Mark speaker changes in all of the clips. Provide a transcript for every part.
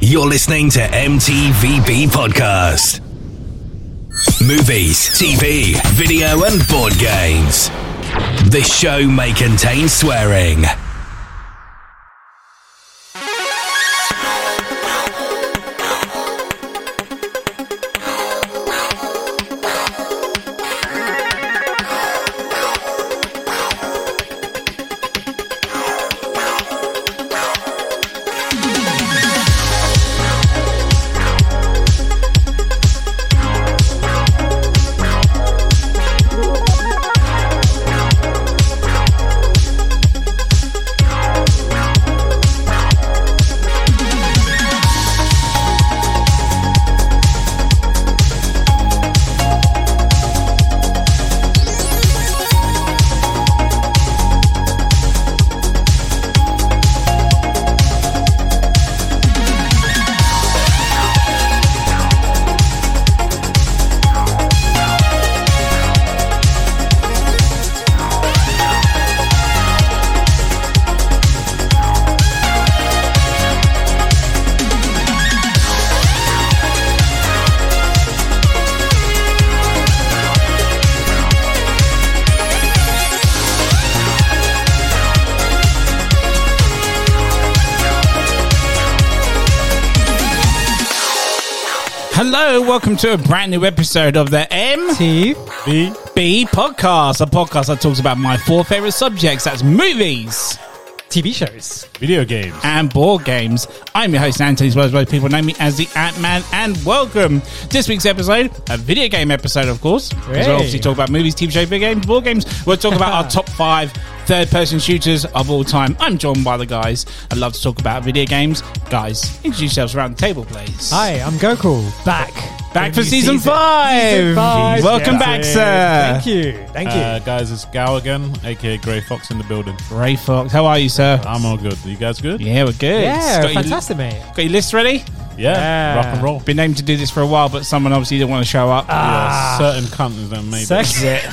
Speaker 1: You're listening to MTVB Podcast. Movies, TV, video, and board games. This show may contain swearing.
Speaker 2: Hello, welcome to a brand new episode of the MTV podcast, a podcast that talks about my four favorite subjects that's movies
Speaker 3: TV shows.
Speaker 4: Video games.
Speaker 2: and board games. I'm your host, Anthony Swellsworth. People know me as the Ant Man, and welcome. This week's episode, a video game episode, of course. As
Speaker 3: Hey.
Speaker 2: well, obviously, talk about movies, TV shows, video games, board games. We'll talk about our top five third person shooters of all time. I'm joined by the guys. I love to talk about video games. Guys, introduce yourselves around the table, please.
Speaker 3: Hi, I'm Gokul. Back.
Speaker 2: Back for
Speaker 3: New
Speaker 2: season, five.
Speaker 3: Season five.
Speaker 2: Welcome
Speaker 3: Yeah.
Speaker 2: back, sir.
Speaker 3: Thank you. Thank you.
Speaker 4: Uh, guys, it's Gow again, aka Grey Fox in the building.
Speaker 2: Ray Fox, how are you, sir?
Speaker 4: I'm all good. You guys good?
Speaker 2: yeah, we're good.
Speaker 3: yeah,
Speaker 2: got
Speaker 3: fantastic, mate.
Speaker 2: Your, got your list ready?
Speaker 4: Yeah.
Speaker 3: Yeah.
Speaker 4: Rock and roll.
Speaker 2: Been aimed to do this for a while, but someone obviously didn't want to show up.
Speaker 4: Ah. Yeah, certain cunt is then maybe.
Speaker 3: Ah. Sex it.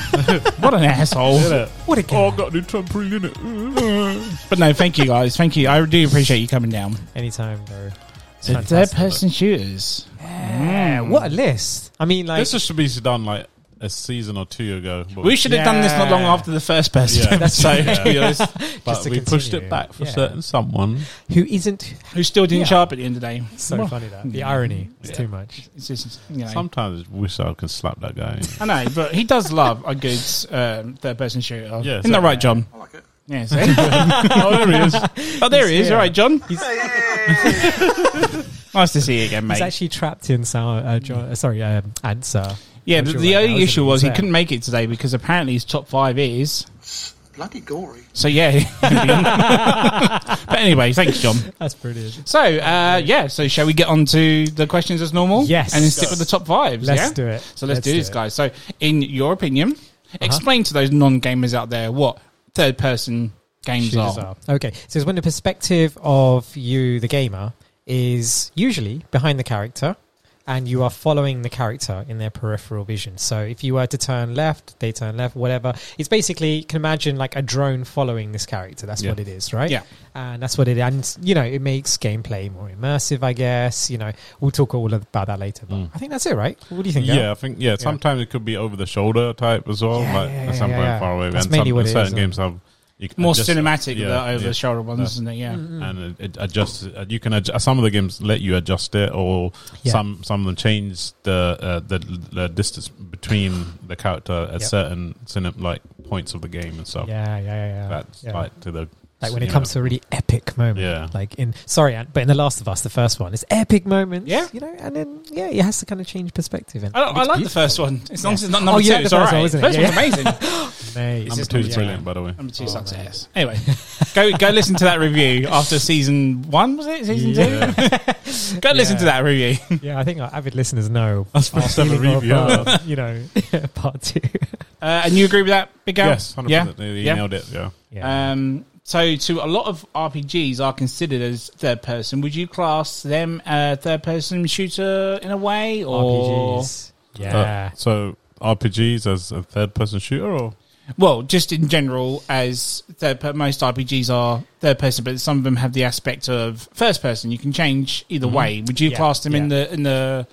Speaker 2: what an asshole!
Speaker 3: What a guy.
Speaker 4: Oh, I got a new trampoline in it.
Speaker 2: But no, thank you guys. Thank you. I do appreciate you coming down.
Speaker 3: Anytime, bro. It's
Speaker 2: The
Speaker 3: fantastic.
Speaker 2: third person shooters.
Speaker 3: Yeah, what a list. I mean, like,
Speaker 4: this is- should be done like a season or two ago. but-
Speaker 2: We should have done this not long
Speaker 3: Yeah.
Speaker 2: after the first person.
Speaker 4: Yeah.
Speaker 2: That's so, to be honest,
Speaker 4: but
Speaker 3: just to
Speaker 4: we pushed
Speaker 3: continue.
Speaker 4: it back for
Speaker 3: Yeah.
Speaker 4: certain someone.
Speaker 3: Who isn't
Speaker 2: who still didn't
Speaker 3: Yeah.
Speaker 2: show up at the end of the day?
Speaker 3: so
Speaker 2: Well,
Speaker 3: funny that the irony is too much.
Speaker 2: It's just you know.
Speaker 4: Sometimes wish I could slap that guy.
Speaker 2: I know, but he does love a good um, third person shooter.
Speaker 4: Yeah,
Speaker 2: Isn't that
Speaker 4: exactly.
Speaker 2: right, John? I like it. Yeah, see?
Speaker 4: oh, there he is.
Speaker 2: oh, there he is.
Speaker 3: He's
Speaker 2: All
Speaker 3: here.
Speaker 2: right, John. nice to see you again,
Speaker 3: He's
Speaker 2: mate.
Speaker 3: actually trapped in Sal, uh, John, uh, sorry, um, answer.
Speaker 2: Yeah,
Speaker 3: I'm
Speaker 2: but
Speaker 3: sure
Speaker 2: the
Speaker 3: right now
Speaker 2: only
Speaker 3: he's
Speaker 2: issue
Speaker 3: gonna be
Speaker 2: was he
Speaker 3: upset.
Speaker 2: couldn't make it today because apparently his top five is.
Speaker 5: bloody gory.
Speaker 2: So yeah. but anyway, thanks, John.
Speaker 3: That's brilliant.
Speaker 2: So uh, yeah, so shall we get on to the questions as normal?
Speaker 3: Yes.
Speaker 2: and then stick with the top fives.
Speaker 3: Let's
Speaker 2: yeah?
Speaker 3: do it.
Speaker 2: So let's,
Speaker 3: Let's
Speaker 2: do,
Speaker 3: do
Speaker 2: this,
Speaker 3: it. Uh-huh.
Speaker 2: guys. So in your opinion, explain to those non-gamers out there what third-person games
Speaker 3: Shooters
Speaker 2: are.
Speaker 3: are. Okay, so it's when the perspective of you, the gamer, is usually behind the character, and you are following the character in their peripheral vision. So if you were to turn left, they turn left, whatever. It's basically you can imagine like a drone following this character. That's
Speaker 4: Yeah.
Speaker 3: what it is, right?
Speaker 2: Yeah.
Speaker 3: and that's what it. And you know, it makes gameplay more immersive, I guess. You know, we'll talk all about that later. But I think that's it, right? What do you think? Al?
Speaker 4: Mm. Yeah, I think yeah. Sometimes it could be over the shoulder type as well,
Speaker 3: Yeah,
Speaker 4: like
Speaker 3: yeah,
Speaker 4: at some
Speaker 3: yeah,
Speaker 4: point
Speaker 3: yeah.
Speaker 4: far away.
Speaker 3: That's
Speaker 4: and
Speaker 3: mainly
Speaker 4: some,
Speaker 3: what it
Speaker 4: certain
Speaker 3: is,
Speaker 4: games have you can
Speaker 2: More
Speaker 4: adjust-
Speaker 2: cinematic
Speaker 4: yeah,
Speaker 2: than over
Speaker 4: yeah.
Speaker 2: the shoulder ones, isn't it? Yeah.
Speaker 3: Mm. Mm-hmm.
Speaker 4: and it, it adjusts. uh, You can adjust. Some of the games let you adjust it, or
Speaker 3: Yeah.
Speaker 4: some some of them change the uh, the, the distance between the character at
Speaker 3: Yep.
Speaker 4: certain cine, like points of the game and stuff.
Speaker 3: Yeah, yeah, yeah. yeah.
Speaker 4: That's
Speaker 3: yeah.
Speaker 4: like to the
Speaker 3: Like when it
Speaker 4: you
Speaker 3: comes to
Speaker 4: know.
Speaker 3: a really epic moment.
Speaker 4: Yeah.
Speaker 3: Like in sorry, Ant, but in The Last of Us, the first one, it's epic moments.
Speaker 2: Yeah.
Speaker 3: You know, and then yeah, it has to kind of change perspective. And
Speaker 4: Uh,
Speaker 2: I, don't- I
Speaker 3: it's
Speaker 2: like the first one. As long as it's not
Speaker 3: Oh,
Speaker 2: number
Speaker 3: you
Speaker 2: two,
Speaker 3: like the
Speaker 2: it's
Speaker 3: first
Speaker 2: all
Speaker 3: one,
Speaker 2: right.
Speaker 3: wasn't it?
Speaker 2: first
Speaker 3: Yeah.
Speaker 2: one's amazing.
Speaker 3: beautiful. Mate,
Speaker 4: number
Speaker 2: it's
Speaker 4: two is
Speaker 2: yeah.
Speaker 4: brilliant, by the way.
Speaker 2: Number two sucks ass. Anyway, go go listen to that review after season one. Was it season two? go listen
Speaker 3: Yeah.
Speaker 2: to that review.
Speaker 3: yeah, I think our avid listeners know. our
Speaker 4: first ever
Speaker 3: feeling of,
Speaker 4: review.
Speaker 3: uh, you know, part two.
Speaker 2: Uh, and you agree with that, Big Al?
Speaker 4: Yes, 100%.
Speaker 2: yeah,
Speaker 4: They
Speaker 2: Yeah.
Speaker 4: nailed it. Yeah.
Speaker 3: Yeah.
Speaker 2: Um, so, to a lot of RPGs are considered as third person. Would you class them uh, third person shooter in a way, or
Speaker 3: RPGs. Yeah.
Speaker 4: Uh, so RPGs as a third person shooter, or
Speaker 2: Well, just in general, as third per- most RPGs are third person, but some of them have the aspect of first person. You can change either way. Would you
Speaker 3: Mm-hmm. Yeah,
Speaker 2: class them in
Speaker 3: yeah.
Speaker 2: the in the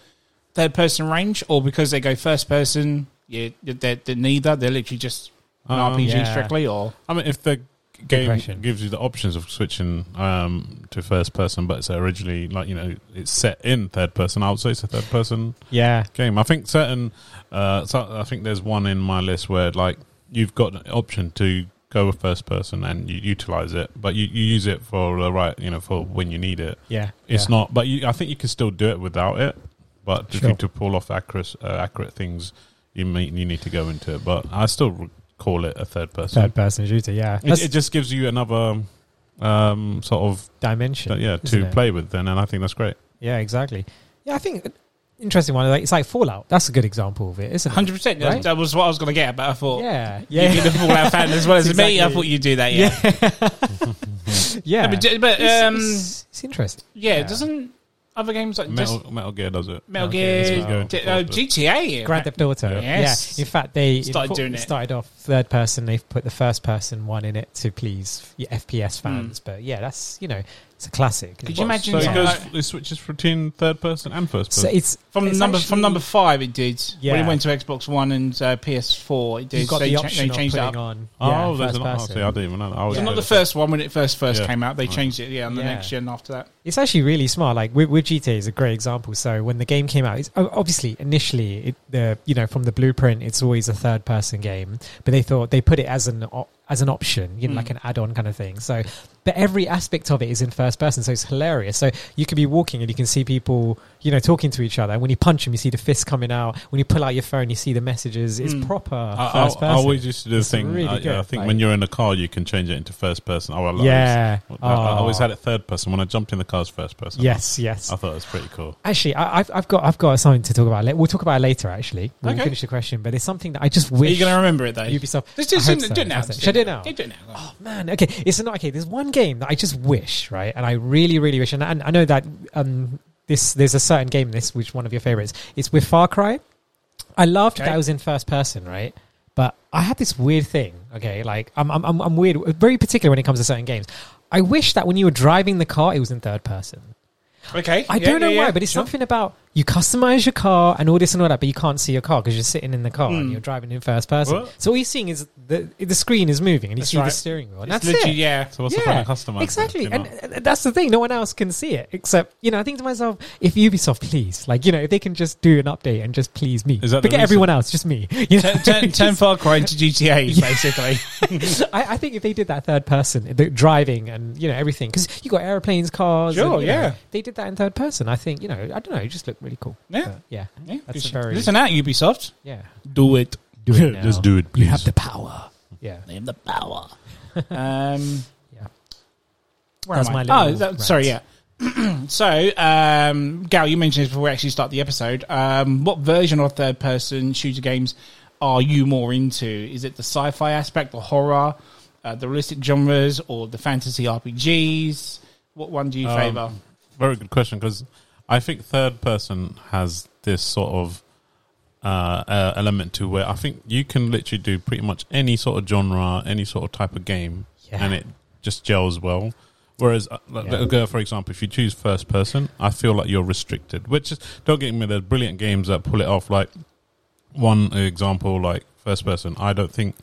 Speaker 2: third person range, or because they go first person, yeah, they're, they're neither. They're literally just an
Speaker 4: Um,
Speaker 2: RPG
Speaker 3: yeah.
Speaker 2: strictly, or
Speaker 4: I mean, if the game
Speaker 3: question.
Speaker 4: gives you the options of switching um, to first person, but it's originally like you know it's set in third person, I would say it's a third person
Speaker 3: Yeah.
Speaker 4: game. I think certain, uh, so I think there's one in my list where like you've got an option to go with first person and you utilize it, but you, you use it for the right, you know, for when you need it.
Speaker 3: Yeah.
Speaker 4: It's
Speaker 3: yeah.
Speaker 4: not, but you, I think you can still do it without it. But if
Speaker 3: Sure.
Speaker 4: you to pull off accurate, uh, accurate things, you may, you need to go into it. But I still re- call it a third person.
Speaker 3: third person shooter. Yeah.
Speaker 4: It,
Speaker 3: That's
Speaker 4: it just gives you another um, sort of uh,
Speaker 3: dimension.
Speaker 4: yeah
Speaker 3: isn't
Speaker 4: to
Speaker 3: it?
Speaker 4: play with, then, and I think that's great.
Speaker 3: Yeah, exactly. Yeah, I think uh, interesting one. Like it's like Fallout. That's a good example of it, isn't it?
Speaker 2: hundred percent.
Speaker 3: Right?
Speaker 2: That was what I was going to get, but I thought.
Speaker 3: Yeah,
Speaker 2: Yeah.
Speaker 3: yeah,
Speaker 2: You're the Fallout fan as well as me. I
Speaker 3: Exactly.
Speaker 2: thought you'd do that, yeah.
Speaker 3: yeah. yeah.
Speaker 2: No, but, j- but,
Speaker 3: It's-
Speaker 2: um,
Speaker 3: it's, it's interesting.
Speaker 2: yeah,
Speaker 3: yeah.
Speaker 2: doesn't other games like
Speaker 4: Metal,
Speaker 2: just
Speaker 4: Metal Gear does it.
Speaker 2: Metal
Speaker 3: Metal Gear
Speaker 2: Gear,
Speaker 3: as well.
Speaker 2: d- uh, GTA,
Speaker 3: Grand Theft Auto.
Speaker 2: Yes.
Speaker 3: Yeah. In fact, they
Speaker 2: Started
Speaker 3: info-
Speaker 2: doing it.
Speaker 3: started off third person. They've put the first person one in it to please yeah, FPS fans. But yeah, that's you know, it's a classic.
Speaker 2: Hmm. Could you imagine
Speaker 4: So it
Speaker 2: that?
Speaker 4: goes,
Speaker 2: Like-
Speaker 4: it switches between third person and first
Speaker 3: So
Speaker 4: person.
Speaker 3: it's
Speaker 2: From
Speaker 3: it's
Speaker 2: number from
Speaker 3: actually-
Speaker 2: number five, it did. When it
Speaker 3: Yeah.
Speaker 2: went to Xbox One and uh, PS4, it did.
Speaker 3: You've got
Speaker 2: they
Speaker 3: the
Speaker 2: cha-
Speaker 3: option
Speaker 2: they
Speaker 3: of
Speaker 2: changed it
Speaker 3: putting
Speaker 2: up.
Speaker 3: on.
Speaker 4: oh,
Speaker 3: yeah,
Speaker 4: there's
Speaker 3: first
Speaker 4: an oh,
Speaker 3: person.
Speaker 4: see, I didn't even know. that. I was
Speaker 2: It's
Speaker 3: Yeah.
Speaker 2: not the first one when it first first
Speaker 4: Yeah.
Speaker 2: came out. They
Speaker 4: Right.
Speaker 2: changed it, yeah, on the
Speaker 3: Yeah.
Speaker 2: next gen after that.
Speaker 3: It's actually really smart. Like with, with GTA is a great example. So when the game came out, it's o- obviously initially it, the you know from the blueprint, it's always a third person game. But they thought they put it as an op- as an option, you know,
Speaker 2: Mm.
Speaker 3: like an add on kind of thing. So, but every aspect of it is in first person, so it's hilarious. So you could be walking and you can see people you know talking to each other. And when you punch them, you see the fist coming out. When you pull out your phone, you see the messages. It's
Speaker 2: Mm.
Speaker 3: proper
Speaker 4: I, I-
Speaker 3: first
Speaker 4: I
Speaker 3: person.
Speaker 4: always used to do the
Speaker 3: It's
Speaker 4: thing.
Speaker 3: really
Speaker 4: I, I
Speaker 3: good,
Speaker 4: think
Speaker 3: like-
Speaker 4: when you're in a car, you can change it into first person. Oh, I love
Speaker 3: yeah.
Speaker 4: this. I, I always
Speaker 3: Oh.
Speaker 4: had it third person. When I jumped in the car, it's first person.
Speaker 3: Yes. Yes.
Speaker 4: I thought it was pretty cool.
Speaker 3: Actually, I, I've, I've got I've got something to talk about. Let- We'll talk about it later. Actually, we'll
Speaker 2: Okay.
Speaker 3: finish the question, but it's something that I just
Speaker 2: Are
Speaker 3: wish
Speaker 2: you going to remember it though?
Speaker 3: Ubisoft.
Speaker 2: Let's do,
Speaker 3: I
Speaker 2: do,
Speaker 3: hope so.
Speaker 2: do it now.
Speaker 3: Let's do it. Should I do it now?
Speaker 2: Yeah, do it now. go on.
Speaker 3: Oh, man, okay, it's not okay. There's one game that I just wish, right? And I really, really wish, and, and I know that um, this there's a certain game this which one of your favorites. It's with Far Cry. I loved
Speaker 2: Okay.
Speaker 3: that it was in first person, right? But I had this weird thing. Okay, like I'm I'm I'm, I'm weird, very particular when it comes to certain games. I wish that when you were driving the car, it was in third person.
Speaker 2: Okay.
Speaker 3: I
Speaker 2: yeah,
Speaker 3: don't know
Speaker 2: yeah,
Speaker 3: why,
Speaker 2: yeah,
Speaker 3: but it's
Speaker 2: sure.
Speaker 3: something about you customize your car and all this and all that, but you can't see your car because you're sitting in the car
Speaker 2: Mm.
Speaker 3: and you're driving in first person.
Speaker 4: What?
Speaker 3: So all you're seeing is the the screen is moving and you
Speaker 2: That's
Speaker 3: see
Speaker 2: right.
Speaker 3: the steering wheel. And
Speaker 2: It's
Speaker 3: that's
Speaker 2: literally,
Speaker 3: it.
Speaker 2: yeah.
Speaker 4: So what's the
Speaker 3: Yeah,
Speaker 4: point of customizing? it,
Speaker 3: Exactly,
Speaker 4: you know?
Speaker 3: and uh, that's the thing. No one else can see it except you know. I think to myself, if Ubisoft, please, like you know, if they can just do an update and just please me,
Speaker 4: Is that the
Speaker 3: forget
Speaker 4: reason?
Speaker 3: everyone else, just me. You know,
Speaker 2: Turn, turn, turn Far Cry to GTA, basically.
Speaker 3: I, I think if they did that third person, the driving and you know everything, because you got airplanes, cars. and,
Speaker 2: Sure,
Speaker 3: you know,
Speaker 2: yeah.
Speaker 3: they did that in third person. I think you know. I don't know. It just looked really cool.
Speaker 2: Yeah.
Speaker 3: But, yeah,
Speaker 2: Yeah,
Speaker 3: That's
Speaker 2: good
Speaker 3: a
Speaker 2: shit.
Speaker 3: very-
Speaker 2: Listen out, Ubisoft.
Speaker 3: yeah.
Speaker 2: Do it.
Speaker 3: Do
Speaker 4: Yeah, just do it, please.
Speaker 3: power. Yeah.
Speaker 2: They have the power. Um,
Speaker 3: Yeah.
Speaker 2: Where
Speaker 3: That's
Speaker 2: am I?
Speaker 3: my
Speaker 2: oh,
Speaker 3: little
Speaker 2: that,
Speaker 3: rant.
Speaker 2: sorry, yeah. so, um, Gal, you mentioned this before we actually start the episode. Um, what version of third person shooter games are you more into? Is it the sci fi aspect, the horror, uh, the realistic genres, or the fantasy RPGs? What one do you
Speaker 4: Um,
Speaker 2: favour?
Speaker 4: Very good question because I think third person has this sort of uh, uh, element to where I think you can literally do pretty much any sort of genre, any sort of type of game,
Speaker 3: Yeah.
Speaker 4: and it just gels well. Whereas, uh, like,
Speaker 3: Yeah.
Speaker 4: like, uh, for example, if you choose first person, I feel like you're restricted. Which is don't get me. There's brilliant games that pull it off. Like one example, like first person. I don't think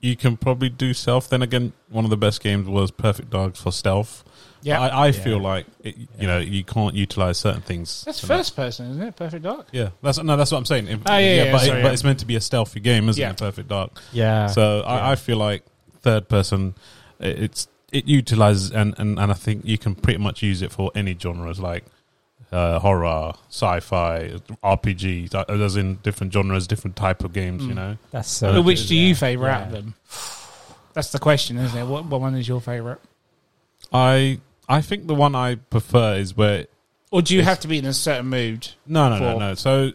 Speaker 4: you can probably do stealth. Then again, one of the best games was Perfect Dogs for stealth.
Speaker 2: Yeah.
Speaker 4: I, I
Speaker 3: Yeah.
Speaker 4: feel like it, you know you can't utilize certain things.
Speaker 2: That's
Speaker 4: to that.
Speaker 2: first person, isn't it? Perfect Dark.
Speaker 4: Yeah, that's no, that's what I'm saying. If-
Speaker 2: Oh, yeah, yeah,
Speaker 4: but,
Speaker 2: sorry,
Speaker 4: it, but
Speaker 2: yeah.
Speaker 4: it's meant to be a stealthy game, isn't
Speaker 2: Yeah.
Speaker 4: it? Perfect Dark.
Speaker 3: Yeah.
Speaker 4: so
Speaker 3: Ah, yeah.
Speaker 4: I, I feel like third person, it, it's it utilizes and, and and I think you can pretty much use it for any genres like uh, horror, sci-fi, RPG. that- As in different genres, different type of games. You
Speaker 2: Mm.
Speaker 4: know,
Speaker 3: that's so.
Speaker 2: Which do you
Speaker 3: yeah.
Speaker 2: favour out of
Speaker 3: Yeah.
Speaker 2: them? That's the question, isn't it? What, what one is your favourite?
Speaker 4: I I think the one I prefer is where
Speaker 2: Or do you
Speaker 4: Yes.
Speaker 2: have to be in a certain mood?
Speaker 4: no no no
Speaker 2: For-
Speaker 4: no. So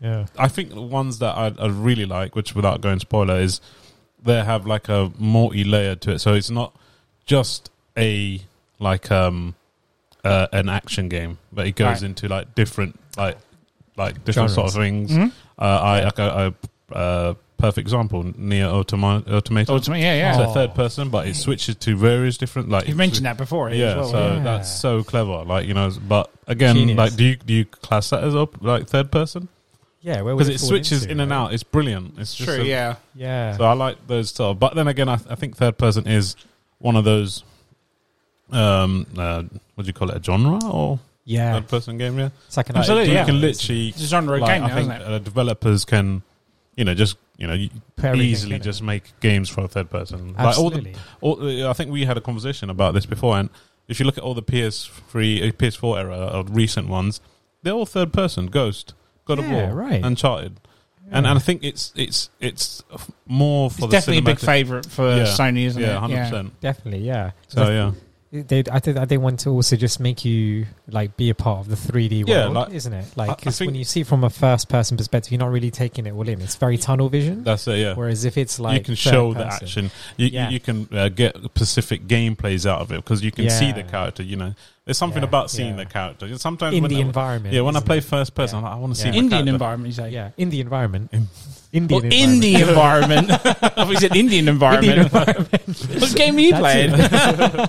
Speaker 3: Yeah.
Speaker 4: I think the ones that I, I really like, which without going spoiler, is they have like a multi layer to it. So it's not just a like um uh, an action game, but it goes
Speaker 2: Right.
Speaker 4: into like different like like different sort of
Speaker 2: Mm-hmm.
Speaker 3: Genres.
Speaker 2: Mhm.
Speaker 4: things. Uh, I like I, I uh, perfect example. Near Automa- Automata.
Speaker 2: Ultimately, yeah, yeah.
Speaker 4: So
Speaker 3: Oh.
Speaker 4: third person, but it switches to various different like
Speaker 2: You've mentioned that before.
Speaker 4: Yeah,
Speaker 2: as well,
Speaker 4: so
Speaker 3: yeah.
Speaker 4: that's so clever. Like you know, but again,
Speaker 3: Genius.
Speaker 4: like do you do you class that as op- like third person
Speaker 3: Yeah, where would
Speaker 4: because it
Speaker 3: fall
Speaker 4: switches
Speaker 3: into,
Speaker 4: in and
Speaker 3: right?
Speaker 4: out. It's brilliant. It's
Speaker 2: It's
Speaker 4: just
Speaker 2: true,
Speaker 4: a-
Speaker 2: yeah.
Speaker 3: Yeah.
Speaker 4: So I like those sort of. But then again, I, I think third person is one of those. Um, uh, what do you call it? A genre or
Speaker 3: yeah.
Speaker 4: third person game? Yeah,
Speaker 3: It's like an
Speaker 2: Absolutely,
Speaker 4: Like,
Speaker 2: yeah.
Speaker 4: You can literally
Speaker 2: It's a genre of
Speaker 4: like,
Speaker 2: game
Speaker 4: I
Speaker 2: now,
Speaker 4: think
Speaker 2: isn't it?
Speaker 4: Uh, developers can, you know, just you know, you
Speaker 3: Put everything
Speaker 4: easily
Speaker 3: in it.
Speaker 4: just make games for a third person.
Speaker 3: Absolutely.
Speaker 4: Like all the, all, the- I think we had a conversation about this before, and if you look at all the PS3, uh, PS4 era or recent ones, they're all third person. Ghost, God
Speaker 3: Yeah,
Speaker 4: of War,
Speaker 3: right.
Speaker 4: Uncharted. And, and I think it's it's it's f- more for
Speaker 2: It's
Speaker 4: the
Speaker 2: definitely a big
Speaker 4: cinematic-
Speaker 2: favourite for
Speaker 4: Yeah.
Speaker 2: Sony, isn't
Speaker 4: yeah,
Speaker 2: it?
Speaker 4: hundred percent.
Speaker 3: Definitely, yeah.
Speaker 4: So yeah,
Speaker 3: They, I think that they want to also just make you like be a part of the 3D world,
Speaker 4: Yeah, like-
Speaker 3: isn't it?
Speaker 4: I- I
Speaker 3: Like, because
Speaker 4: think-
Speaker 3: when you see from a first-person perspective, you're not really taking it all in. It's very tunnel vision.
Speaker 4: that's it. Yeah,
Speaker 3: Whereas if it's like
Speaker 4: you can
Speaker 3: third
Speaker 4: show the
Speaker 3: person-
Speaker 4: action. You, you-
Speaker 3: Yeah.
Speaker 4: you can uh, get specific gameplays out of it because you can see the
Speaker 3: Yeah.
Speaker 4: character. You know, there's something
Speaker 3: Yeah,
Speaker 4: about seeing
Speaker 3: yeah.
Speaker 4: the character. Sometimes
Speaker 3: in
Speaker 4: when
Speaker 3: the
Speaker 4: I,
Speaker 3: environment.
Speaker 4: yeah, when I
Speaker 3: isn't
Speaker 4: play
Speaker 3: it?
Speaker 4: first person, I'm like, I want to see
Speaker 3: Yeah.
Speaker 4: my
Speaker 2: Indian
Speaker 4: character.
Speaker 2: environment, you say.
Speaker 3: yeah, in the environment,
Speaker 4: In-
Speaker 3: Indian
Speaker 2: Well, in the environment. I was in Indian
Speaker 3: Indian
Speaker 2: environment. What game are you
Speaker 3: That's
Speaker 2: playing?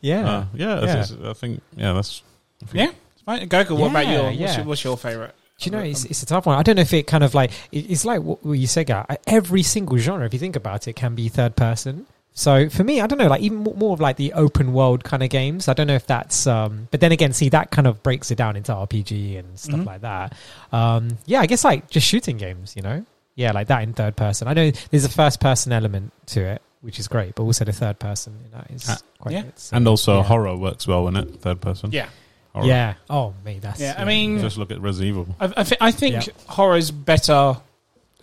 Speaker 3: yeah,
Speaker 4: Uh, yeah, that's- that's- I think yeah, that's I think-
Speaker 2: Yeah. Right, Goku, what about
Speaker 3: Yeah,
Speaker 2: your, what's
Speaker 3: yeah.
Speaker 2: your? What's your favourite?
Speaker 3: Do you know, it's, it's a tough one. I don't know if it kind of like it- it's like what what you said, Gar. Uh, Every single genre, if you think about it, can be third person. So for me, I don't know, like even mo- more of like the open world kind of games. I don't know if that's, um, but then again, see that kind of breaks it down into RPG and stuff
Speaker 2: Mhm.
Speaker 3: like that. Um, yeah, I guess like just shooting games, you know, yeah, like that in third person. I know there's a first person element to it, which is great, but also the third person you know, is
Speaker 4: Ah,
Speaker 3: quite
Speaker 2: yeah.
Speaker 3: good. So,
Speaker 4: and also
Speaker 3: yeah.
Speaker 4: horror works well in it. Third person.
Speaker 2: Yeah.
Speaker 4: Horror.
Speaker 3: Yeah. Oh, mate, that's
Speaker 2: Yeah, I mean-
Speaker 4: Just look at Resident Evil.
Speaker 2: I, I, thi- I think
Speaker 3: Yeah.
Speaker 2: horror's better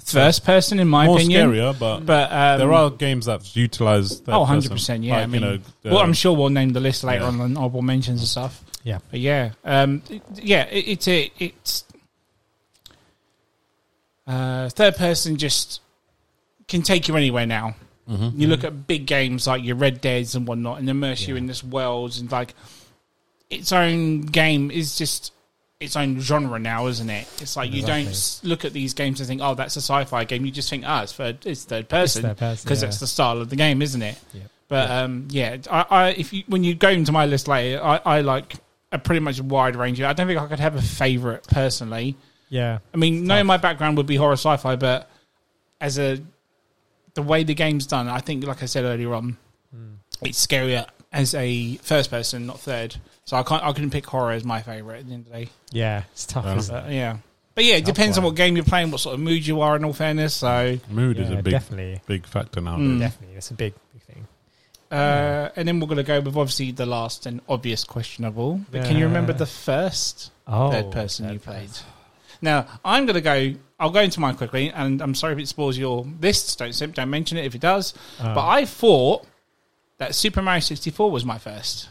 Speaker 2: first person in my
Speaker 4: More
Speaker 2: opinion.
Speaker 4: scarier, but,
Speaker 2: But um,
Speaker 4: there are games that utilize. Third
Speaker 2: oh, 100
Speaker 4: person.
Speaker 2: percent. Yeah,
Speaker 4: Like,
Speaker 2: I mean,
Speaker 4: you know,
Speaker 2: well,
Speaker 4: uh,
Speaker 2: I'm sure we'll name the list later
Speaker 4: yeah.
Speaker 2: on on honorable mentions and stuff.
Speaker 3: um, Yeah.
Speaker 2: but yeah, um, it- yeah, it, it's a it's uh, third person just can take you anywhere now.
Speaker 4: mhm.
Speaker 2: You look at big games like your Red Dead's and whatnot, and immerse you
Speaker 3: Mm-hmm. Yeah.
Speaker 2: in this world, and like its own game is just its own genre now, isn't it? It's like you don't
Speaker 3: Exactly.
Speaker 2: s- look at these games and think, "Oh, that's a sci-fi game." You just think, "Ah, it's third, it's third
Speaker 3: It's
Speaker 2: person,"
Speaker 3: third person,
Speaker 2: because
Speaker 3: yeah.
Speaker 2: that's the style of the game, isn't it?
Speaker 3: Yep.
Speaker 2: But um, yeah, I, I if you when you go into my list later, I, I like a pretty much wide range. I don't think I could have a favorite personally.
Speaker 3: yeah.
Speaker 2: I mean, knowing my background would be horror sci-fi, but as a the way the game's done, I think, like I said earlier on, it's scarier as a first person, not third. So I can't, I couldn't pick horror as my favorite at the end of the day.
Speaker 3: Yeah, it's tough,
Speaker 4: Fair
Speaker 3: isn't it?
Speaker 2: But yeah, but yeah, it
Speaker 3: Tough
Speaker 2: depends on
Speaker 3: one.
Speaker 2: what game you're playing, what sort of mood you are. In all fairness, so
Speaker 4: mood is
Speaker 3: Yeah,
Speaker 4: a big
Speaker 3: definitely.
Speaker 4: big factor now.
Speaker 2: Mm.
Speaker 3: Definitely, it's a big, big thing.
Speaker 2: Uh, and then we're going to go with obviously the last and obvious question of all. But can you remember
Speaker 3: Yeah.
Speaker 2: the first
Speaker 3: Oh,
Speaker 2: third person you played? Now I'm going to go. I'll go into mine quickly, and I'm sorry if it spoils your list. Don't simp, don't mention it if it does.
Speaker 3: Uh.
Speaker 2: But I thought that Super Mario 64 was my first.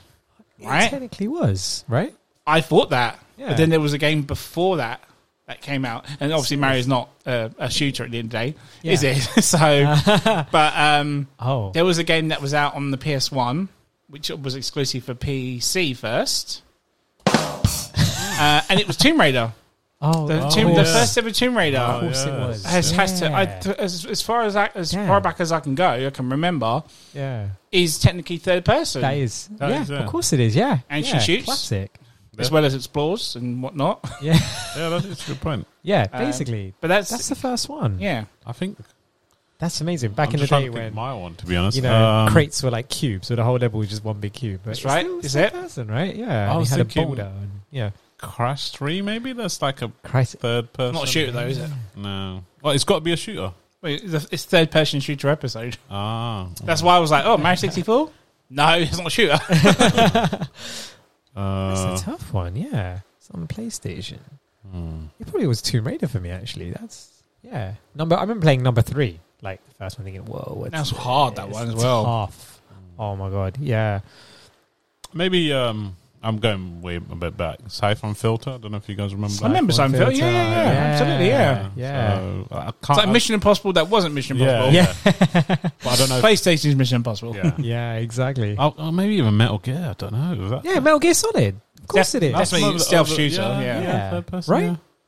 Speaker 3: It
Speaker 2: Right?
Speaker 3: technically was right.
Speaker 2: I thought that,
Speaker 3: Yeah.
Speaker 2: but then there was a game before that that came out, and obviously Mario's not uh, a shooter at the end of the day, is
Speaker 3: Yeah.
Speaker 2: it? so, but um,
Speaker 3: Oh,
Speaker 2: there was a game that was out on the PS1, which was exclusive for PC first. uh, and it was Tomb Raider.
Speaker 3: oh,
Speaker 2: The,
Speaker 3: of
Speaker 2: Tomb- the
Speaker 3: course.
Speaker 2: first ever Tomb Raider.
Speaker 3: Of course
Speaker 4: yeah.
Speaker 3: it was.
Speaker 2: Has, has to, I,
Speaker 3: Oh, Yeah.
Speaker 2: th- as, as far as I, as
Speaker 3: Yeah.
Speaker 2: far back as I can go, I can remember,
Speaker 3: yeah,
Speaker 2: is technically third person,
Speaker 3: that is.
Speaker 4: That
Speaker 3: yeah,
Speaker 4: is, yeah.
Speaker 3: of course it is. Yeah,
Speaker 2: And she
Speaker 3: Yeah,
Speaker 2: shoots?
Speaker 3: Classic.
Speaker 2: as well as explores and whatnot.
Speaker 3: Yeah,
Speaker 4: Yeah, that is a good point.
Speaker 3: yeah.
Speaker 2: Um,
Speaker 3: Basically,
Speaker 2: But that's,
Speaker 3: that's the first one.
Speaker 2: yeah,
Speaker 4: I think
Speaker 3: that's amazing. Back
Speaker 4: I'm
Speaker 3: in the
Speaker 4: just trying
Speaker 3: day
Speaker 4: to
Speaker 3: when
Speaker 4: think my one, to be honest,
Speaker 3: you know
Speaker 4: Um,
Speaker 3: crates were like cubes, so the whole level was just one big cube. But
Speaker 2: That's
Speaker 3: it
Speaker 2: right,
Speaker 3: still was
Speaker 2: is
Speaker 3: third
Speaker 2: it? Oh,
Speaker 3: person, right? Yeah, and
Speaker 4: was
Speaker 3: you had a
Speaker 4: thinking-
Speaker 3: boulder. And, yeah,
Speaker 4: Crash Three, maybe that's like a
Speaker 3: Christ.
Speaker 4: third person.
Speaker 2: not a shooter though, is it?
Speaker 4: No. Well, it's got to be a shooter.
Speaker 2: Wait, It's it's third person shooter episode.
Speaker 4: Ah.
Speaker 2: That's why I was like, oh, Mario 64? No, it's not a shooter.
Speaker 4: Uh,
Speaker 3: That's a tough one. Yeah, it's on the PlayStation.
Speaker 4: hmm.
Speaker 3: It probably was Tomb Raider for me actually. That's yeah. Number I remember playing number three, like the first one, thinking, "Whoa, what's
Speaker 2: That was hard, that
Speaker 3: this?
Speaker 2: one as
Speaker 3: It's
Speaker 2: well.
Speaker 3: Tough. Oh my god, yeah.
Speaker 4: Maybe um, I'm going way a bit back. Siphon Filter. I don't know if you guys remember. Uh,
Speaker 2: I remember
Speaker 3: One
Speaker 2: Seinfeld.
Speaker 3: filter.
Speaker 2: Yeah, yeah, yeah, absolutely, yeah.
Speaker 3: yeah.
Speaker 4: So, I can't,
Speaker 2: It's like
Speaker 3: Uh-uh.
Speaker 2: Mission Impossible that wasn't Mission
Speaker 4: Yeah,
Speaker 2: Impossible.
Speaker 4: yeah. but I don't know. If,
Speaker 2: PlayStation's Mission Impossible.
Speaker 4: yeah.
Speaker 3: yeah, exactly.
Speaker 2: Uh,
Speaker 4: Oh, oh, maybe even Metal Gear. I don't know. Is that-
Speaker 3: yeah, Metal Gear Solid. Of course it is.
Speaker 2: that's
Speaker 4: one of the-
Speaker 2: stealth
Speaker 4: of the-
Speaker 2: shooter,
Speaker 4: Yeah,
Speaker 2: yeah.
Speaker 4: yeah,
Speaker 3: Yeah.
Speaker 4: third person,
Speaker 3: Right?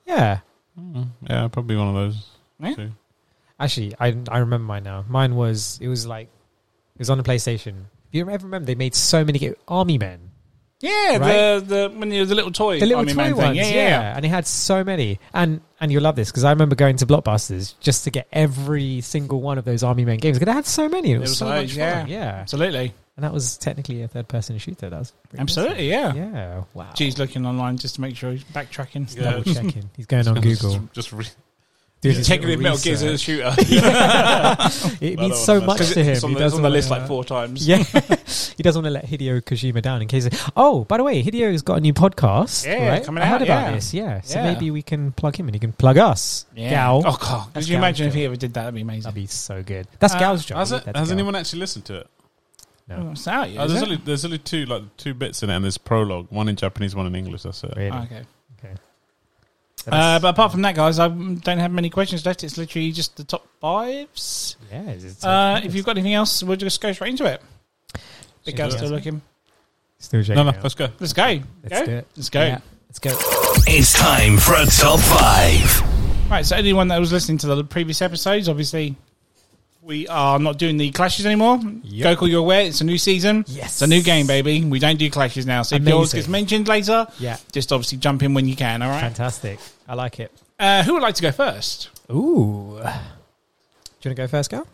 Speaker 4: Yeah.
Speaker 3: yeah,
Speaker 4: Mm, yeah, probably one of those.
Speaker 2: Yeah.
Speaker 4: two.
Speaker 3: Actually, I I remember mine now. Mine was it was like it was on the PlayStation. Do you ever remember they made so many ga- Army Men,
Speaker 2: Yeah,
Speaker 3: Right?
Speaker 2: the the when you the little toy,
Speaker 3: the little
Speaker 2: Army
Speaker 3: toy
Speaker 2: Man
Speaker 3: ones,
Speaker 2: thing. Yeah, yeah. yeah.
Speaker 3: and it had so many. And and you'll love this because I remember going to Blockbusters just to get every single one of those Army Men games because they had so many. It was,
Speaker 2: was
Speaker 3: so
Speaker 2: loads,
Speaker 3: much fun.
Speaker 2: yeah.
Speaker 3: yeah,
Speaker 2: Absolutely,
Speaker 3: and that was technically a third-person shooter. That was pretty
Speaker 2: absolutely, yeah.
Speaker 3: awesome. yeah. Wow.
Speaker 2: G's looking online just to make sure he's backtracking.
Speaker 4: Yeah.
Speaker 3: Double checking. He's going on
Speaker 4: Just-
Speaker 3: Google.
Speaker 4: Just re-
Speaker 3: Doing
Speaker 2: He's
Speaker 3: his
Speaker 2: taking the
Speaker 3: little
Speaker 2: Metal Gears as a
Speaker 3: research.
Speaker 2: shooter.
Speaker 3: It
Speaker 4: Well,
Speaker 3: means
Speaker 4: I
Speaker 3: so
Speaker 4: don't wanna
Speaker 3: much
Speaker 4: mess
Speaker 3: to him.
Speaker 2: It's on,
Speaker 3: He
Speaker 2: the, it's
Speaker 3: doesn't
Speaker 2: on the
Speaker 3: wanna-
Speaker 2: list like four times.
Speaker 3: Yeah, he doesn't want to let Hideo Kojima down in case. Oh, by the way, Hideo's got a new podcast.
Speaker 2: Yeah,
Speaker 3: right?
Speaker 2: coming
Speaker 3: I
Speaker 2: out,
Speaker 3: heard about
Speaker 2: yeah.
Speaker 3: this. Yeah, so
Speaker 2: Yeah.
Speaker 3: maybe we can plug him and he can plug us.
Speaker 2: Yeah.
Speaker 3: Gal,
Speaker 2: Oh god! Could
Speaker 3: That's
Speaker 2: you
Speaker 3: Gal,
Speaker 2: imagine if
Speaker 3: Gal.
Speaker 2: he ever did that? That'd be amazing.
Speaker 3: that'd be so good. That's
Speaker 2: Uh,
Speaker 3: Gal's job.
Speaker 4: Has, it,
Speaker 3: That's
Speaker 4: has
Speaker 3: Gal.
Speaker 4: anyone actually listened to it?
Speaker 2: Oh, it's out yet,
Speaker 4: Oh,
Speaker 2: is
Speaker 4: there's
Speaker 2: it?
Speaker 4: only there's only two like two bits in it, and there's prologue, one in Japanese, one in English. That's it.
Speaker 3: Really?
Speaker 2: Oh, okay.
Speaker 3: So
Speaker 2: Uh,
Speaker 3: that's-
Speaker 2: but apart from that, guys, I don't have many questions left. It's literally just the top fives.
Speaker 3: yeah, it's- it's-
Speaker 2: Uh, if you've got anything else, we'll just go straight into it. Big
Speaker 3: Yeah.
Speaker 2: girl's still looking.
Speaker 3: still
Speaker 4: No,
Speaker 3: checking
Speaker 4: no,
Speaker 3: out.
Speaker 4: let's go.
Speaker 2: Let's go.
Speaker 3: Let's
Speaker 2: go.
Speaker 3: do it.
Speaker 2: Let's go.
Speaker 3: Yeah, let's go.
Speaker 1: It's time for a top five.
Speaker 2: Right. So anyone that was listening to the previous episodes, obviously, we are not doing the clashes anymore.
Speaker 3: Yep.
Speaker 2: Goku, you're aware it's a new season.
Speaker 3: Yes.
Speaker 2: It's a new game, baby. We don't do clashes now. So if yours
Speaker 3: Amazing.
Speaker 2: gets mentioned later,
Speaker 3: Yeah,
Speaker 2: just obviously jump in when you can. All right.
Speaker 3: fantastic. I like it.
Speaker 2: Uh, who would like to go first?
Speaker 3: Ooh, do you want to go first, Gal?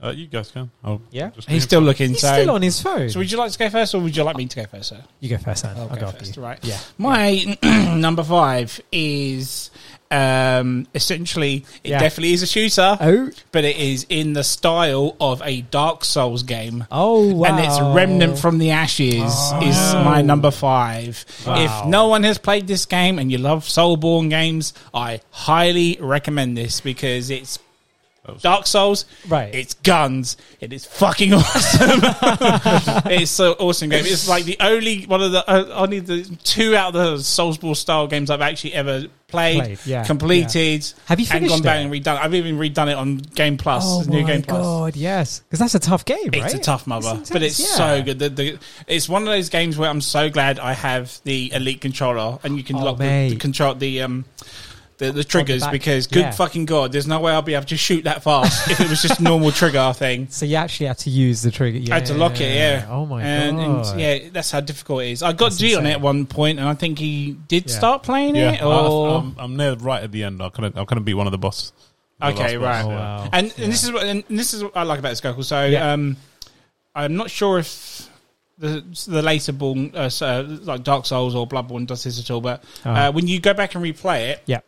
Speaker 4: Uh, you guys can. I'll
Speaker 3: Yeah.
Speaker 4: just
Speaker 2: He's
Speaker 4: leave.
Speaker 2: still looking.
Speaker 3: He's
Speaker 2: so.
Speaker 3: still on his phone.
Speaker 2: So would you like to go first, or would you like me to go first, sir?
Speaker 3: you go first, Anne.
Speaker 2: I'll
Speaker 3: I'll,
Speaker 2: go
Speaker 3: go,
Speaker 2: first,
Speaker 3: after you.
Speaker 2: right.
Speaker 3: Yeah.
Speaker 2: My number five is um, essentially it
Speaker 3: Yeah.
Speaker 2: definitely is a shooter,
Speaker 3: Oh.
Speaker 2: but it is in the style of a Dark Souls game.
Speaker 3: Oh wow.
Speaker 2: And it's Remnant from the Ashes is my number five.
Speaker 3: Wow.
Speaker 2: If no one has played this game and you love Soulborn games, I highly recommend this because it's Dark Souls.
Speaker 3: Right.
Speaker 2: It's guns. It is fucking awesome. it's so awesome game. It's like the only one of the uh, only the two out of the Soulsborne style games I've actually ever played,
Speaker 3: Played, yeah,
Speaker 2: completed.
Speaker 3: Have you
Speaker 2: and
Speaker 3: finished
Speaker 2: gone back
Speaker 3: it?
Speaker 2: and redone? I've even redone it on Game Plus,
Speaker 3: Oh
Speaker 2: new
Speaker 3: my
Speaker 2: Game Plus.
Speaker 3: god, yes, because that's a tough game, right?
Speaker 2: It's a tough mother,
Speaker 3: It's
Speaker 2: but
Speaker 3: intense,
Speaker 2: it's
Speaker 3: yeah.
Speaker 2: so good. The, the, it's one of those games where I'm so glad I have the elite controller, and you can
Speaker 3: Oh,
Speaker 2: lock the, the
Speaker 3: mate.
Speaker 2: control the um the, the triggers
Speaker 3: back,
Speaker 2: because good
Speaker 3: yeah.
Speaker 2: fucking god, there's no way I'll be able to shoot that fast if it was just a normal trigger thing.
Speaker 3: So you actually had to use the trigger. Yeah.
Speaker 2: I had to lock it, yeah.
Speaker 3: Oh my
Speaker 2: and, and,
Speaker 3: god.
Speaker 2: yeah, that's how difficult it is. I got
Speaker 3: That's
Speaker 2: G on it
Speaker 3: insane.
Speaker 2: at one point, and I think he did
Speaker 3: Yeah. Oh,
Speaker 2: start playing it.
Speaker 4: Yeah,
Speaker 2: Or
Speaker 4: I, am I'm near right at the end. I kind of I kind of beat one of the boss. the
Speaker 2: Okay,
Speaker 4: last boss,
Speaker 2: right.
Speaker 3: Oh, wow.
Speaker 2: and, and this is what and this is what I like about this Goku. So
Speaker 3: Yeah.
Speaker 2: um, I'm not sure if the the later born uh, so, like Dark Souls or Bloodborne does this at all, but uh,
Speaker 3: Uh-huh.
Speaker 2: when you go back and replay it,
Speaker 3: Yeah.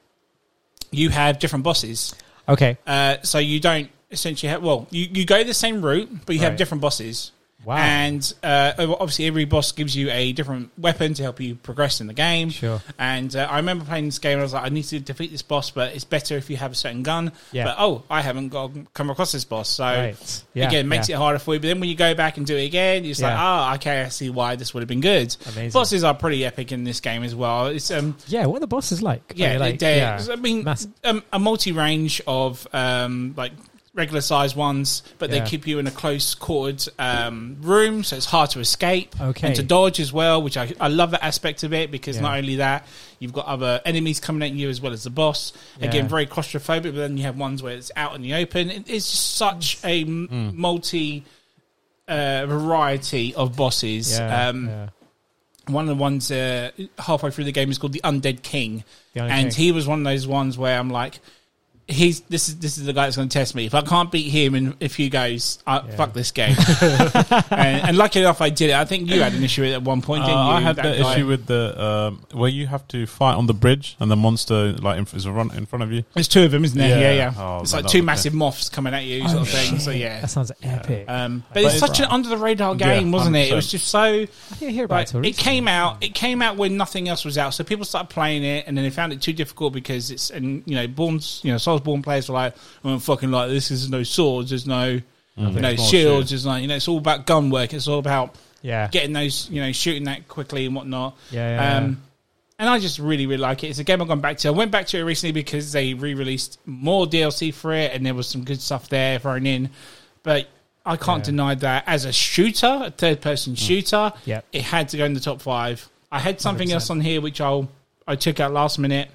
Speaker 2: you have different bosses.
Speaker 3: Okay.
Speaker 2: Uh, so you don't essentially have well, you, you go the same route, but you have
Speaker 3: Right.
Speaker 2: different bosses.
Speaker 3: Wow.
Speaker 2: And uh, obviously, every boss gives you a different weapon to help you progress in the game.
Speaker 3: Sure.
Speaker 2: And uh, I remember playing this game, and I was like, I need to defeat this boss, but it's better if you have a certain gun.
Speaker 3: Yeah.
Speaker 2: But oh, I haven't got come across this boss, so
Speaker 3: Right. Yeah,
Speaker 2: again, makes
Speaker 3: yeah.
Speaker 2: it harder for you. But then when you go back and do it again, it's like,
Speaker 3: Yeah.
Speaker 2: ah, okay, I see why this would have been good.
Speaker 3: Amazing.
Speaker 2: Bosses are pretty epic in this game as well. It's um,
Speaker 3: yeah. What are the bosses like? Are
Speaker 2: yeah,
Speaker 3: they like
Speaker 2: they- I mean,
Speaker 3: Mass-
Speaker 2: um, a multi-range of um, like regular size ones, but
Speaker 3: Yeah.
Speaker 2: they keep you in a close quartered um, room, so it's hard to escape
Speaker 3: Okay.
Speaker 2: and to dodge as well. Which I, I love that aspect of it because
Speaker 3: Yeah.
Speaker 2: not only that you've got other enemies coming at you as well as the boss.
Speaker 3: Yeah.
Speaker 2: Again, very claustrophobic, but then you have ones where it's out in the open. It- It's just such a m-
Speaker 3: Mm.
Speaker 2: multi. Uh, variety of bosses.
Speaker 3: yeah,
Speaker 2: um,
Speaker 3: yeah.
Speaker 2: one of the ones uh, halfway through the game is called the Undead King,
Speaker 3: The Undead
Speaker 2: and
Speaker 3: King.
Speaker 2: he was one of those ones where I'm like, he's this is this is the guy that's going to test me. If I can't beat him in a few goes, I,
Speaker 3: Yeah.
Speaker 2: uh, fuck this game. and, and lucky enough, I did it. I think you had an issue with it at one point, didn't
Speaker 4: Uh,
Speaker 2: you?
Speaker 4: I had
Speaker 2: that
Speaker 4: that
Speaker 2: guy?
Speaker 4: issue with the um, where you have to fight on the bridge and the monster like in, is run in front of you.
Speaker 2: There's two of them, isn't there? Yeah,
Speaker 4: Yeah.
Speaker 2: yeah.
Speaker 4: Oh,
Speaker 2: it's
Speaker 4: man,
Speaker 2: like
Speaker 4: that
Speaker 2: two
Speaker 4: was- Oh,
Speaker 2: massive moths coming at you, sort of thing. So yeah.
Speaker 3: That sounds epic.
Speaker 2: Um, but it's
Speaker 4: But-
Speaker 2: such an under the radar
Speaker 4: Yeah,
Speaker 2: game, wasn't it? It was
Speaker 4: 100%.
Speaker 2: just so
Speaker 3: I didn't hear about
Speaker 2: Right.
Speaker 3: it. till
Speaker 2: It
Speaker 3: recently.
Speaker 2: came out. It came out when nothing else was out, so people started playing it, and then they found it too difficult because it's and you know, born you know, Soulsborne players were like, "I don't fucking like this. There's no swords. There's no you know
Speaker 4: It's more
Speaker 2: shields.
Speaker 4: shields.
Speaker 2: There's no you know, it's all about gun work. It's all about
Speaker 3: Yeah.
Speaker 2: getting those you know, shooting that quickly and whatnot."
Speaker 3: Yeah, yeah, yeah.
Speaker 2: Um, and I just really, really like it. It's a game I've gone back to. I went back to it recently because they re-released more DLC for it, and there was some good stuff there thrown in. But I can't
Speaker 3: Yeah.
Speaker 2: deny that as a shooter, a third-person shooter,
Speaker 3: Yep.
Speaker 2: it had to go in the top five. I had something else on here which I'll I
Speaker 3: Mm-hmm.
Speaker 2: took out last minute,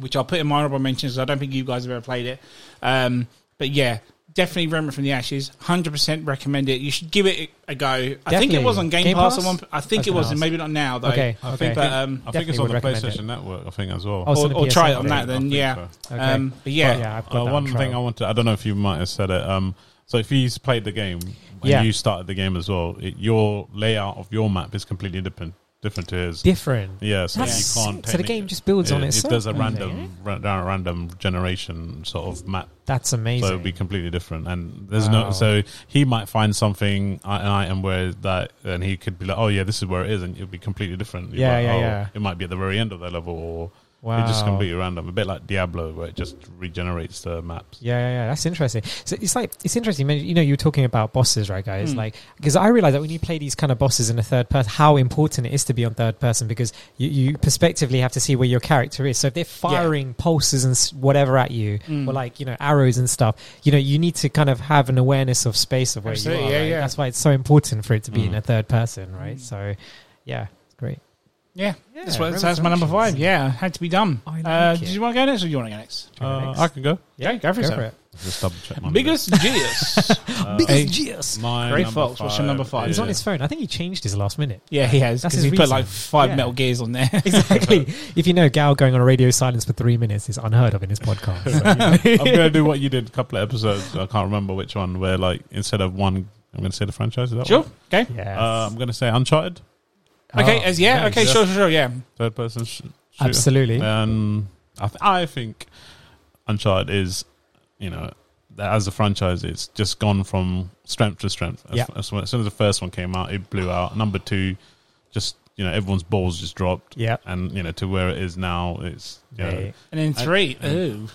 Speaker 2: which I'll put in my honorable mentions. I don't think you guys have ever played it, um, But yeah, definitely Remnant from the Ashes. Hundred percent recommend it. You should give it a go. I think
Speaker 3: Definitely.
Speaker 2: it was on Game,
Speaker 3: Game
Speaker 2: Pass.
Speaker 3: Pass?
Speaker 2: At one, I think
Speaker 3: That's
Speaker 2: it was,
Speaker 3: nice.
Speaker 2: and maybe not now though.
Speaker 3: Okay,
Speaker 4: I
Speaker 3: okay.
Speaker 4: think,
Speaker 2: But, um,
Speaker 4: I think
Speaker 3: definitely
Speaker 4: it's on
Speaker 3: would
Speaker 4: the
Speaker 3: recommend
Speaker 4: PlayStation
Speaker 3: it.
Speaker 4: Network, I think, as well.
Speaker 3: Oh, it's on
Speaker 2: or,
Speaker 3: the
Speaker 2: or
Speaker 3: PSN
Speaker 2: try it on
Speaker 3: thing.
Speaker 2: that
Speaker 4: I
Speaker 2: then.
Speaker 4: think
Speaker 2: Yeah.
Speaker 4: so.
Speaker 3: Okay.
Speaker 2: Um, but
Speaker 3: yeah,
Speaker 2: yeah,
Speaker 3: I've got
Speaker 4: Uh,
Speaker 3: that
Speaker 4: one
Speaker 3: on
Speaker 4: thing
Speaker 3: trial.
Speaker 4: I wanted, I don't know if you might have said it. Um, so if he's played the game and
Speaker 3: Yeah.
Speaker 4: you started the game as well, it, your layout of your map is completely different, different to his.
Speaker 3: different.
Speaker 4: yeah, so
Speaker 3: That's
Speaker 4: you can't.
Speaker 3: sick. So the
Speaker 4: technic-
Speaker 3: game just builds on
Speaker 4: Yeah,
Speaker 3: itself,
Speaker 4: It does a
Speaker 3: okay.
Speaker 4: random, ra- down a random generation sort of map,
Speaker 3: That's amazing.
Speaker 4: so it'd be completely different. And there's
Speaker 3: Wow.
Speaker 4: no, so he might find something uh, an item where that, and he could be like, oh yeah, this is where it is, and it'd be completely different. You'd be
Speaker 3: Yeah,
Speaker 4: like,
Speaker 3: yeah,
Speaker 4: oh,
Speaker 3: yeah.
Speaker 4: It might be at the very end of that level, or
Speaker 3: wow.
Speaker 4: it's just completely random. A bit like Diablo, where it just regenerates the maps.
Speaker 3: Yeah, yeah, yeah, that's interesting. So it's like it's interesting. man, You know, you were talking about bosses, right, guys?
Speaker 2: Mm.
Speaker 3: Like, because I realize that when you play these kind of bosses in a third person, how important it is to be on third person because you, you perspectively have to see where your character is. So if they're firing pulses and s- whatever at you,
Speaker 2: Mm.
Speaker 3: or like you know arrows and stuff, you know, you need to kind of have an awareness of space of where
Speaker 2: Absolutely,
Speaker 3: you are.
Speaker 2: yeah,
Speaker 3: right?
Speaker 2: yeah. Hmm.
Speaker 3: That's why it's so important for it to be in
Speaker 4: Mm.
Speaker 3: a third person, right? So, yeah, it's great.
Speaker 2: yeah, that's, what,
Speaker 3: Remnant
Speaker 2: that's my number
Speaker 3: Functions.
Speaker 2: five. Yeah, had to be done.
Speaker 3: I like
Speaker 2: uh,
Speaker 3: it.
Speaker 2: Did you want to go next, or do you want to go next?
Speaker 3: Do you wanna
Speaker 4: Uh,
Speaker 3: next?
Speaker 4: I can go.
Speaker 2: Yeah, go for it.
Speaker 3: Go
Speaker 2: sir.
Speaker 3: for it.
Speaker 4: Just double check. my
Speaker 2: Biggest genius.
Speaker 4: list. Uh,
Speaker 3: Yes.
Speaker 4: my
Speaker 2: Great
Speaker 4: number
Speaker 2: Fox, what's your number five?
Speaker 4: is-
Speaker 3: He's on his phone. I think he changed his last minute.
Speaker 2: yeah, he has
Speaker 3: That's
Speaker 2: because he
Speaker 3: his
Speaker 2: put
Speaker 3: reason.
Speaker 2: like five
Speaker 3: Yeah.
Speaker 2: Metal Gears on there.
Speaker 3: Exactly. if you know Gal going on a radio silence for three minutes is unheard of in his podcast.
Speaker 4: I'm gonna do what you did a couple of episodes. I can't remember which one. Where like instead of one, I'm gonna say the franchise. Is that
Speaker 2: sure.
Speaker 4: one?
Speaker 2: Okay.
Speaker 3: yes.
Speaker 4: Uh, I'm gonna say Uncharted,
Speaker 2: Okay.
Speaker 3: Oh,
Speaker 2: as yeah.
Speaker 4: nice.
Speaker 2: Okay. Sure. Sure. Sure. Yeah.
Speaker 4: third person. Sh- shooter.
Speaker 3: Absolutely.
Speaker 4: Um, I, th- I think Uncharted is, you know, that as a franchise, it's just gone from strength to strength. As,
Speaker 3: Yeah.
Speaker 4: as, as soon as the first one came out, it blew out. Number two, just you know, everyone's balls just dropped.
Speaker 3: yeah.
Speaker 4: and you know to where it is now it's you know,
Speaker 3: Mate.
Speaker 2: And then
Speaker 4: I-
Speaker 2: three.
Speaker 4: I-
Speaker 2: Ooh.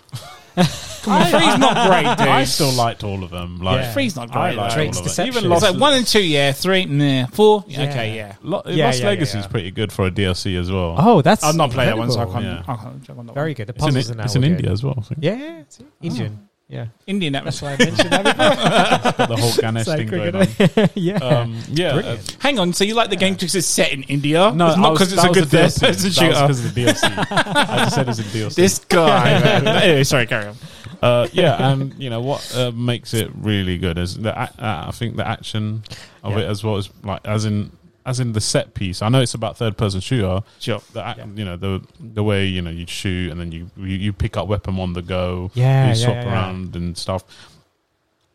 Speaker 2: Come on, three's not great, dude.
Speaker 4: I still liked all of them like
Speaker 3: Yeah.
Speaker 2: Three's not
Speaker 4: I
Speaker 2: great.
Speaker 4: like
Speaker 3: Drake's
Speaker 4: all of them.
Speaker 3: Deception.
Speaker 4: even
Speaker 2: It's
Speaker 4: Lost,
Speaker 2: like one and two, yeah. Three, nah. Four,
Speaker 3: Yeah.
Speaker 2: okay, yeah.
Speaker 4: Lo-
Speaker 3: Yeah,
Speaker 4: Lost
Speaker 3: yeah, yeah,
Speaker 4: Legacy is
Speaker 3: yeah.
Speaker 4: pretty good for a DLC as well
Speaker 3: Oh, that's.
Speaker 2: I've not played that one, so I
Speaker 3: incredible.
Speaker 2: can't.
Speaker 4: Yeah.
Speaker 2: I can't jump on that
Speaker 3: Very
Speaker 2: one.
Speaker 3: good. The
Speaker 4: it's in,
Speaker 3: puzzles in, now
Speaker 4: it's in
Speaker 3: were good.
Speaker 4: India Oh. as well I think
Speaker 3: Yeah, yeah, yeah. It's Indian. Yeah.
Speaker 2: Indian
Speaker 3: That's
Speaker 2: atmosphere.
Speaker 3: why I mentioned that
Speaker 4: It's got the whole Ganesh
Speaker 3: It's
Speaker 4: thing
Speaker 3: like
Speaker 4: going on
Speaker 3: before. yeah.
Speaker 4: um, yeah uh,
Speaker 3: Brilliant.
Speaker 2: Hang on, so you like the game because it's set in India?
Speaker 4: no
Speaker 2: it's
Speaker 4: I
Speaker 2: not
Speaker 4: was-
Speaker 2: because it's
Speaker 4: that
Speaker 2: a
Speaker 4: was
Speaker 2: good third person
Speaker 4: DLC. That
Speaker 2: shooter.
Speaker 4: was 'cause of the DLC I just said it's a DLC
Speaker 2: This guy. man. Anyway, sorry, carry on.
Speaker 4: uh, yeah, and you know what uh, makes it really good is the ac- uh, I think the action of
Speaker 3: Yeah.
Speaker 4: it as well as like as in as in the set piece. I know it's about third person shooter.
Speaker 2: Sure.
Speaker 4: The ac-
Speaker 3: Yeah.
Speaker 4: you know the the way you know you shoot and then you you, you pick up weapon on the go.
Speaker 3: Yeah,
Speaker 4: you
Speaker 3: yeah,
Speaker 4: swap
Speaker 3: yeah, yeah.
Speaker 4: around and stuff.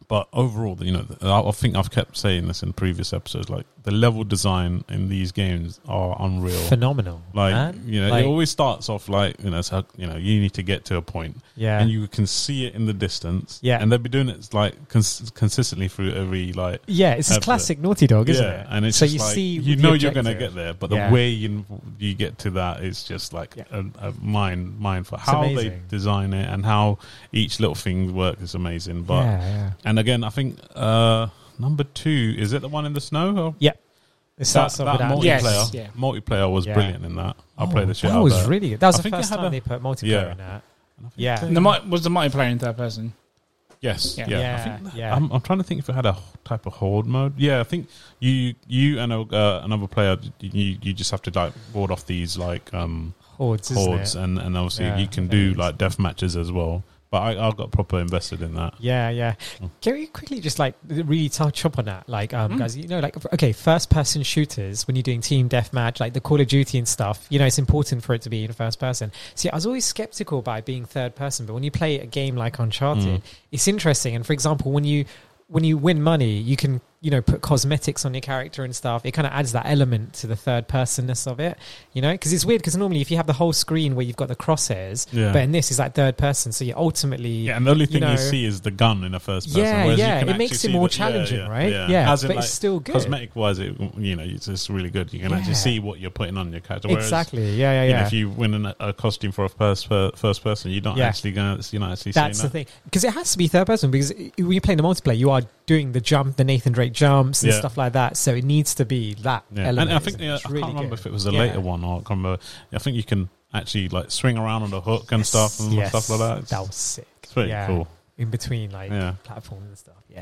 Speaker 4: But overall, you know, I I think I've kept saying this in previous episodes. Like the level design in these games are unreal.
Speaker 3: Phenomenal.
Speaker 4: like
Speaker 3: man.
Speaker 4: you know,
Speaker 3: Like-
Speaker 4: it always starts off like you know, so, you know, you need to get to a point
Speaker 3: yeah.
Speaker 4: and you can see it in the distance.
Speaker 3: Yeah.
Speaker 4: and they've been doing it like cons- consistently through every like.
Speaker 3: yeah, it's
Speaker 4: have the-
Speaker 3: classic Naughty Dog, isn't
Speaker 4: yeah,
Speaker 3: it?
Speaker 4: and it's
Speaker 3: so
Speaker 4: just
Speaker 3: you
Speaker 4: like,
Speaker 3: see,
Speaker 4: you
Speaker 3: the
Speaker 4: know you're going to
Speaker 3: objective.
Speaker 4: get there, but the
Speaker 3: Yeah.
Speaker 4: way you you get to that is just like
Speaker 3: Yeah.
Speaker 4: a, a mind mind for how they
Speaker 3: amazing.
Speaker 4: design it and how each little thing works is amazing. But
Speaker 3: yeah, yeah.
Speaker 4: and again, I think uh number two is it the one in the snow? Or
Speaker 3: It
Speaker 4: that,
Speaker 3: starts off
Speaker 4: that
Speaker 3: with
Speaker 4: multiplayer,
Speaker 2: Yes.
Speaker 3: that.
Speaker 2: yeah.
Speaker 4: multiplayer was
Speaker 3: Yeah.
Speaker 4: brilliant in that. I played the shit
Speaker 3: Oh, That
Speaker 4: out of
Speaker 3: was
Speaker 4: that.
Speaker 3: really good. That was
Speaker 4: I
Speaker 3: the
Speaker 4: think they
Speaker 3: first
Speaker 4: had
Speaker 3: time
Speaker 4: a-
Speaker 3: they put multiplayer
Speaker 4: Yeah.
Speaker 3: in that.
Speaker 4: And I think
Speaker 3: Yeah.
Speaker 4: they-
Speaker 2: The mu- was the multiplayer in third person?
Speaker 4: yes,
Speaker 2: Yeah.
Speaker 4: yeah. I
Speaker 3: yeah. yeah.
Speaker 4: I'm, I'm trying to think if it had a h- type of horde mode. Yeah, I think you you and a, uh, another player you you just have to like ward off these like um,
Speaker 3: hordes, isn't
Speaker 4: hordes,
Speaker 3: it?
Speaker 4: and and obviously
Speaker 3: Yeah,
Speaker 4: you can
Speaker 3: there
Speaker 4: do
Speaker 3: is.
Speaker 4: like death matches as well. But I, I got proper invested in that.
Speaker 3: Yeah, yeah.
Speaker 4: Mm.
Speaker 3: Can we quickly just like really touch up on that? Like, um,
Speaker 4: Hmm.
Speaker 2: Mm.
Speaker 3: guys, you know, like, okay, first person shooters, when you're doing team deathmatch, like the Call of Duty and stuff, you know, it's important for it to be in first person. See, I was always skeptical by being third person, but when you play a game like Uncharted,
Speaker 4: Mm.
Speaker 3: it's interesting. And for example, when you when you win money, you can you know put cosmetics on your character and stuff. It kind of adds that element to the third personness of it, you know, because it's weird. Because normally, if you have the whole screen where you've got the crosshairs,
Speaker 4: Yeah.
Speaker 3: but in this is like third person, so you're ultimately
Speaker 4: Yeah, and the only
Speaker 3: you
Speaker 4: thing you,
Speaker 3: know-
Speaker 4: see is the gun in a first person.
Speaker 3: yeah,
Speaker 4: whereas you
Speaker 3: yeah.
Speaker 4: can
Speaker 3: It makes
Speaker 4: actually
Speaker 3: it
Speaker 4: see
Speaker 3: more
Speaker 4: the- yeah,
Speaker 3: challenging,
Speaker 4: yeah,
Speaker 3: right? Yeah,
Speaker 4: As in,
Speaker 3: but
Speaker 4: like,
Speaker 3: it's still good.
Speaker 4: Cosmetic wise, it you know it's, it's really good. You can
Speaker 3: Yeah.
Speaker 4: actually see what you're putting on your character. Whereas,
Speaker 3: exactly. Yeah,
Speaker 4: you know,
Speaker 3: yeah, yeah.
Speaker 4: if you win an, a costume for a first per, first person, you're not
Speaker 3: Yeah.
Speaker 4: actually gonna you're not actually
Speaker 3: That's
Speaker 4: seeing
Speaker 3: the
Speaker 4: that.
Speaker 3: thing because it has to be third person because i- when you're playing the multiplayer, you are doing the jump, the Nathan Drake jumps and
Speaker 4: Yeah.
Speaker 3: stuff like that. So it needs to be that
Speaker 4: Yeah.
Speaker 3: element.
Speaker 4: And I think
Speaker 3: isn't it?
Speaker 4: yeah,
Speaker 3: It's
Speaker 4: I
Speaker 3: really
Speaker 4: can't remember
Speaker 3: good.
Speaker 4: if it was a
Speaker 3: Yeah.
Speaker 4: later one or I can't remember. I think you can actually like swing around on the hook and stuff and
Speaker 3: Yes.
Speaker 4: stuff like that. It's,
Speaker 3: That was sick.
Speaker 4: it's pretty
Speaker 3: yeah.
Speaker 4: cool.
Speaker 3: In between like
Speaker 4: Yeah.
Speaker 3: platforms and stuff. Yeah.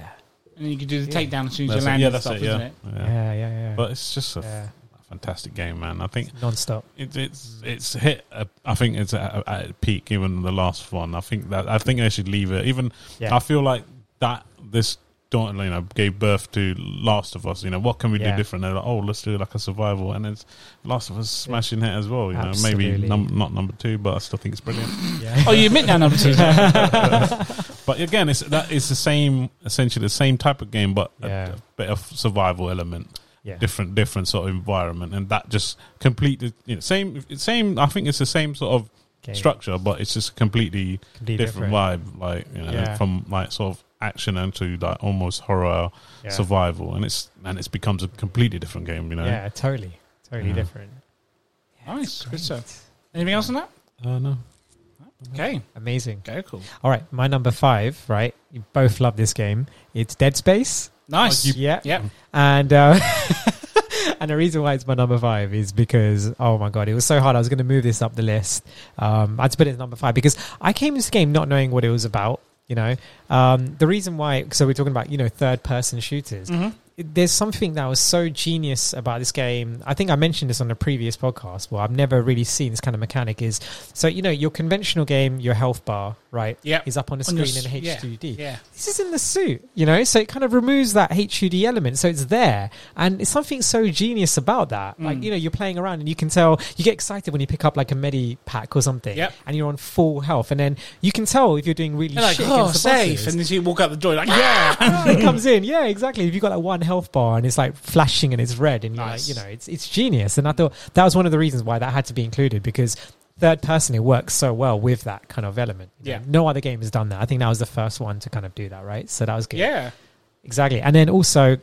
Speaker 2: And then you can do the
Speaker 3: Yeah.
Speaker 2: takedown as soon as
Speaker 4: That's
Speaker 2: you
Speaker 4: it.
Speaker 2: land
Speaker 4: Yeah,
Speaker 2: and
Speaker 4: that's
Speaker 2: stuff,
Speaker 4: it.
Speaker 2: isn't
Speaker 4: Yeah.
Speaker 2: it?
Speaker 4: Yeah.
Speaker 3: Yeah, yeah, yeah.
Speaker 4: But it's just a
Speaker 3: yeah.
Speaker 4: fantastic game, man. I think
Speaker 3: non-stop.
Speaker 4: it's it's it's hit. A, I think it's at, at a peak. Even the last one, I think that I think they should leave it. Even
Speaker 3: Yeah.
Speaker 4: I feel like that this don't you know gave birth to Last of Us. You know what can we
Speaker 3: Yeah.
Speaker 4: do different? They're like, oh, let's do like a survival, and it's Last of Us smashing hit as well. You know,
Speaker 3: Absolutely.
Speaker 4: maybe num- not number two, but I still think it's brilliant.
Speaker 3: Yeah.
Speaker 2: Oh, you admit now, number two.
Speaker 4: But again, it's that it's the same essentially the same type of game, but a-
Speaker 3: Yeah.
Speaker 4: a, bit of survival element,
Speaker 3: Yeah.
Speaker 4: different different sort of environment, and that just completely you know, same same. I think it's the same sort of
Speaker 3: Game.
Speaker 4: structure, but it's just a completely,
Speaker 3: Completely
Speaker 4: different, vibe, like you know,
Speaker 3: Yeah.
Speaker 4: from like sort of action into like almost horror
Speaker 3: Yeah.
Speaker 4: survival, and it's and it becomes a completely different game, you know.
Speaker 3: Yeah, totally, totally
Speaker 4: Yeah.
Speaker 3: different.
Speaker 2: nice, good
Speaker 3: Great. Mm-hmm.
Speaker 2: stuff. Anything else on that?
Speaker 4: Uh, no.
Speaker 2: Okay,
Speaker 3: Amazing.
Speaker 2: go cool.
Speaker 3: All right, my number five. Right, you both love this game. It's Dead Space.
Speaker 2: Nice.
Speaker 3: Yeah,
Speaker 2: Yep.
Speaker 3: and uh, and the reason why it's my number five is because oh my god, it was so hard. I was going to move this up the list. Um, I had to put it at number five because I came to this game not knowing what it was about. You know, um, the reason why. So we're talking about you know third person shooters.
Speaker 2: Mhm.
Speaker 3: there's something that was so genius about this game. I think I mentioned this on a previous podcast. Well, I've never really seen this kind of mechanic. Is so you know your conventional game, your health bar, right,
Speaker 2: Yep.
Speaker 3: is up on a
Speaker 2: On
Speaker 3: screen
Speaker 2: your
Speaker 3: in
Speaker 2: s- yeah,
Speaker 3: HDD
Speaker 2: Yeah.
Speaker 3: this is in the suit, you know, so it kind of removes that HUD element. So it's there. And it's something so genius about that. Like,
Speaker 2: Mm.
Speaker 3: you know, you're playing around and you can tell, you get excited when you pick up like a medi pack or something
Speaker 2: Yep.
Speaker 3: and you're on full health. And then you can tell if you're doing really
Speaker 2: They're like,
Speaker 3: shit
Speaker 2: oh,
Speaker 3: against the
Speaker 2: safe.
Speaker 3: bosses.
Speaker 2: And then you walk out the door, like, yeah.
Speaker 3: Oh, it comes in. Yeah, exactly. If you've got like one health bar and it's like flashing and it's red and you're
Speaker 2: Nice.
Speaker 3: like, you know, it's it's genius. And I thought that was one of the reasons why that had to be included because third person it works so well with that kind of element. you know.
Speaker 2: Yeah.
Speaker 3: No other game has done that. I think that was the first one to kind of do that, right? So that was good.
Speaker 2: yeah.
Speaker 3: Exactly. And then also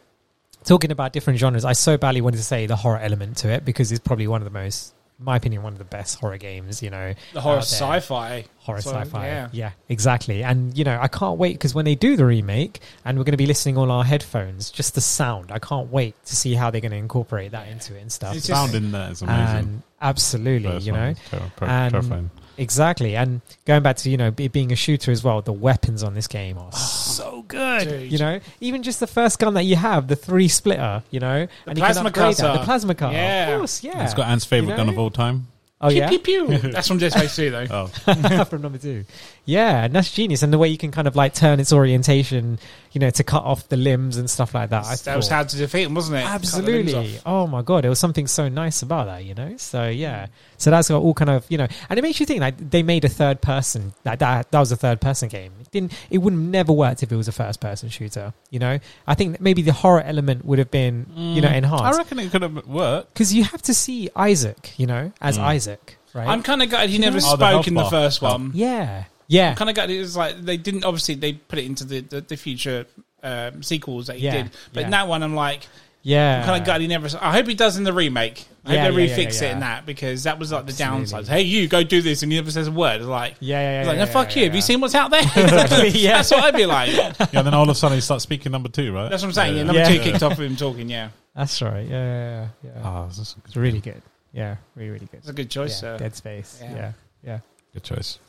Speaker 3: talking about different genres, I so badly wanted to say the horror element to it because it's probably one of the most in my opinion, one of the best horror games, you know.
Speaker 2: The horror
Speaker 3: out Oh, there
Speaker 2: sci-fi.
Speaker 3: horror
Speaker 2: So,
Speaker 3: sci-fi.
Speaker 2: yeah.
Speaker 3: Yeah. exactly. And you know, I can't wait because when they do the remake, and we're going to be listening on our headphones, just the sound. I can't wait to see how they're going to incorporate that into it and stuff.
Speaker 2: It's
Speaker 4: Sound in there is amazing.
Speaker 3: and absolutely,
Speaker 4: First
Speaker 3: you
Speaker 4: one
Speaker 3: know,
Speaker 4: is terri- ter-
Speaker 3: and-
Speaker 4: terrifying.
Speaker 3: exactly. And going back to you know it being a shooter as well, the weapons on this game are.
Speaker 2: So good.
Speaker 3: You know, even just the first gun that you have, the three splitter, you know,
Speaker 2: The
Speaker 3: you can
Speaker 2: plasma
Speaker 3: upgrade that.
Speaker 2: cutter.
Speaker 3: the plasma cutter,
Speaker 2: Yeah.
Speaker 3: of course, yeah.
Speaker 4: It's got Anne's favorite
Speaker 3: You know?
Speaker 4: gun of all time.
Speaker 3: oh yeah,
Speaker 2: Pew, pew, pew. That's from Dead Space 2, though.
Speaker 4: Oh,
Speaker 3: from number two. Yeah, and that's genius. And the way you can kind of like turn its orientation, you know, to cut off the limbs and stuff like that. I
Speaker 2: that was
Speaker 3: thought-
Speaker 2: hard to defeat him, wasn't it? Cut the limbs
Speaker 3: Absolutely.
Speaker 2: off.
Speaker 3: Oh my god, there was something so nice about that, you know. So
Speaker 2: Mm.
Speaker 3: yeah, so that's got all kind of you know, and it makes you think like they made a third person that that that was a third person game. It didn't it would have never worked if it was a first person shooter. You know, I think that maybe the horror element would have been
Speaker 2: Mm.
Speaker 3: you know
Speaker 4: Mm. I
Speaker 3: enhanced
Speaker 4: reckon it could have worked.
Speaker 3: because you have to see Isaac, you know, as Isaac, right?
Speaker 2: Mm. I'm kind of gutted he never
Speaker 4: Oh, the
Speaker 2: spoke
Speaker 4: health
Speaker 2: in the
Speaker 4: bar.
Speaker 2: first
Speaker 4: Oh.
Speaker 2: one.
Speaker 3: yeah, yeah,
Speaker 2: Kind of gutted. It was like they didn't. Obviously, they put it into the the, the future um, sequels that he
Speaker 3: Yeah,
Speaker 2: did. But in
Speaker 3: yeah.
Speaker 2: that one, I'm like,
Speaker 3: yeah.
Speaker 2: I'm kind of gutted he never. I hope he does in the remake. I
Speaker 3: Yeah,
Speaker 2: hope they
Speaker 3: yeah, yeah,
Speaker 2: refix
Speaker 3: yeah.
Speaker 2: it in that because that was like the
Speaker 3: Absolutely.
Speaker 2: downside. Hey, you go do this, and he never says a word. It's like.
Speaker 3: Yeah, yeah, yeah.
Speaker 2: He's like,
Speaker 3: yeah,
Speaker 2: no, fuck
Speaker 3: yeah,
Speaker 2: you.
Speaker 3: yeah,
Speaker 2: Have you
Speaker 3: yeah.
Speaker 2: seen what's out there? Exactly.
Speaker 3: yeah.
Speaker 2: That's what I'd be like. That's
Speaker 4: Yeah, then all of a sudden he starts speaking number two, right?
Speaker 2: what I'm saying. Yeah, number
Speaker 3: Yeah.
Speaker 2: two kicked off with him talking. Yeah,
Speaker 3: That's right. Yeah, yeah, yeah. yeah.
Speaker 4: Ah, this is a
Speaker 3: it's
Speaker 4: good,
Speaker 3: really good. Yeah, really, really good.
Speaker 2: Oh. it's a good choice.
Speaker 3: yeah,
Speaker 2: sir.
Speaker 3: Dead Space.
Speaker 2: Yeah.
Speaker 3: Yeah. yeah,
Speaker 4: good choice.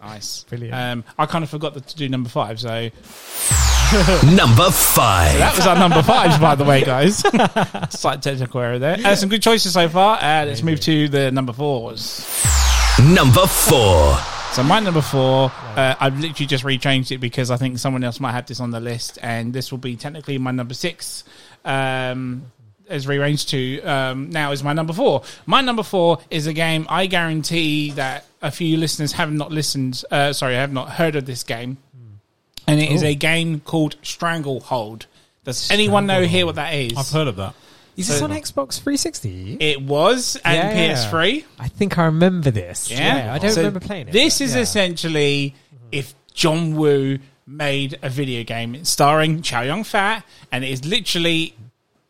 Speaker 2: Nice.
Speaker 3: brilliant.
Speaker 2: Um, I kind of forgot to do number five, so
Speaker 1: Number five.
Speaker 2: that was our number five, by the way, guys. Slight technical error there. Uh, some good choices so far. Uh, let's move to the number fours.
Speaker 1: Number four.
Speaker 2: So my number four, uh, I've literally just rechanged it because I think someone else might have this on the list, and this will be technically my number six. Um, as rearranged to um, now is my number four. My number four is a game I guarantee that a few listeners have not listened. Uh, sorry, have not heard of this game. and it is a game called Stranglehold. Does anyone know here what that is?
Speaker 4: I've heard of that.
Speaker 3: Is this on Xbox 360?
Speaker 2: It was and
Speaker 3: Yeah.
Speaker 2: PS3.
Speaker 3: I think I remember this.
Speaker 2: Yeah,
Speaker 3: I don't
Speaker 2: So
Speaker 3: remember playing it.
Speaker 2: This
Speaker 3: but
Speaker 2: is
Speaker 3: yeah.
Speaker 2: essentially if John Woo made a video game starring Chow Yun Fat, and it is literally,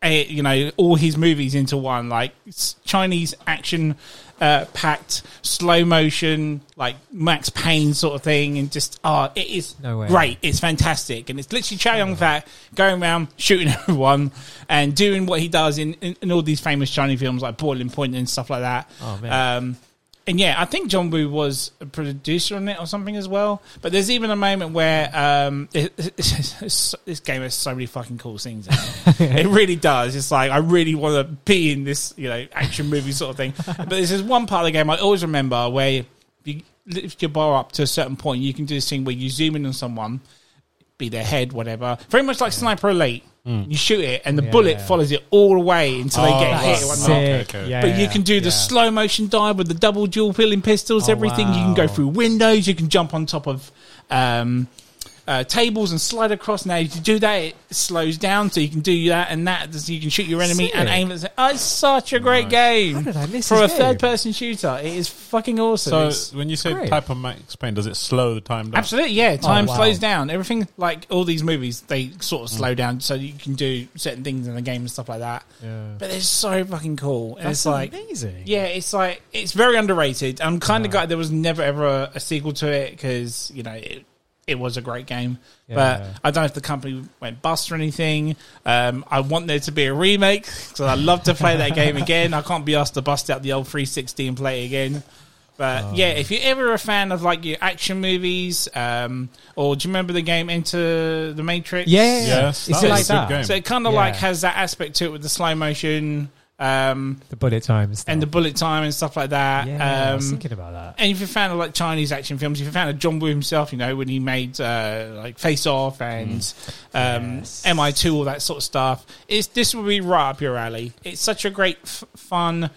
Speaker 2: a, you know, all his movies into one, like s- Chinese action. Uh, packed slow motion like Max Payne sort of thing, and just oh, it is
Speaker 3: No way.
Speaker 2: great. It's fantastic, and it's literally Chow Yun Fat going around shooting everyone and doing what he does in, in, in all these famous Chinese films like Boiling Point and stuff like that.
Speaker 3: Oh, man.
Speaker 2: Um, and yeah, I think John Woo was a producer on it or something as well. But there's even a moment where um, it, it's- this game has so many fucking cool things. In it. it really does. It's like I really want to be in this, you know, action movie sort of thing. But there's this one part of the game I always remember where you lift your bar up to a certain point, you can do this thing where you zoom in on someone, be their head, whatever. Very much like Sniper Elite. You shoot it, and the
Speaker 3: Mm. Yeah,
Speaker 2: bullet
Speaker 3: yeah. Oh,
Speaker 2: follows it all the way until they get
Speaker 3: That's
Speaker 2: hit. and
Speaker 4: right.
Speaker 2: whatnot.
Speaker 4: Okay,
Speaker 3: sick.
Speaker 4: okay.
Speaker 3: Yeah,
Speaker 2: But you can do the
Speaker 3: yeah.
Speaker 2: slow motion dive with the double dual peeling pistols,
Speaker 3: Oh,
Speaker 2: everything. You can go
Speaker 3: wow.
Speaker 2: through windows. You can jump on top of um, uh, tables and slide across. Now, if you do that, it slows down, so you can do that and that. So you can shoot your enemy and
Speaker 3: Sick.
Speaker 2: aim at. Oh, it's such a great
Speaker 4: Nice.
Speaker 2: game
Speaker 3: How did I miss
Speaker 2: for a
Speaker 3: this game?
Speaker 2: third person shooter. It is fucking awesome.
Speaker 4: So
Speaker 2: It's-
Speaker 4: when you say
Speaker 3: great.
Speaker 4: type of Max Payne, does it slow the time down?
Speaker 2: Absolutely, yeah. Time
Speaker 3: oh, wow.
Speaker 2: slows down. Everything, like all these movies, they sort of slow down so that you can do certain things in the game and stuff like that.
Speaker 3: Mm. Yeah.
Speaker 2: But it's so fucking cool. And
Speaker 3: That's
Speaker 2: it's like,
Speaker 3: amazing.
Speaker 2: yeah, it's like it's very underrated. I'm kind of glad there was never ever a, a sequel to it because you know it, it was a great game. But
Speaker 3: Yeah.
Speaker 2: I don't know if the company went bust or anything. Um, I want there to be a remake because I'd love to play that game again. I can't be asked to bust out the old 360 and play it again. But
Speaker 4: Oh.
Speaker 2: yeah, if you're ever a fan of like your action movies, um, or do you remember the game Enter the Matrix?
Speaker 3: Yeah, yeah, yeah.
Speaker 4: Yes,
Speaker 3: Is
Speaker 4: that
Speaker 3: it
Speaker 4: was
Speaker 3: like
Speaker 4: a good
Speaker 3: that?
Speaker 4: game.
Speaker 2: So it kind of
Speaker 3: Yeah.
Speaker 2: like has that aspect to it with the slow motion. Um,
Speaker 3: The bullet times
Speaker 2: and the bullet time and stuff like that.
Speaker 3: yeah, I was
Speaker 2: um,
Speaker 3: thinking about that.
Speaker 2: and if you're a fan of like Chinese action films, if you're a fan of John Woo himself, you know when he made uh, like Face Off and um,
Speaker 3: Mm. Yes.
Speaker 2: MI2, all that sort of stuff, it's this will be right up your alley. It's such a great f- fun,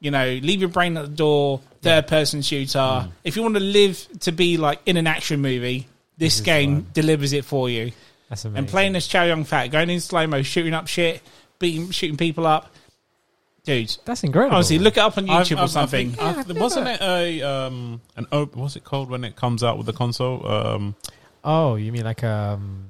Speaker 2: you know, leave your brain at the door, third person shooter.
Speaker 3: Mm.
Speaker 2: If you want to live to be like in an action movie, this,
Speaker 3: is
Speaker 2: game
Speaker 3: one.
Speaker 2: delivers it for you.
Speaker 3: That's amazing.
Speaker 2: And playing as Chow Yun Fat, going in slow mo, shooting up shit, beating, shooting people up, dude.
Speaker 3: That's incredible.
Speaker 2: Honestly, look it up on
Speaker 4: I've-
Speaker 2: YouTube
Speaker 4: I've-
Speaker 2: or something.
Speaker 4: I think- I've- wasn't it a um an op- what's it called when it comes out with the console um
Speaker 3: Oh, you mean like um,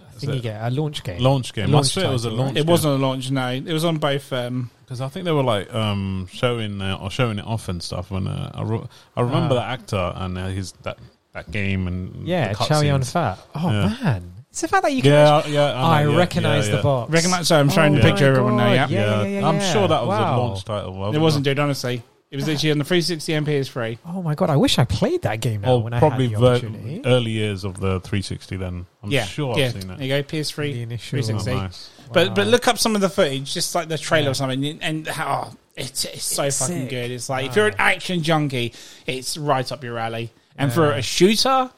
Speaker 3: I think
Speaker 4: it-
Speaker 3: you get a launch game.
Speaker 4: launch game?
Speaker 3: Launch
Speaker 4: I swear it was a
Speaker 3: title, right?
Speaker 4: launch.
Speaker 2: It wasn't a launch, no. It was on both. Um,
Speaker 4: because I think they were like um showing uh, or showing it off and stuff. When uh, I re- I remember
Speaker 3: Ah.
Speaker 4: that actor and uh, his that that game and
Speaker 3: Yeah,
Speaker 4: the
Speaker 3: Chow Yun
Speaker 4: cutscenes.
Speaker 3: Fat. Oh
Speaker 4: Yeah.
Speaker 3: man, it's the fact that you can.
Speaker 4: Yeah, yeah. know,
Speaker 3: I
Speaker 4: yeah,
Speaker 3: recognize
Speaker 4: yeah,
Speaker 3: the
Speaker 4: yeah.
Speaker 3: box.
Speaker 2: recognize, so I'm showing the
Speaker 4: my
Speaker 2: picture everyone now. Yeah,
Speaker 3: Oh God, yeah.
Speaker 4: I'm
Speaker 3: yeah.
Speaker 4: sure that was
Speaker 3: Wow.
Speaker 4: a launch title. wasn't
Speaker 2: it wasn't, dude. Honestly, it was literally on the 360 and PS3.
Speaker 3: Oh my god, I wish I played that game now
Speaker 4: Or
Speaker 3: when
Speaker 4: Oh, probably
Speaker 3: I had the
Speaker 4: ver- uh,
Speaker 3: opportunity.
Speaker 4: early years of the 360. Then I'm
Speaker 2: yeah,
Speaker 4: sure
Speaker 2: yeah.
Speaker 4: I've seen
Speaker 2: There
Speaker 4: it.
Speaker 2: you go, PS3,
Speaker 3: The initial-
Speaker 2: 360.
Speaker 4: Oh, nice.
Speaker 2: But
Speaker 3: Wow.
Speaker 2: but look up some of the footage, just like the trailer
Speaker 3: Yeah.
Speaker 2: or something, and how it's, it's so
Speaker 3: It's
Speaker 2: fucking
Speaker 3: sick.
Speaker 2: good. It's like if
Speaker 3: Wow.
Speaker 2: you're an action junkie, it's right up your alley. And for
Speaker 3: Yeah.
Speaker 2: a shooter,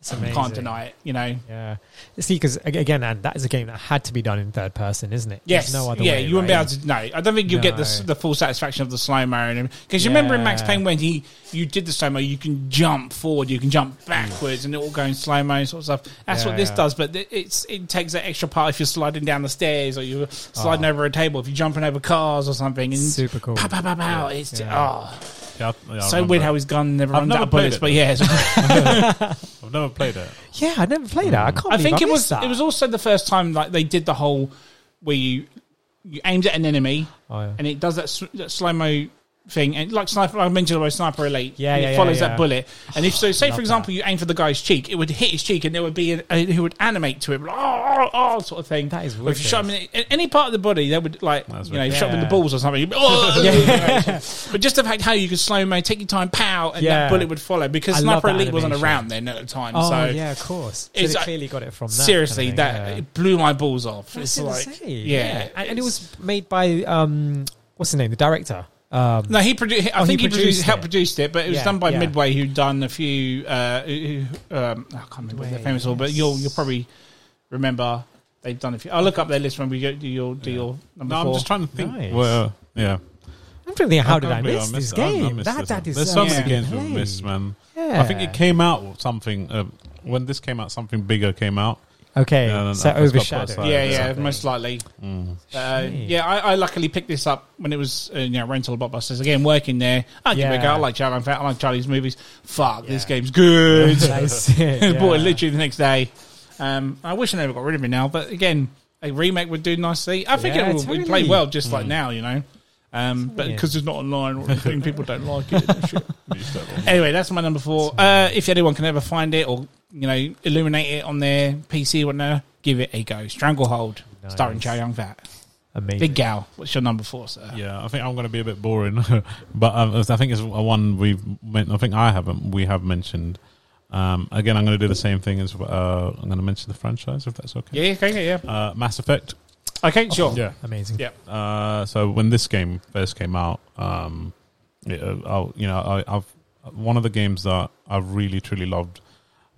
Speaker 3: It's
Speaker 2: you
Speaker 3: amazing.
Speaker 2: can't deny it. You know.
Speaker 3: Yeah, see, because again, and that is a game that had to be done in third person, isn't it?
Speaker 2: Yes.
Speaker 3: There's no other
Speaker 2: yeah,
Speaker 3: way,
Speaker 2: you wouldn't
Speaker 3: right?
Speaker 2: be able to. No, I don't think you'll get the, s-
Speaker 3: No.
Speaker 2: the full satisfaction of the slow mo. Because you remember in Max
Speaker 3: Yeah.
Speaker 2: Payne when he you did the slow mo, you can jump forward, you can jump backwards, and it all go in slow mo and sort of stuff. That's
Speaker 3: Yeah,
Speaker 2: what this
Speaker 3: Mm. yeah.
Speaker 2: does, but it- it's it takes that extra part if you're sliding down the stairs or you're sliding over a table, if you're jumping over cars or something. And
Speaker 3: Oh. Super cool.
Speaker 2: Pow, pow, pow, pow. It's
Speaker 3: Yeah.
Speaker 2: oh,
Speaker 4: Yeah, I- yeah, I
Speaker 2: so
Speaker 4: remember
Speaker 2: weird
Speaker 4: it.
Speaker 2: how his gun never
Speaker 4: I've
Speaker 2: runs out
Speaker 4: never
Speaker 2: of bullets, but
Speaker 4: played
Speaker 2: yeah, it's
Speaker 4: I've never played it.
Speaker 3: Yeah, I never played that. I can't.
Speaker 2: I think it
Speaker 3: believe
Speaker 2: was
Speaker 3: missed that.
Speaker 2: it was also the first time like they did the whole where you you aimed at an enemy
Speaker 3: Oh, yeah.
Speaker 2: and it does that, s- that slow mo thing and like sniper I mentioned about sniper elite
Speaker 3: Yeah,
Speaker 2: and
Speaker 3: yeah,
Speaker 2: it
Speaker 3: yeah,
Speaker 2: follows
Speaker 3: yeah.
Speaker 2: that bullet and if so say
Speaker 3: Love
Speaker 2: for example you aim for the guy's cheek it would hit his cheek and there would be an, a, who would animate to it like, oh, oh, oh sort of thing
Speaker 3: That is
Speaker 2: Or if you shot him in a- any part of the body they would like
Speaker 4: That's
Speaker 2: you know
Speaker 4: wicked.
Speaker 2: shot him in the
Speaker 3: Yeah.
Speaker 2: balls or something you'd be, oh, but just the fact how you could slow mo take your time pow and
Speaker 3: Yeah.
Speaker 2: that bullet would follow because
Speaker 3: I love
Speaker 2: sniper
Speaker 3: that
Speaker 2: elite wasn't
Speaker 3: animation.
Speaker 2: around then at the time
Speaker 3: Oh
Speaker 2: so
Speaker 3: yeah, of course. So
Speaker 2: it's
Speaker 3: they
Speaker 2: like-
Speaker 3: clearly got it from that.
Speaker 2: seriously
Speaker 3: kind of thing,
Speaker 2: that
Speaker 3: yeah.
Speaker 2: it blew my balls off
Speaker 3: That's
Speaker 2: it's like
Speaker 3: insane.
Speaker 2: yeah,
Speaker 3: and, and it
Speaker 2: it's-
Speaker 3: was made by um, what's the name? The director. Um,
Speaker 2: no he produced i
Speaker 3: Oh, he
Speaker 2: think he, produced,
Speaker 3: produced
Speaker 2: helped
Speaker 3: it.
Speaker 2: produced it but it was
Speaker 3: Yeah,
Speaker 2: done by
Speaker 3: yeah.
Speaker 2: midway who'd done a few uh who- who- um i can't remember their
Speaker 3: Midway,
Speaker 2: famous all but
Speaker 3: yes.
Speaker 2: you'll you'll probably remember they've done a few i'll look up their list when we go do your do your number
Speaker 4: No, I'm
Speaker 2: four
Speaker 4: just trying to think.
Speaker 3: Nice.
Speaker 4: Well, uh, yeah.
Speaker 3: I'm thinking, how did
Speaker 4: can't
Speaker 3: I
Speaker 4: believe
Speaker 3: miss this
Speaker 4: missed it. I- I
Speaker 3: game?
Speaker 4: missed
Speaker 3: That
Speaker 4: this
Speaker 3: that
Speaker 4: one.
Speaker 3: is uh,
Speaker 4: There's
Speaker 3: so
Speaker 4: so many
Speaker 2: amazing.
Speaker 4: games we've missed, man.
Speaker 3: Yeah.
Speaker 4: I think it came out with something uh, when this came out. Something bigger came out.
Speaker 3: Okay,
Speaker 4: No, no, no,
Speaker 3: so
Speaker 4: that's got
Speaker 3: overshadowed.
Speaker 4: plus
Speaker 2: yeah
Speaker 4: Right,
Speaker 2: yeah most likely uh,
Speaker 3: Shame.
Speaker 2: yeah I, I luckily picked this up when it was uh, you know rental blockbusters again working there i give it a go
Speaker 3: Yeah.
Speaker 2: i like charlie i like charlie's movies fuck this
Speaker 3: Yeah.
Speaker 2: game's good
Speaker 3: That's it,
Speaker 2: It was bought it
Speaker 3: yeah.
Speaker 2: literally the next day. Um, I wish I never got rid of it now, but again, a remake would do nicely. I think
Speaker 3: Yeah,
Speaker 2: it would
Speaker 3: totally.
Speaker 2: would play well just like now, you know. Um, but
Speaker 3: Brilliant.
Speaker 2: because it's not online or anything, people don't like it. and shit. Anyway, that's my number four. Uh, if anyone can ever find it or you know illuminate it on their PC or whatnot, give it a go. Stranglehold, starring
Speaker 3: Nice.
Speaker 2: Chow Yun Fat.
Speaker 3: Amazing.
Speaker 2: Big Gal, what's your number four, sir?
Speaker 4: Yeah, I think I'm going to be a bit boring, but um, I think it's a one we've. men- I think I haven't. We have mentioned. Um, again, I'm going to do the same thing as uh, I'm going to mention the franchise if that's okay.
Speaker 2: Yeah, yeah, okay, yeah.
Speaker 4: Uh, Mass Effect.
Speaker 2: yeah. Okay, sure.
Speaker 4: Yeah.
Speaker 3: Amazing.
Speaker 2: Yeah.
Speaker 4: Uh, so when this game first came out, um, it, uh, I'll, you know, I, I've one of the games that I really truly loved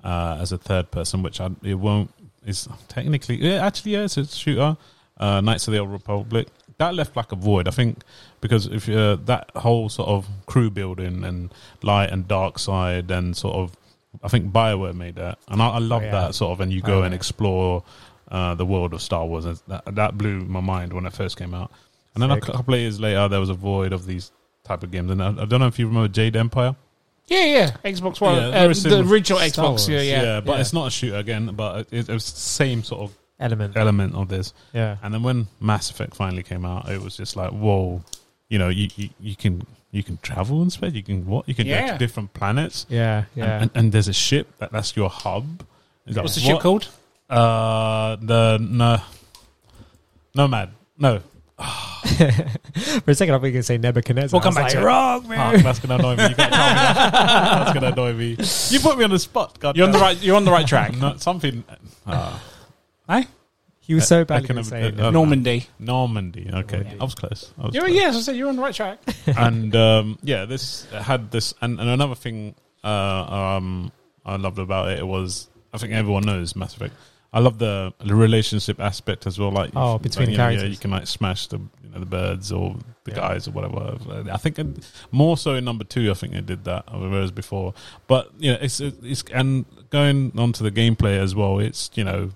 Speaker 4: uh, as a third person, which I, it won't is technically yeah, actually yeah, it's a shooter. Uh, Knights of the Old Republic that left like a void, I think, because if uh, that whole sort of crew building and light and dark side and sort of, I think Bioware made that, and I, I love
Speaker 3: yeah.
Speaker 4: that sort of. And you go and
Speaker 3: Bioware.
Speaker 4: explore uh, the world of Star Wars, and that, that blew my mind when it first came out. And then a
Speaker 3: Sick.
Speaker 4: couple of years later, there was a void of these type of games, and I, I don't know if you remember Jade Empire.
Speaker 2: Yeah, yeah. Xbox One.
Speaker 4: Yeah,
Speaker 2: uh,
Speaker 4: very
Speaker 2: the
Speaker 4: similar.
Speaker 2: original
Speaker 3: Star
Speaker 2: Xbox.
Speaker 3: Wars.
Speaker 2: Yeah, yeah.
Speaker 4: but it's not a shooter again, but it, it was the same sort of
Speaker 3: Element.
Speaker 4: element of this.
Speaker 3: Yeah.
Speaker 4: And then when Mass Effect finally came out, it was just like, whoa, you know, you, you, you can you can travel in space, you can what, you can go
Speaker 2: Yeah.
Speaker 4: to different planets,
Speaker 3: Yeah.
Speaker 4: and-
Speaker 3: Yeah.
Speaker 4: and, and there's a ship that that's your hub. Is that
Speaker 2: What's the
Speaker 4: what-
Speaker 2: ship called?
Speaker 4: Uh, the no, Nomad. No,
Speaker 3: For a second, I thought you were going to say Nebuchadnezzar.
Speaker 2: We'll come
Speaker 3: I
Speaker 2: back
Speaker 3: was
Speaker 2: to
Speaker 3: like,
Speaker 2: it.
Speaker 3: wrong,
Speaker 4: Ah,
Speaker 3: man.
Speaker 4: that's gonna annoy me. You can't tell me that. That's gonna annoy me. You put me on the spot. God
Speaker 2: You're on the
Speaker 4: damn.
Speaker 2: right. You're on the right track.
Speaker 4: No, something. Uh,
Speaker 3: He was so bad
Speaker 4: I can-
Speaker 3: at saying
Speaker 4: uh, uh,
Speaker 2: Normandy.
Speaker 4: Normandy. Okay,
Speaker 3: Normandy.
Speaker 4: I was close. I was
Speaker 2: Yeah,
Speaker 4: close.
Speaker 2: yes, I said you're on the right track.
Speaker 4: and um, yeah, this had this, and, and another thing uh, um, I loved about it was I think everyone knows Mass Effect. I love the, the relationship aspect as well, like
Speaker 3: Oh,
Speaker 4: like,
Speaker 3: between the
Speaker 4: you know, yeah,
Speaker 3: characters.
Speaker 4: you can like smash the you know, the birds or the
Speaker 3: Yeah.
Speaker 4: guys or whatever. I think it- more so in number two, I think they did that whereas before. But you know, it's it's and going on to the gameplay as well. It's you know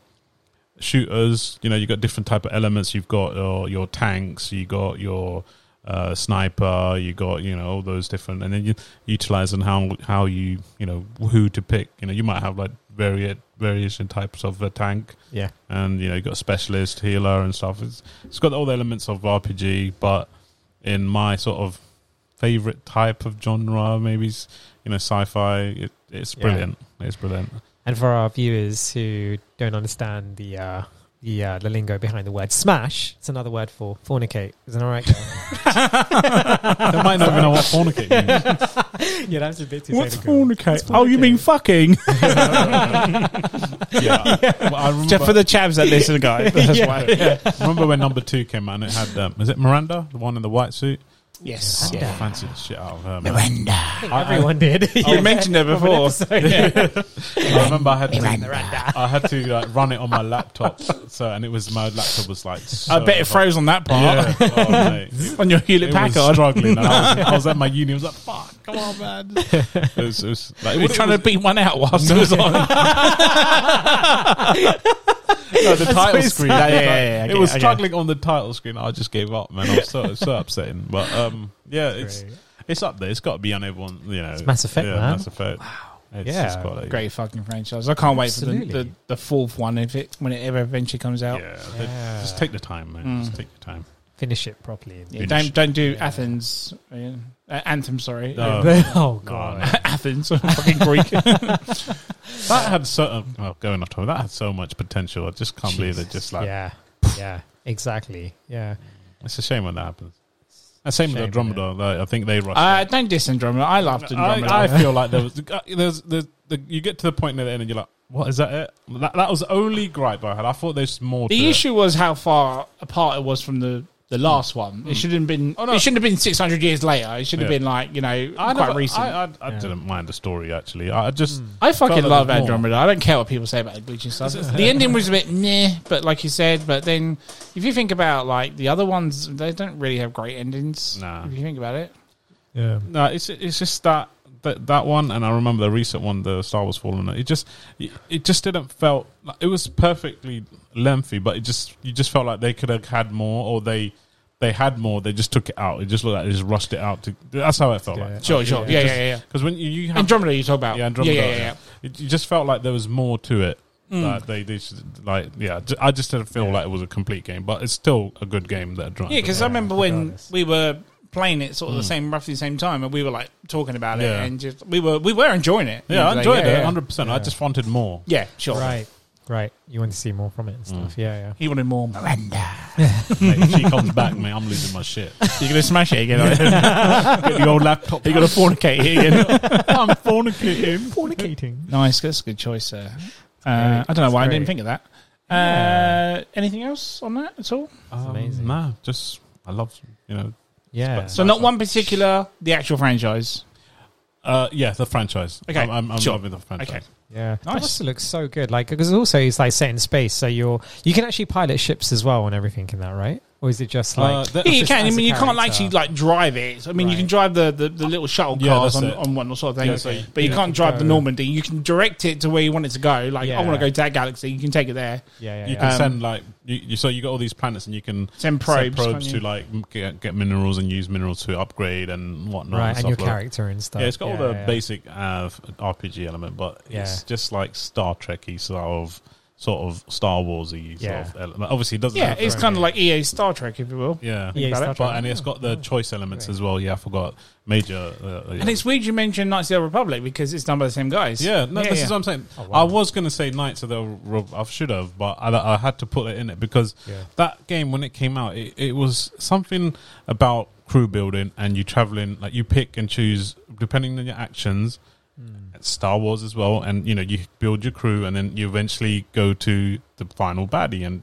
Speaker 4: shooters. You know, you've got different type of elements. You've got your, your tanks. You got your uh, sniper. You got you know all those different, and then you utilizing how how you you know who to pick. You know, you might have like various variation types of a tank,
Speaker 3: Yeah.
Speaker 4: and you know you got specialist healer and stuff. It's it's got all the elements of RPG, but in my sort of favorite type of genre, maybe it's, you know sci-fi. It, it's
Speaker 3: Yeah.
Speaker 4: brilliant. It's brilliant.
Speaker 3: And for our viewers who don't understand the uh, the, uh, the lingo behind the word smash, it's another word for fornicate. Isn't that right?
Speaker 4: they might not even know what fornicate means.
Speaker 3: yeah, that's a bit too
Speaker 2: What's
Speaker 3: technical.
Speaker 2: fornicate? Oh, you mean fucking?
Speaker 4: yeah. Well, I remember,
Speaker 2: Just for the chavs that listen, guys. That's why.
Speaker 4: remember when number two came out and it had, um, is it Miranda, the one in the white suit?
Speaker 2: Yes.
Speaker 4: I fancied the shit out of her. Miranda.
Speaker 3: Everyone did.
Speaker 2: You mentioned her before.
Speaker 4: I remember I had to, I had to like, run it on my laptop. So, and it was, my laptop was like, so
Speaker 2: I bet it froze on that part.
Speaker 4: Yeah. Oh, mate. It-
Speaker 2: On your Hewlett
Speaker 4: It was
Speaker 2: Packard.
Speaker 4: struggling. And I, was, I was at my uni. I was like, "Fuck, come on, man!" It was, it was like,
Speaker 2: We were trying to beat one out whilst it was on.
Speaker 4: no, the title
Speaker 3: it's
Speaker 4: screen.
Speaker 2: Yeah,
Speaker 4: Like,
Speaker 2: yeah, yeah,
Speaker 4: it
Speaker 2: okay,
Speaker 4: was
Speaker 2: okay.
Speaker 4: struggling on the title screen. I just gave up, man. I was so, so upsetting. But um, yeah, it's
Speaker 3: Great.
Speaker 4: it's up there. It's got to be on everyone. You know,
Speaker 3: Mass Effect,
Speaker 4: yeah,
Speaker 3: man.
Speaker 4: Mass Effect. Wow. It's,
Speaker 3: Yeah.
Speaker 4: it's got a-
Speaker 2: Great fucking franchise. I can't wait for the, the,
Speaker 3: Absolutely.
Speaker 2: the fourth one if it when it ever eventually comes
Speaker 4: Yeah,
Speaker 2: out.
Speaker 4: they-
Speaker 3: Yeah.
Speaker 4: just take the time, man. Just take your time.
Speaker 3: Finish it properly.
Speaker 2: Yeah,
Speaker 4: Finish.
Speaker 2: don't don't do
Speaker 3: Yeah.
Speaker 2: Athens yeah. uh, anthem. Sorry,
Speaker 4: No.
Speaker 2: Uh,
Speaker 3: oh
Speaker 4: No,
Speaker 3: god.
Speaker 4: no.
Speaker 2: Athens, fucking Greek.
Speaker 4: that had so oh, well, going off topic. That had so much potential. I just can't believe it.
Speaker 3: Jesus.
Speaker 4: Just like
Speaker 3: yeah, yeah, exactly. Yeah,
Speaker 4: it's a shame when that happens. And same with
Speaker 3: Shame,
Speaker 4: Andromeda. though. I think they rushed.
Speaker 2: uh,
Speaker 4: it.
Speaker 2: don't diss Andromeda. I laughed at Andromeda.
Speaker 4: I, I feel like there was there's, there's the, you get to the point near the end and you're like, what is that? It that, that was the only gripe I had. I thought there's more. to
Speaker 2: the
Speaker 4: it.
Speaker 2: issue was how far apart it was from the. The last one, it shouldn't have been. It shouldn't have been six hundred years later. It should have
Speaker 4: Hmm. Yeah.
Speaker 2: been like you know
Speaker 4: I
Speaker 2: quite
Speaker 4: never-
Speaker 2: recent. Oh, I,
Speaker 4: I, I, Hmm. I
Speaker 3: Yeah.
Speaker 4: didn't mind the story actually. I just
Speaker 2: fucking
Speaker 4: felt like
Speaker 2: love
Speaker 4: there's more.
Speaker 2: Andromeda. I don't care what people say about the glitchy stuff. the ending was a bit meh, but like you said, but then if you think about like the other ones, they don't really have great endings.
Speaker 4: Nah.
Speaker 2: If you think about it,
Speaker 3: yeah.
Speaker 4: No, it's it's just that that, that one, and I remember the recent one, the Star Wars Fallen. It just it, it just didn't felt. Like, it was perfectly lengthy, but it just you just felt like they could have had more, or they they had more. They just took it out. It just looked like they just rushed it out. To, that's how it felt
Speaker 3: Yeah.
Speaker 4: like.
Speaker 2: sure, sure, yeah, yeah,
Speaker 4: Just-
Speaker 2: yeah. yeah.
Speaker 4: Because when you, you have
Speaker 2: Andromeda, you talk about,
Speaker 4: Yeah, Andromeda.
Speaker 2: yeah, yeah, yeah. Mm.
Speaker 4: It, you just felt like there was more to it. Like they, they should, like, yeah. ju- I just didn't feel like it was a complete game, but it's still a good game. That Andromeda.
Speaker 2: Yeah, because I
Speaker 3: Yeah,
Speaker 2: remember when
Speaker 3: regardless.
Speaker 2: we were playing it sort of the same, roughly the same time, and we were like talking about it,
Speaker 4: Hmm. Yeah.
Speaker 2: and just we were we were enjoying it.
Speaker 4: yeah, I enjoyed
Speaker 2: Yeah,
Speaker 4: it, hundred percent. I
Speaker 3: Yeah.
Speaker 4: just wanted more.
Speaker 2: Yeah, sure.
Speaker 3: Right. Right. You want to see more from it and stuff. Yeah, yeah.
Speaker 2: He wanted more Miranda.
Speaker 4: Mate, if she comes back, mate, I'm losing my shit.
Speaker 2: You're gonna smash it again. Aren't you? Get the old laptop. You're gonna fornicate it again.
Speaker 4: I'm fornicating.
Speaker 3: Fornicating.
Speaker 2: nice. That's a good choice, sir. Uh,
Speaker 3: Great.
Speaker 2: I don't know why I
Speaker 3: That's
Speaker 2: didn't
Speaker 3: great.
Speaker 2: think of that. Uh,
Speaker 3: Yeah.
Speaker 2: Anything else on that at all?
Speaker 3: amazing.
Speaker 4: Um, Nah, just I love you know.
Speaker 3: Yeah.
Speaker 2: So not one particular, the actual franchise.
Speaker 4: Uh, yeah, the franchise.
Speaker 2: Okay,
Speaker 4: I'm, I'm, I'm
Speaker 2: sure.
Speaker 4: loving the franchise.
Speaker 2: Okay.
Speaker 3: Yeah, it
Speaker 2: Nice.
Speaker 3: that also looks so good. Like because also it's like set in space, so you're you can actually pilot ships as well and everything in that, right? Or is it just
Speaker 4: Uh,
Speaker 3: like
Speaker 4: that-
Speaker 2: Yeah, you can. I
Speaker 3: as a
Speaker 2: mean, you can't
Speaker 3: character.
Speaker 2: actually like drive it. I mean, you
Speaker 3: Right.
Speaker 2: can drive the, the, the little shuttle
Speaker 4: Yeah,
Speaker 2: cars
Speaker 4: that's
Speaker 2: on,
Speaker 4: it.
Speaker 2: on one sort of thing,
Speaker 4: Yeah, so you-
Speaker 2: but you
Speaker 4: yeah.
Speaker 2: can't drive the
Speaker 3: Go-
Speaker 2: Normandy. You can direct it to where you want it to go. Like, I
Speaker 3: Yeah.
Speaker 2: want to go to that galaxy. You can take it there.
Speaker 3: yeah, yeah,
Speaker 4: You
Speaker 3: yeah.
Speaker 4: can
Speaker 2: Um,
Speaker 4: send like you, you, so you got all these planets and you can
Speaker 2: Send probes,
Speaker 4: send
Speaker 2: can't
Speaker 4: probes
Speaker 2: you?
Speaker 4: to like m- get, get minerals and use minerals to upgrade and whatnot.
Speaker 3: right,
Speaker 4: and,
Speaker 3: and
Speaker 4: stuff
Speaker 3: your
Speaker 4: like that.
Speaker 3: character and stuff.
Speaker 4: Yeah, it's got all the
Speaker 3: yeah.
Speaker 4: basic uh, f- RPG element, but it's
Speaker 3: Yeah.
Speaker 4: just like Star Trekky sort of sort of Star Warsy sort
Speaker 3: Yeah.
Speaker 4: of element. Obviously, it doesn't.
Speaker 2: Yeah,
Speaker 4: have
Speaker 2: it's
Speaker 4: the-
Speaker 2: kind of like EA Star Trek, if you will.
Speaker 4: yeah.
Speaker 3: Yeah,
Speaker 2: about
Speaker 3: Star
Speaker 2: it.
Speaker 3: Trek.
Speaker 4: But and it's got the choice elements as well. Yeah, I forgot major. Uh, uh,
Speaker 2: And it's weird you mentioned Knights of the Old Republic because it's done by the same guys.
Speaker 4: Yeah, no, this
Speaker 2: yeah.
Speaker 4: is what I'm saying.
Speaker 3: wow.
Speaker 4: I was going to say Knights of the Ro- I should have, but I, I had to put it in it because
Speaker 3: Yeah.
Speaker 4: that game when it came out, it, it was something about crew building and you traveling. Like you pick and choose depending on your actions. Star Wars as well, and you know you build your crew, and then you eventually go to the final baddie, and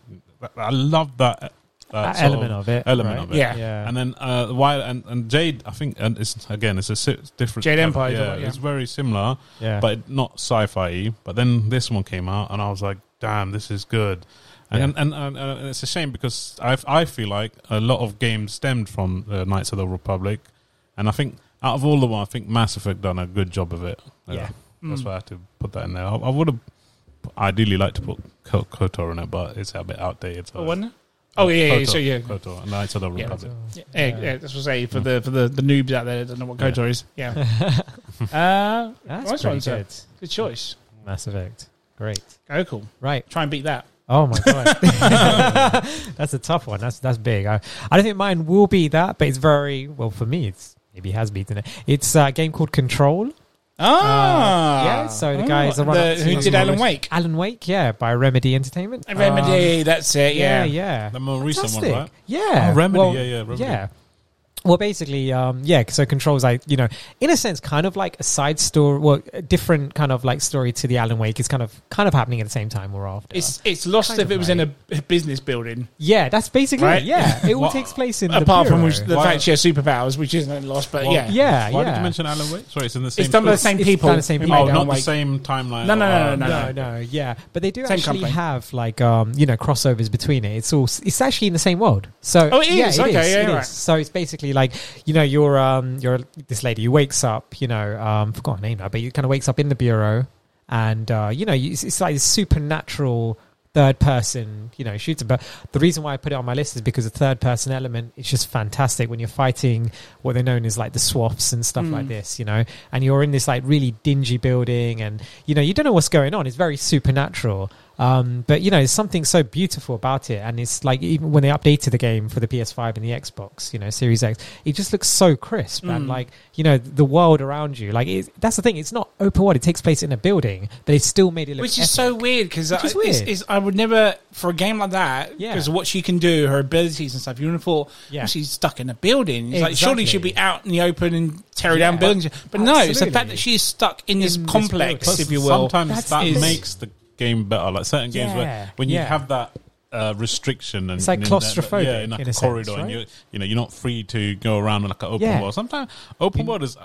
Speaker 4: I love that, uh,
Speaker 3: That
Speaker 4: sort
Speaker 3: element of it,
Speaker 4: element
Speaker 3: right?
Speaker 4: of it.
Speaker 2: Yeah.
Speaker 3: Yeah.
Speaker 4: And then uh, while and, and Jade, I think, and it's again, it's a si- different
Speaker 2: Jade Empire,
Speaker 4: Yeah,
Speaker 2: yeah.
Speaker 4: it's very similar,
Speaker 3: Yeah.
Speaker 4: but not sci-fi. But then this one came out, and I was like, damn, this is good. And and, and, and it's a shame because I I feel like a lot of games stemmed from uh, Knights of the Republic, and I think out of all the one, I think Mass Effect done a good job of it.
Speaker 3: Yeah.
Speaker 2: Mm.
Speaker 4: that's
Speaker 2: Oh,
Speaker 4: why I had to put that in there. I, I would have ideally liked to put Ko- KOTOR in it, but it's a bit outdated. So
Speaker 2: Oh, wasn't it? Oh, yeah, yeah, yeah,
Speaker 4: KOTOR,
Speaker 2: so yeah.
Speaker 4: KOTOR, Mm. Knights of the
Speaker 2: Yeah.
Speaker 4: Republic.
Speaker 2: Yeah, yeah, that's what I say for the for the, the noobs out there that don't know what KOTOR is. Yeah. uh,
Speaker 3: That's
Speaker 2: nice
Speaker 3: pretty
Speaker 2: one, sir.
Speaker 3: good.
Speaker 2: Good choice.
Speaker 3: Mass Effect. Great.
Speaker 2: Go cool.
Speaker 3: Right.
Speaker 2: Try and beat that.
Speaker 3: Oh my god. that's a tough one. That's that's big. I, I don't think mine will be that, but it's very well for me. It's maybe has beaten it. It's a game called Control.
Speaker 2: Ah,
Speaker 3: Uh, yeah, so the guy is the one up to-
Speaker 2: who did Alan Wake.
Speaker 3: Alan Wake, yeah, by Remedy Entertainment.
Speaker 2: Remedy, that's it.
Speaker 3: Um,
Speaker 2: Yeah,
Speaker 3: yeah, yeah.
Speaker 4: The more recent
Speaker 3: Fantastic.
Speaker 4: one, right?
Speaker 3: Yeah.
Speaker 4: Oh, Remedy,
Speaker 3: Well,
Speaker 4: yeah, yeah, Remedy.
Speaker 3: Yeah. Well, basically, um, yeah. So controls, like you know, in a sense, kind of like a side story, well, a different kind of like story to the Alan Wake. It's kind of kind of happening at the same time or after.
Speaker 2: It's it's lost
Speaker 3: Kind
Speaker 2: if
Speaker 3: of
Speaker 2: it was in a business building.
Speaker 3: yeah, that's basically
Speaker 2: Right.
Speaker 3: it. Yeah, it all
Speaker 4: Well,
Speaker 3: takes place in
Speaker 2: Apart
Speaker 3: the
Speaker 2: from
Speaker 3: bureau.
Speaker 2: which, the
Speaker 4: Why-
Speaker 2: fact she has superpowers, which isn't lost, but
Speaker 4: Well,
Speaker 2: yeah.
Speaker 3: yeah,
Speaker 4: Why
Speaker 3: yeah.
Speaker 4: did you mention Alan Wake? Sorry, it's in the same.
Speaker 2: it's done by the
Speaker 4: place.
Speaker 2: same
Speaker 3: It's
Speaker 2: people.
Speaker 3: done by the same
Speaker 2: who
Speaker 3: people.
Speaker 2: made
Speaker 4: Oh,
Speaker 3: Alan
Speaker 4: not
Speaker 2: Alan
Speaker 4: the
Speaker 2: Wake.
Speaker 4: same timeline.
Speaker 2: No, no, no,
Speaker 4: Uh,
Speaker 2: no,
Speaker 3: No, no, yeah, but they do
Speaker 2: Same
Speaker 3: actually
Speaker 2: company.
Speaker 3: have like um, you know crossovers between it. It's all it's actually in the same world. So
Speaker 2: Oh, it
Speaker 3: yeah,
Speaker 2: is. Okay, yeah,
Speaker 3: it
Speaker 2: right.
Speaker 3: is. So it's basically like you know you're um you're this lady who wakes up you know um forgot her name now, but you kind of wakes up in the bureau and uh, you know you, it's, it's like this supernatural third person you know shooter. But the reason why I put it on my list is because the third person element is just fantastic when you're fighting what they're known as like the swaps and stuff
Speaker 2: Mm.
Speaker 3: like this, you know. And you're in this like really dingy building, and you know you don't know what's going on. It's very supernatural, um, but you know there's something so beautiful about it. And it's like even when they updated the game for the PS5 and the Xbox, you know, Series X, it just looks so crisp
Speaker 2: Mm.
Speaker 3: and like you know the world around you. Like it, that's the thing; it's not open world. It takes place in a building, but they still made it look
Speaker 2: Which
Speaker 3: epic.
Speaker 2: is so weird because
Speaker 3: Which is
Speaker 2: It's,
Speaker 3: weird.
Speaker 2: it's, I would never for a game like that
Speaker 3: Yeah.
Speaker 2: because of what she can do, her abilities and stuff. You would have thought,
Speaker 3: Yeah.
Speaker 2: well, she's stuck in a building. It's like surely
Speaker 3: Exactly.
Speaker 2: she'll be out in the open and tear down
Speaker 3: Yeah.
Speaker 2: buildings. But no, it's the fact
Speaker 3: Absolutely.
Speaker 2: that she is stuck in this
Speaker 3: In this
Speaker 2: complex,
Speaker 3: building.
Speaker 2: if you will.
Speaker 4: Sometimes
Speaker 3: That's
Speaker 4: that
Speaker 2: is-
Speaker 4: makes the game better. Like certain games
Speaker 3: Yeah,
Speaker 4: where when you
Speaker 3: yeah.
Speaker 4: have that uh, restriction and
Speaker 3: It's like
Speaker 4: and-
Speaker 3: claustrophobic
Speaker 4: yeah, in like
Speaker 3: in
Speaker 4: a,
Speaker 3: a
Speaker 4: corridor,
Speaker 3: sense,
Speaker 4: and
Speaker 3: right?
Speaker 4: you you know you're not free to go around in like an open
Speaker 3: Yeah.
Speaker 4: world. Sometimes open world is.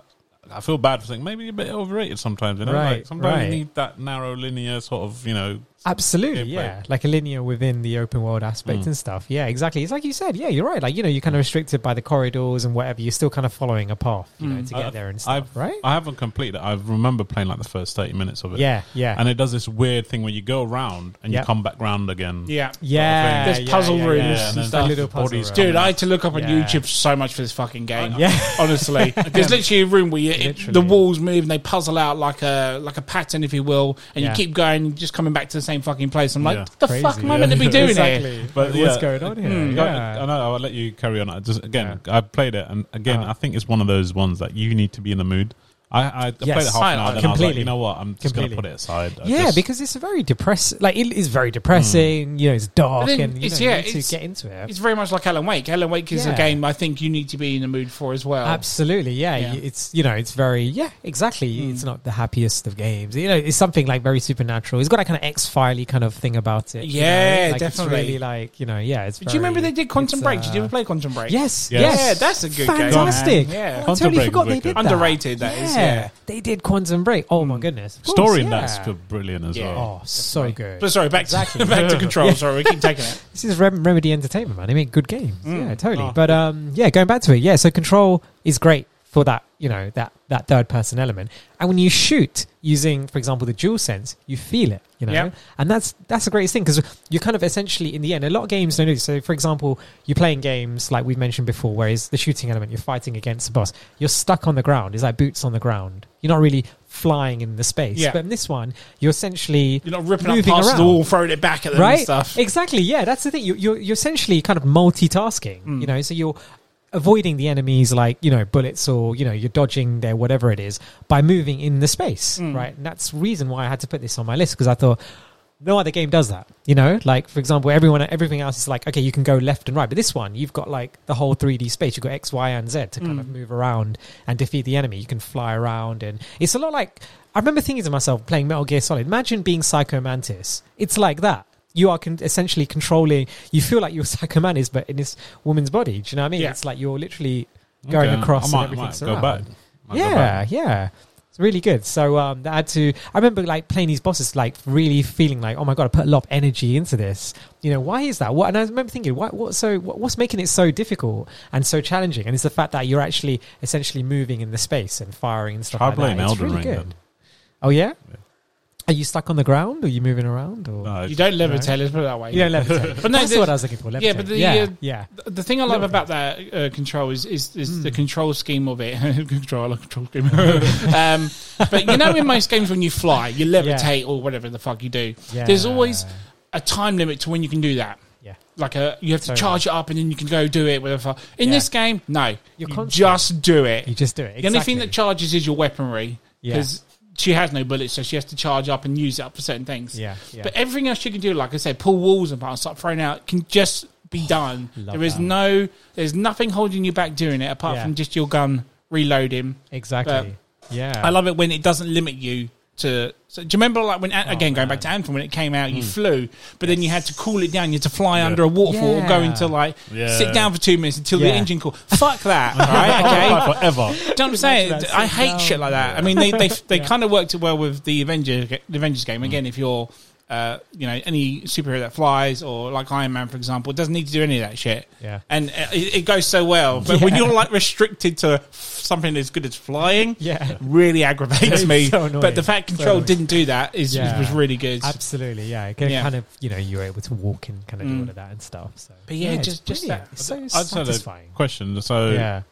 Speaker 4: I feel bad for saying maybe a bit overrated sometimes. You know?
Speaker 3: Right,
Speaker 4: like sometimes
Speaker 3: right.
Speaker 4: you need that narrow linear sort of you know.
Speaker 3: Absolutely,
Speaker 4: gameplay.
Speaker 3: yeah. Like a linear within the open world
Speaker 4: Mm.
Speaker 3: aspect and stuff. Yeah, exactly. It's like you said. Yeah, you're right. Like you know, you're kind of restricted by the corridors and whatever. You're still kind of following a path, you know, to get
Speaker 4: I-
Speaker 3: there and stuff.
Speaker 4: Mm. I've,
Speaker 3: right?
Speaker 4: I haven't completed it. I remember playing like the first thirty minutes of it.
Speaker 3: yeah, yeah,
Speaker 4: and it does this weird thing where you go around and you
Speaker 3: Yep.
Speaker 4: come back round again.
Speaker 2: yeah.
Speaker 3: yeah.
Speaker 2: There's
Speaker 3: yeah,
Speaker 2: puzzle
Speaker 3: yeah,
Speaker 2: rooms
Speaker 3: yeah,
Speaker 2: and
Speaker 4: then
Speaker 2: stuff.
Speaker 3: A little puzzle
Speaker 4: bodies
Speaker 3: room.
Speaker 4: come
Speaker 2: Dude, I had to look up on
Speaker 3: Yeah.
Speaker 2: YouTube so much for this fucking game.
Speaker 3: Yeah.
Speaker 2: honestly, there's literally a room where you, it, the
Speaker 3: Literally.
Speaker 2: walls move and they puzzle out like a like a pattern, if you will, and
Speaker 3: Yeah.
Speaker 2: you keep going, just coming back to the same fucking place. I'm like,
Speaker 4: Yeah.
Speaker 2: the
Speaker 3: Crazy.
Speaker 2: fuck am I meant to be doing
Speaker 3: exactly.
Speaker 2: here?
Speaker 4: But
Speaker 3: But
Speaker 4: yeah.
Speaker 3: what's going on here?
Speaker 4: Yeah. I, I know. I'll let you carry on. I just again, I played it, and again,
Speaker 3: Uh-huh.
Speaker 4: I think it's one of those ones that you need to be in the mood. I, I, I
Speaker 3: Yes.
Speaker 4: played it half an
Speaker 2: I-
Speaker 4: hour,
Speaker 2: I-
Speaker 4: and then I was like,
Speaker 3: completely.
Speaker 4: you know what? I'm just going to
Speaker 3: Completely.
Speaker 4: put it aside. I
Speaker 3: yeah,
Speaker 4: just- Mm.
Speaker 3: because it's a very depressing. Like it is very depressing. You know, it's dark,
Speaker 2: But then
Speaker 3: and you,
Speaker 2: it's-
Speaker 3: know, you
Speaker 2: yeah,
Speaker 3: need
Speaker 2: it's-
Speaker 3: to get into it.
Speaker 2: It's very much like Alan Wake. Alan Wake is a
Speaker 3: Yeah.
Speaker 2: game I think you need to be in the mood for as well.
Speaker 3: Absolutely, yeah.
Speaker 2: Oh. Yeah. Hmm.
Speaker 3: Y- It's you know, it's very yeah, exactly. It's not the happiest of games. You know, it's something like very supernatural. It's got that kind of X filey kind of thing about it. you know?
Speaker 2: Yeah,
Speaker 3: like,
Speaker 2: definitely.
Speaker 3: It's really like you know, yeah. It's.
Speaker 2: Do you remember
Speaker 3: very-
Speaker 2: they did Quantum
Speaker 3: it's,
Speaker 2: Break? Did you
Speaker 3: uh,
Speaker 2: ever play Quantum Break?
Speaker 3: Yes,
Speaker 4: Yeah.
Speaker 3: yes.
Speaker 2: Yeah, that's a good game,
Speaker 3: Fantastic.
Speaker 2: man. Yeah.
Speaker 3: I
Speaker 4: Quantum
Speaker 3: totally
Speaker 4: Break
Speaker 3: forgot
Speaker 4: is
Speaker 3: they
Speaker 4: wicked.
Speaker 3: did that.
Speaker 2: Underrated, that is, yeah. Hmm.
Speaker 3: They did Quantum Break. Oh my goodness. Of course,
Speaker 4: story in
Speaker 3: yeah.
Speaker 4: that's brilliant as
Speaker 2: Yeah.
Speaker 4: well.
Speaker 3: Oh, so good.
Speaker 2: But sorry, back to back to control. Sorry, we keep taking it.
Speaker 3: This is Rem- Remedy Entertainment, man. They make good games. Yeah, totally.
Speaker 2: Oh.
Speaker 3: But um, yeah, going back to it, yeah. So Control is great for that, you know, that that third person element. And when you shoot using, for example, the dual sense, you feel it, you know.
Speaker 2: Yep.
Speaker 3: And that's that's the greatest thing because you're kind of essentially in the end. A lot of games don't do this. So, for example, you're playing games like we've mentioned before, where it's the shooting element. You're fighting against the boss. You're stuck on the ground. It's like boots on the ground. You're not really flying in the space.
Speaker 2: Yeah.
Speaker 3: But in this one, you're essentially
Speaker 2: You're not ripping up
Speaker 3: Moving
Speaker 2: past the
Speaker 3: around.
Speaker 2: wall, throwing it back at them
Speaker 3: right?
Speaker 2: and stuff.
Speaker 3: Exactly. Yeah, that's the thing. You, you're you're essentially kind of multitasking.
Speaker 2: Mm.
Speaker 3: You know, so you're avoiding the enemies like you know bullets or you know you're dodging their whatever it is by moving in the space,
Speaker 2: Mm.
Speaker 3: right? And that's the reason why I had to put this on my list because I thought. No other game does that, you know. Like for example, everyone, everything else is like, okay, you can go left and right, but this one, you've got like the whole 3D space. You've got X, Y, and Z to kind
Speaker 2: Mm.
Speaker 3: of move around and defeat the enemy. You can fly around, and it's a lot like I remember thinking to myself playing Metal Gear Solid. Imagine being Psycho Mantis. It's like that. You are con- essentially controlling. You feel like you're Psycho Mantis, but in this woman's body. Do you know what I mean?
Speaker 2: Yeah.
Speaker 3: It's like you're literally Oh, going
Speaker 4: Okay.
Speaker 3: across
Speaker 4: I might,
Speaker 3: and everything's
Speaker 4: might go
Speaker 3: around.
Speaker 4: back. Might go
Speaker 3: Yeah,
Speaker 4: back.
Speaker 3: yeah. It's really good. So um, I had to. I remember like playing these bosses, like really feeling like, oh my god, I put a lot of energy into this. You know, why is that? What? And I remember thinking, what? What? So what, what's making it so difficult and so challenging? And it's the fact that you're actually essentially moving in the space and firing and stuff.
Speaker 4: I
Speaker 3: like
Speaker 4: blame
Speaker 3: that. It's
Speaker 4: Elden
Speaker 3: really
Speaker 4: Ring.
Speaker 3: good.
Speaker 4: then.
Speaker 3: Oh yeah? Are you stuck on the ground? Or are you moving around? Or
Speaker 4: No,
Speaker 2: You don't levitate.
Speaker 3: Right.
Speaker 2: Let's put it that way.
Speaker 3: you don't levitate?
Speaker 2: But no,
Speaker 3: that's
Speaker 2: the-
Speaker 3: what I was looking for. Levitate.
Speaker 2: yeah, but the,
Speaker 3: yeah,
Speaker 2: uh,
Speaker 3: yeah.
Speaker 2: The- The thing I love
Speaker 3: Little
Speaker 2: about that uh, control is is, is
Speaker 3: Hmm.
Speaker 2: the control scheme of it. control, I love control scheme. um, but you know, in most games, when you fly, you levitate or whatever the fuck you do. There's
Speaker 3: Yeah.
Speaker 2: always a time limit to when you can do that.
Speaker 3: Yeah.
Speaker 2: Like a, you have to
Speaker 3: Totally.
Speaker 2: charge it up and then you can go do it. Whatever. In
Speaker 3: Yeah.
Speaker 2: this game, no,
Speaker 3: You're
Speaker 2: you
Speaker 3: constant.
Speaker 2: just do it.
Speaker 3: You just do it.
Speaker 2: The only thing
Speaker 3: Exactly.
Speaker 2: that charges is your weaponry
Speaker 3: Yeah.
Speaker 2: because she has no bullets, so she has to charge up and use it up for certain things.
Speaker 3: Yeah, yeah.
Speaker 2: But everything else she can do, like I said, pull walls apart, start throwing out, can just be done.
Speaker 3: love
Speaker 2: There is
Speaker 3: that.
Speaker 2: no, there's nothing holding you back doing it apart
Speaker 3: Yeah.
Speaker 2: from just your gun reloading.
Speaker 3: exactly. yeah.
Speaker 2: Um, I love it when it doesn't limit you to. So do you remember, like when Ant-
Speaker 3: Oh,
Speaker 2: again going back to Anthem when it came out,
Speaker 3: Mm.
Speaker 2: you flew, but then you had to cool it down. You had to fly under a waterfall, or go
Speaker 3: Yeah.
Speaker 2: into like
Speaker 4: Yeah.
Speaker 2: sit down for two minutes until the
Speaker 3: Yeah.
Speaker 2: engine cool. Fuck that, all right? Okay,
Speaker 4: Bye forever.
Speaker 2: do you know what I'm saying?
Speaker 3: that
Speaker 2: I
Speaker 3: so
Speaker 2: hate
Speaker 3: dumb.
Speaker 2: shit like that. I mean, they they, they kind of worked it well with the Avengers the Avengers game. Again, if you're uh, you know any superhero that flies or like Iron Man, for example, doesn't need to do any of that shit.
Speaker 3: Yeah.
Speaker 2: and uh, it, it goes so well. But when
Speaker 3: Yeah.
Speaker 2: you're like restricted to something as good as flying,
Speaker 3: Yeah.
Speaker 2: really aggravates
Speaker 3: It's
Speaker 2: me.
Speaker 3: so annoying.
Speaker 2: but the fact
Speaker 3: So
Speaker 2: Control
Speaker 3: annoying.
Speaker 2: didn't do that is
Speaker 3: Yeah.
Speaker 2: was really good.
Speaker 3: Absolutely, yeah. It can
Speaker 2: Yeah. Mm.
Speaker 3: Kind of, you know, you're able to walk and kind of do all of that and stuff. So.
Speaker 2: But yeah,
Speaker 3: it's
Speaker 2: just- just
Speaker 3: brilliant.
Speaker 2: that-
Speaker 3: It's so
Speaker 4: I just had a
Speaker 3: satisfying.
Speaker 4: question. So,
Speaker 3: Yeah.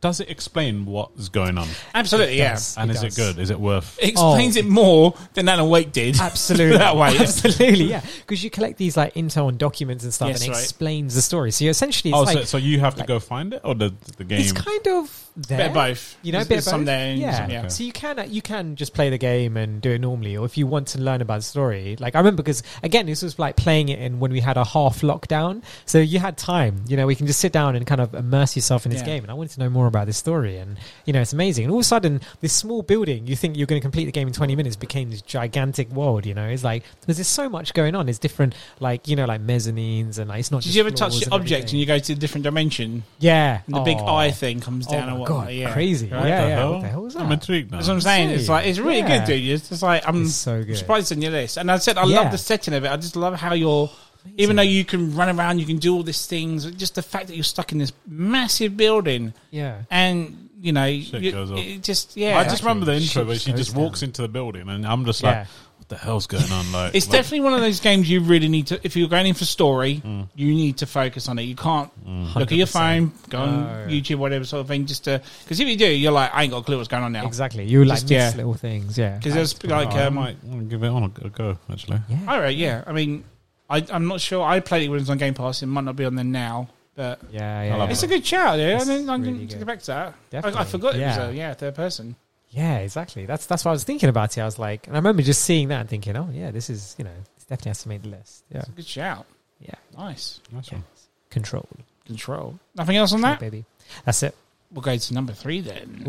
Speaker 4: does it explain what's going on?
Speaker 2: Absolutely, yeah.
Speaker 3: does.
Speaker 4: And
Speaker 3: It
Speaker 4: is
Speaker 3: does.
Speaker 4: it good? Is it worth?
Speaker 2: It explains
Speaker 3: Oh.
Speaker 2: it more than Alan Wake did.
Speaker 3: Absolutely.
Speaker 2: that way.
Speaker 3: Absolutely, yeah. Because you collect these like intel and documents and stuff
Speaker 2: Yes,
Speaker 3: and it
Speaker 2: right.
Speaker 3: explains the story. So you're essentially, it's
Speaker 4: oh,
Speaker 3: like,
Speaker 4: so, so you have to go find it, or the the game?
Speaker 3: it's kind of there.
Speaker 2: Bit of both.
Speaker 3: You know,
Speaker 2: There's-
Speaker 3: bit
Speaker 2: there's
Speaker 3: of
Speaker 2: some
Speaker 3: both.
Speaker 2: there and
Speaker 3: yeah.
Speaker 2: some- yeah.
Speaker 3: So you can uh, you can just play the game and do it normally, or if you want to learn about the story. Like I remember because again, this was like playing it in when we had a half lockdown, so you had time. You know, we can just sit down and kind of immerse yourself in this
Speaker 2: Yeah.
Speaker 3: game. And I wanted to know more about this story, and you know, it's amazing. And all of a sudden, this small building you think you're going to complete the game in 20 minutes became this gigantic world. You know, it's like because there's so much going on. There's different like you know like mezzanines and like it's not.
Speaker 2: Did
Speaker 3: just
Speaker 2: you ever touch
Speaker 3: floors
Speaker 2: the object and
Speaker 3: everything.
Speaker 2: you go to a different dimension?
Speaker 3: yeah,
Speaker 2: And the big
Speaker 3: Aw.
Speaker 2: eye thing comes down
Speaker 3: oh
Speaker 2: and
Speaker 3: my
Speaker 2: whatnot.
Speaker 3: god,
Speaker 2: yeah.
Speaker 3: crazy!
Speaker 2: Right?
Speaker 3: yeah,
Speaker 4: the
Speaker 3: yeah.
Speaker 4: hell?
Speaker 3: What the hell was that?
Speaker 4: I'm intrigued now.
Speaker 2: That's what I'm saying. It's like it's really
Speaker 3: Yeah.
Speaker 2: good, dude. It's just like I'm
Speaker 3: It's so good.
Speaker 2: surprised on your list. And I said I
Speaker 3: Yeah.
Speaker 2: love the setting of it. I just love how you're, even
Speaker 3: Amazing.
Speaker 2: though you can run around, you can do all these things. Just the fact that you're stuck in this massive building,
Speaker 3: Yeah.
Speaker 2: and you know, you-
Speaker 4: goes up.
Speaker 2: it just yeah,
Speaker 4: I just remember the
Speaker 3: Shit
Speaker 4: intro where she
Speaker 3: goes
Speaker 4: just
Speaker 3: down.
Speaker 4: walks into the building, and I'm just like,
Speaker 3: Yeah.
Speaker 4: "What the hell's going on?" Like,
Speaker 2: It's
Speaker 4: like,
Speaker 2: definitely one of those games you really need to. If you're going in for story,
Speaker 3: Mm.
Speaker 2: you need to focus on it. You can't look at your
Speaker 3: 100%.
Speaker 2: phone, go on
Speaker 3: No.
Speaker 2: YouTube, whatever sort of thing, just to. Because if you do, you're like, I ain't got a clue what's going on now.
Speaker 3: Exactly. You like
Speaker 2: Just, yeah.
Speaker 3: miss little things. Yeah.
Speaker 2: Because there's like,
Speaker 4: I
Speaker 2: um,
Speaker 4: might I'm gonna give it on a, a go. Actually,
Speaker 3: yeah.
Speaker 2: all right, yeah. I mean, I, I'm not sure. I played it when it was on Game Pass. It might not be on there now, but
Speaker 3: Yeah. Yeah.
Speaker 4: love
Speaker 3: yeah.
Speaker 2: it's a good shout. Yeah, I
Speaker 3: It's
Speaker 2: didn't, I didn't
Speaker 3: really good.
Speaker 2: expect that. I, I
Speaker 3: Definitely,
Speaker 2: forgot it was
Speaker 3: yeah.
Speaker 2: a yeah third person.
Speaker 3: Yeah, exactly. That's that's what I was thinking about it. I was like, and I remember just seeing that and thinking, oh yeah, this is you know, this definitely has to make the list. Yeah,
Speaker 2: Good shout.
Speaker 3: yeah.
Speaker 2: Nice.
Speaker 4: Nice
Speaker 3: yeah.
Speaker 4: one.
Speaker 3: Control,
Speaker 2: Control. Nothing else on
Speaker 3: Control,
Speaker 2: that?
Speaker 3: baby. That's it.
Speaker 2: We'll go to number three then.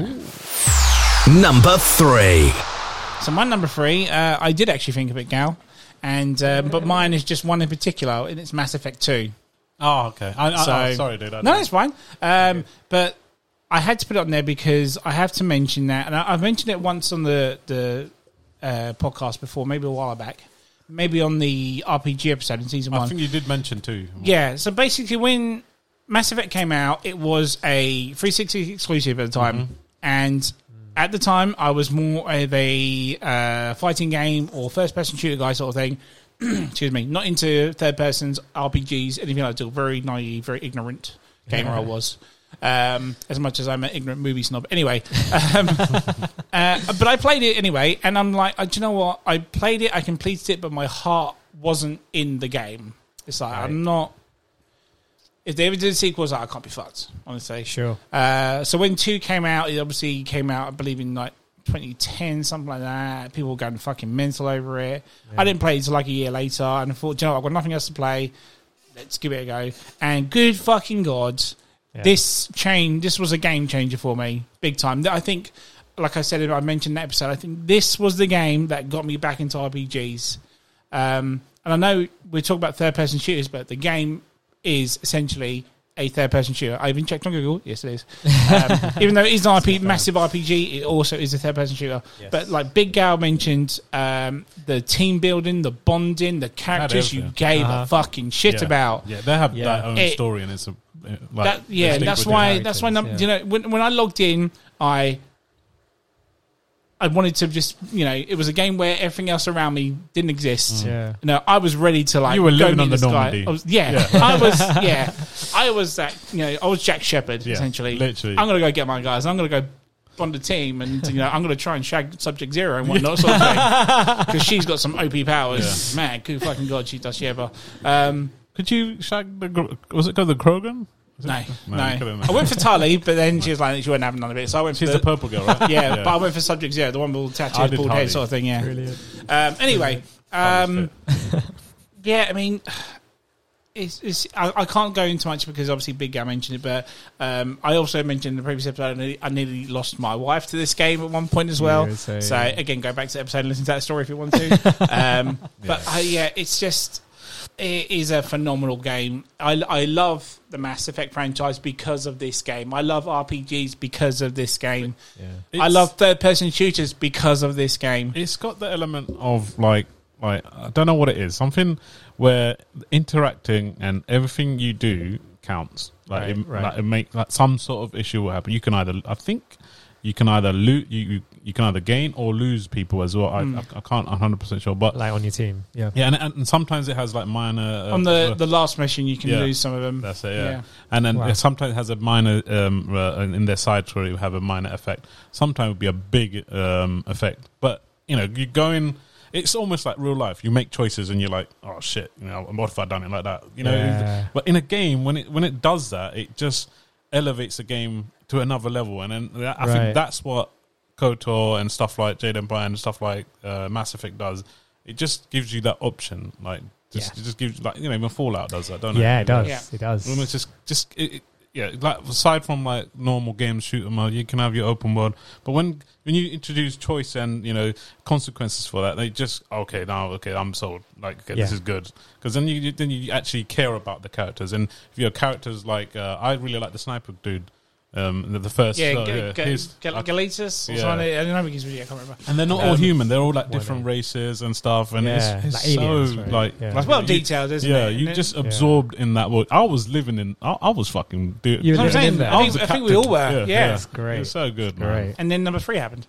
Speaker 1: Number three.
Speaker 2: So my number three, uh, I did actually think of it, Gal, and uh, but mine is just one in particular, and it's Mass Effect Two.
Speaker 4: Oh, okay. I, I,
Speaker 2: So-
Speaker 4: I'm sorry, dude. I
Speaker 2: No,
Speaker 4: didn't-
Speaker 2: it's fine. Um, but I had to put it on there because I have to mention that, and I, I've mentioned it once on the the uh, podcast before, maybe a while back, maybe on the RPG episode in season
Speaker 4: I
Speaker 2: one.
Speaker 4: think you did mention too.
Speaker 2: Yeah, so basically, when Mass Effect came out, it was a 360 exclusive at the time, and at the time, I was more of a uh, fighting game or first person shooter guy sort of thing. Excuse me, not into third persons RPGs, anything like that. Very naive, very ignorant gamer I was. Um, as much as I'm an ignorant movie snob, anyway. Um, uh, but I played it anyway, and I'm like, uh, do you know what? I played it, I completed it, but my heart wasn't in the game. It's like I'm not. If they ever did sequels, I can't be fucked. Honestly,
Speaker 3: Sure.
Speaker 2: Uh, so when two came out, it obviously came out, I believe, in like 2010, something like that. People were going fucking mental over it. I didn't play it until like a year later, and I thought, do you know, what? I've got nothing else to play. Let's give it a go. And good fucking god,
Speaker 3: Yeah.
Speaker 2: this change, this was a game changer for me, big time. I think, like I said, I mentioned in that episode. I think this was the game that got me back into RPGs. Um, and I know we talk about third person shooters, but the game is essentially a third person shooter. I even checked on Google. Yes, it is. Um, even though it is an RP, massive RPG, it also is a third person shooter.
Speaker 3: Yes.
Speaker 2: But like Big Gal mentioned, um, the team building, the bonding, the characters
Speaker 4: is,
Speaker 2: you
Speaker 4: yeah.
Speaker 2: gave
Speaker 3: Uh-huh.
Speaker 2: a fucking shit
Speaker 4: Yeah.
Speaker 2: about.
Speaker 4: Yeah, they have
Speaker 3: Yeah.
Speaker 4: their own
Speaker 2: It-
Speaker 4: story, and it's a uh, like
Speaker 2: That, yeah,
Speaker 4: distinct
Speaker 2: that's
Speaker 4: within
Speaker 2: why.
Speaker 4: it.
Speaker 2: That's why. Num-
Speaker 3: yeah.
Speaker 2: You know, when, when I logged in, I I wanted to just you know, it was a game where everything else around me didn't exist.
Speaker 3: Yeah.
Speaker 2: No, I was ready to like.
Speaker 4: Mm. You were
Speaker 2: go
Speaker 4: living
Speaker 2: meet
Speaker 4: on the
Speaker 2: this guy.
Speaker 4: Normandy.
Speaker 2: I was, yeah, I was. Yeah, I was that. You know, I was Jack Shepherd
Speaker 4: Yeah,
Speaker 2: essentially.
Speaker 4: literally.
Speaker 2: I'm gonna go get my guys. I'm gonna go on the team, and you know, I'm gonna try and shag Subject Zero and whatnot, sort of thing, because she's got some OP powers. Man, good fucking god, she does she ever. Um,
Speaker 4: Could you shag the? Gro- Was it called the Krogan?
Speaker 2: no, no.
Speaker 4: No, you couldn't.
Speaker 2: I went for Tali, but then she was like, she wouldn't have none of it. So I went for
Speaker 4: She's the, purple girl, right?
Speaker 2: yeah, but I went for Subject Zero, the one with all the
Speaker 4: I
Speaker 2: tattoos,
Speaker 4: did
Speaker 2: bald head
Speaker 4: Harley.
Speaker 2: sort of thing. Yeah. Um, anyway, um, yeah, I mean, it's, it's I, I can't go into much because obviously Big Guy mentioned it, but um, I also mentioned in the previous episode I nearly, I nearly lost my wife to this game at one point as well.
Speaker 3: Yeah, so-
Speaker 2: so again, go back to the episode and listen to that story if you want to. um, But uh, yeah, it's just it is a phenomenal game. I, I love the Mass Effect franchise because of this game. I love RPGs because of this game. I
Speaker 4: It's-
Speaker 2: love third person shooters because of this game.
Speaker 4: It's got the element of like, like I don't know what it is. Something where interacting and everything you do counts. Like,
Speaker 3: Right,
Speaker 4: it,
Speaker 3: right.
Speaker 4: like it make like some sort of issue will happen. You can either, I think, you can either loot, you you, you can either gain or lose people as well. I, I, I can't, one hundred percent sure, but
Speaker 3: Like on your team. Yeah.
Speaker 4: yeah, and, and and sometimes it has like minor uh,
Speaker 2: On the,
Speaker 4: uh,
Speaker 2: the last mission, you can
Speaker 4: Yeah.
Speaker 2: lose some of them.
Speaker 4: That's it, yeah.
Speaker 2: Yeah.
Speaker 4: And then
Speaker 3: Wow.
Speaker 4: it sometimes has a minor um, uh, in their side story have a minor effect. Sometimes it would be a big um, effect. But you know, you go in. It's almost like real life. You make choices, and you're like, "Oh shit!" You know, what if I done it like that? You know.
Speaker 3: Yeah.
Speaker 4: But in a game, when it when it does that, it just elevates the game to another level. And then that, I
Speaker 3: Right.
Speaker 4: think that's what KOTOR and stuff like Jade Empire and stuff like uh, Mass Effect does. It just gives you that option. Like, just,
Speaker 3: Yeah.
Speaker 4: it just gives like you know, even Fallout does that, don't it?
Speaker 3: Yeah, it does.
Speaker 2: Yeah.
Speaker 3: It does.
Speaker 4: Well, it's just, just it, it- yeah. Like aside from like normal games, shooter mode, you can have your open world. But when when you introduce choice and you know consequences for that, they just okay now. Okay, I'm sold. Like okay, this
Speaker 3: Yeah.
Speaker 4: is good because then you you- then you actually care about the characters. And if your characters like, uh, I really like the sniper dude. Um, the, the first
Speaker 2: Yeah,
Speaker 4: uh,
Speaker 2: Ga- Ga-
Speaker 4: his-
Speaker 2: Ga-
Speaker 4: I-
Speaker 2: Galatas or
Speaker 4: Yeah.
Speaker 2: something. I don't know if he's really, I can't remember.
Speaker 4: and they're not all
Speaker 3: Um,
Speaker 4: human. They're all like
Speaker 3: why
Speaker 4: different
Speaker 3: not?
Speaker 4: races and stuff. And
Speaker 3: Yeah,
Speaker 4: it's, it's
Speaker 3: like aliens,
Speaker 4: so
Speaker 3: right?
Speaker 4: like,
Speaker 3: Yeah.
Speaker 4: like
Speaker 3: It's
Speaker 2: well
Speaker 4: you-
Speaker 2: detailed, isn't
Speaker 4: yeah,
Speaker 2: it?
Speaker 4: you
Speaker 2: And
Speaker 4: just
Speaker 3: it-
Speaker 4: absorbed in that world. I was living in. I, I was fucking. Dude,
Speaker 3: You were
Speaker 2: That's what I'm
Speaker 3: living
Speaker 2: saying.
Speaker 3: in there.
Speaker 2: I think, I think we all were. Yeah.
Speaker 3: That's great.
Speaker 4: It was so good, man.
Speaker 3: Right.
Speaker 2: And then number three happened.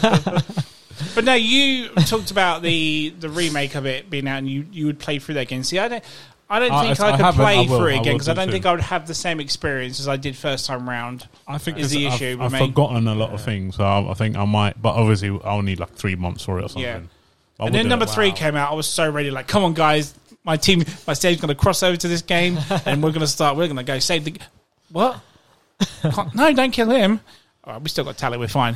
Speaker 2: but no, you talked about the the remake of it being out, and you you would play through that again. See, I don't. I don't
Speaker 4: I-
Speaker 2: think
Speaker 4: I-
Speaker 2: I,
Speaker 4: I
Speaker 2: could
Speaker 4: haven't.
Speaker 2: play
Speaker 4: I will.
Speaker 2: through
Speaker 4: I
Speaker 2: it again
Speaker 4: will
Speaker 2: because I
Speaker 4: do
Speaker 2: don't
Speaker 4: too.
Speaker 2: think I would have the same experience as I did first time round.
Speaker 4: I think
Speaker 2: Is
Speaker 4: this-
Speaker 2: the
Speaker 4: I've-
Speaker 2: issue with
Speaker 4: I've,
Speaker 2: me.
Speaker 4: forgotten a lot of things, so I, I think I might. But obviously, I'll need like three months for it or something.
Speaker 2: Yeah.
Speaker 4: I will
Speaker 2: and then
Speaker 4: do
Speaker 2: number
Speaker 4: it.
Speaker 2: three came out. I was so ready. Like, come on, guys, my team, my stage's going to cross over to this game, and we're going to start. We're going to go save the. What? Can't- no, don't kill him. All right, we still got Tally. We're fine.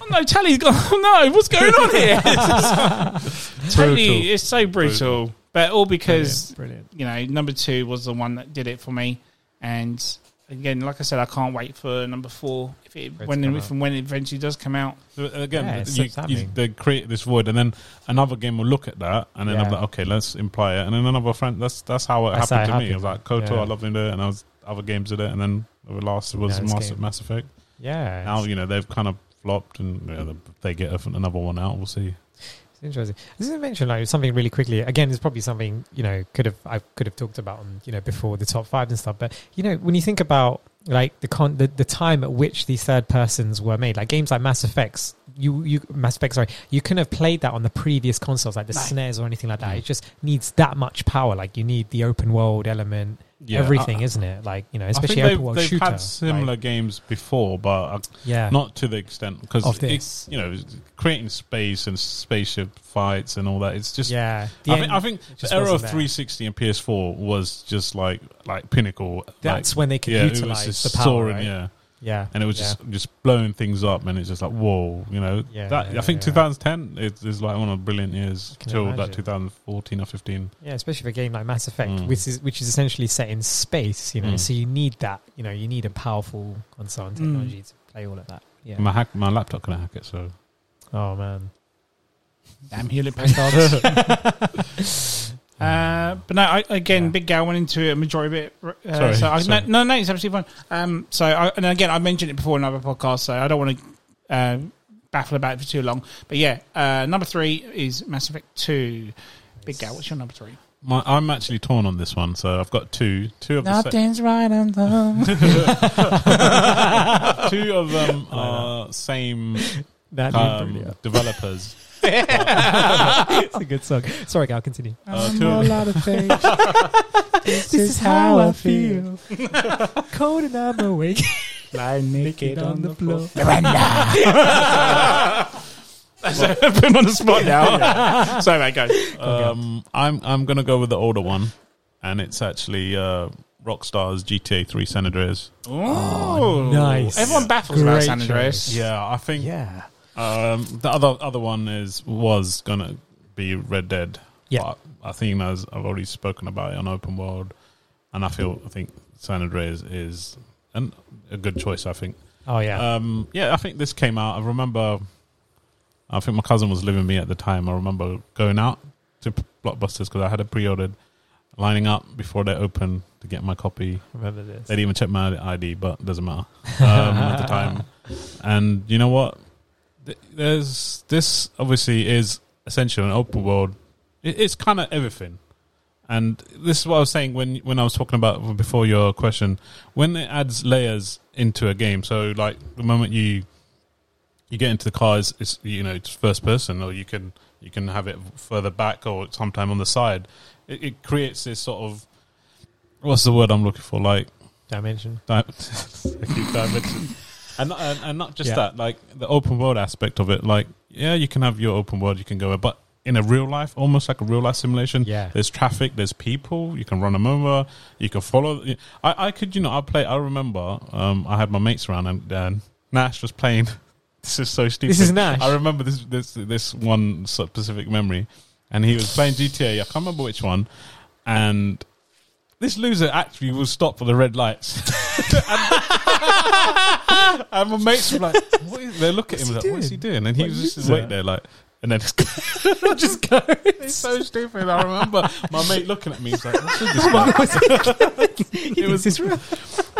Speaker 2: Oh no, Tally's gone. Oh no, what's going on here?
Speaker 4: Brutal.
Speaker 2: Totally, it's so brutal. But all because
Speaker 3: Brilliant.
Speaker 2: you know number two was the one that did it for me, and again, like I said, I can't wait for number four if it
Speaker 3: For it to
Speaker 2: when
Speaker 3: come
Speaker 2: if
Speaker 3: out.
Speaker 2: and when it eventually does come out.
Speaker 4: So Again,
Speaker 3: Yeah, it's
Speaker 4: you,
Speaker 3: so
Speaker 4: you-
Speaker 3: savvy.
Speaker 4: they create this void, and then another game will look at that, and then I'm
Speaker 3: Yeah.
Speaker 4: like, okay, let's imply it, and then another friend. That's that's how it
Speaker 3: That's
Speaker 4: happened to
Speaker 3: how it
Speaker 4: me. I was like,
Speaker 3: happened.
Speaker 4: Kotor,
Speaker 3: Yeah.
Speaker 4: I loved him there, and I was other games did it, and then the last was
Speaker 3: Yeah, this
Speaker 4: Mass,
Speaker 3: game.
Speaker 4: Mass Effect.
Speaker 3: Yeah.
Speaker 4: Now you know they've kind of flopped, and you know, they get a- another one out. We'll see.
Speaker 3: It's interesting. This is mention like something really quickly. Again, it's probably something you know could have I could have talked about on you know before the top five and stuff. But you know when you think about like the con the, the time at which these third persons were made, like games like Mass Effects, you you Mass Effect, sorry, you couldn't have played that on the previous consoles like the
Speaker 2: No.
Speaker 3: snares or anything like that.
Speaker 4: Mm.
Speaker 3: It just needs that much power. Like you need the open world element, everything,
Speaker 4: I-
Speaker 3: isn't it? Like you know,
Speaker 4: I think
Speaker 3: especially
Speaker 4: they've-
Speaker 3: open world
Speaker 4: they've
Speaker 3: shooter.
Speaker 4: had similar
Speaker 3: like,
Speaker 4: games before, but I
Speaker 3: yeah,
Speaker 4: not to the extent because
Speaker 3: Of this.
Speaker 4: you know creating space and spaceship fights and all that it's just
Speaker 3: yeah. The
Speaker 4: I, think,
Speaker 3: end-
Speaker 4: I think
Speaker 3: just
Speaker 4: the era
Speaker 3: wasn't
Speaker 4: of
Speaker 3: there.
Speaker 4: 360 and PS4 was just like like pinnacle
Speaker 3: that's
Speaker 4: like,
Speaker 3: when they could
Speaker 4: yeah, it was
Speaker 3: utilize
Speaker 4: just
Speaker 3: the power.
Speaker 4: soaring,
Speaker 3: right?
Speaker 4: yeah
Speaker 3: yeah,
Speaker 4: and it was
Speaker 3: Yeah.
Speaker 4: just just blowing things up and it's just like whoa you know
Speaker 3: Yeah,
Speaker 4: that I think
Speaker 3: yeah.
Speaker 4: 2010 is, is like one of the brilliant years
Speaker 3: I can
Speaker 4: till like
Speaker 3: imagine.
Speaker 4: 2014 or 15
Speaker 3: Yeah, especially for a game like Mass Effect,
Speaker 4: Mm.
Speaker 3: which is which is essentially set in space, you know.
Speaker 4: Mm.
Speaker 3: So you need that, you know, you need a powerful console and
Speaker 2: Mm.
Speaker 3: technology to play all of that. Yeah.
Speaker 4: my hack my laptop can hack it so
Speaker 3: oh man.
Speaker 2: Damn Hewlett Packard. Uh, but no, I, again,
Speaker 3: Yeah.
Speaker 2: Big Gal went into it a majority of it. Uh,
Speaker 4: Sorry,
Speaker 2: so I,
Speaker 4: sorry.
Speaker 2: No, no, no, it's absolutely fine. Um, so, I, and again, I mentioned it before in another podcast, so I don't want to uh, baffle about it for too long. But yeah, uh, number three is Mass Effect 2. Big Gal, what's your number three?
Speaker 4: my, I'm actually torn on this one so I've got two two of the se-
Speaker 2: right on the
Speaker 4: two of them are same
Speaker 3: That'd be
Speaker 4: um,
Speaker 3: brilliant.
Speaker 4: developers.
Speaker 3: It's a good song. Sorry, Gal, continue.
Speaker 4: Uh, two of them,
Speaker 3: This, is how I feel. Cold and I'm awake.
Speaker 2: Lying naked
Speaker 3: on the floor.
Speaker 4: Oh,
Speaker 2: Put him on the spot now. Sorry, mate, go.
Speaker 4: um, I'm I'm gonna go with the older one, and it's actually uh, Rockstar's GTA Three San Andreas.
Speaker 2: Oh,
Speaker 3: nice.
Speaker 2: Everyone baffles about
Speaker 3: Great
Speaker 2: San Andreas.
Speaker 4: Yeah, I think
Speaker 3: Yeah.
Speaker 4: um, the other other one is was gonna be Red Dead.
Speaker 3: Yeah.
Speaker 4: but I think as I've already spoken about it on Open World, and I feel I think San Andreas is an, a good choice. I think.
Speaker 3: Oh yeah.
Speaker 4: Um, yeah, I think this came out. I remember, I think my cousin was living with me at the time. I remember going out to P- Blockbusters because I had it pre-ordered, lining up before they opened to get my copy.
Speaker 3: Remember this.
Speaker 4: They'd even check my ID, but doesn't matter um, at the time. And you know what? Th- There's this obviously is essential an open world. It, it's kind of everything. And this is what I was saying when when I was talking about before your question. When it adds layers into a game, so like the moment you you get into the cars, it's you know it's first person, or you can you can have it further back, or sometime on the side. It, it creates this sort of what's the word I'm looking for, like
Speaker 3: Dimension.
Speaker 4: di- thank you, dimension. And not, and, and not just
Speaker 3: Yeah.
Speaker 4: that, like the open world aspect of it. Like, yeah, you can have your open world, you can go, but in a real life, almost like a real life simulation.
Speaker 3: Yeah.
Speaker 4: there's traffic, there's people, you can run them over, you can follow. I, I could, you know, I play. I remember, um, I had my mates around, and and Nash was playing. This is so stupid.
Speaker 3: This is Nash.
Speaker 4: I remember this this this one specific memory, and he was playing GTA. I can't remember which one, and this loser actually will stop for the red lights. and, and my mates were like, what is, they look at him like, what is he doing? And he
Speaker 3: What
Speaker 4: was just
Speaker 3: loser?
Speaker 4: waiting there like, and then
Speaker 3: just go.
Speaker 4: it's so stupid. I remember my mate looking at me. He's like, "What's with this guy?"
Speaker 3: it
Speaker 4: was-
Speaker 3: was this real.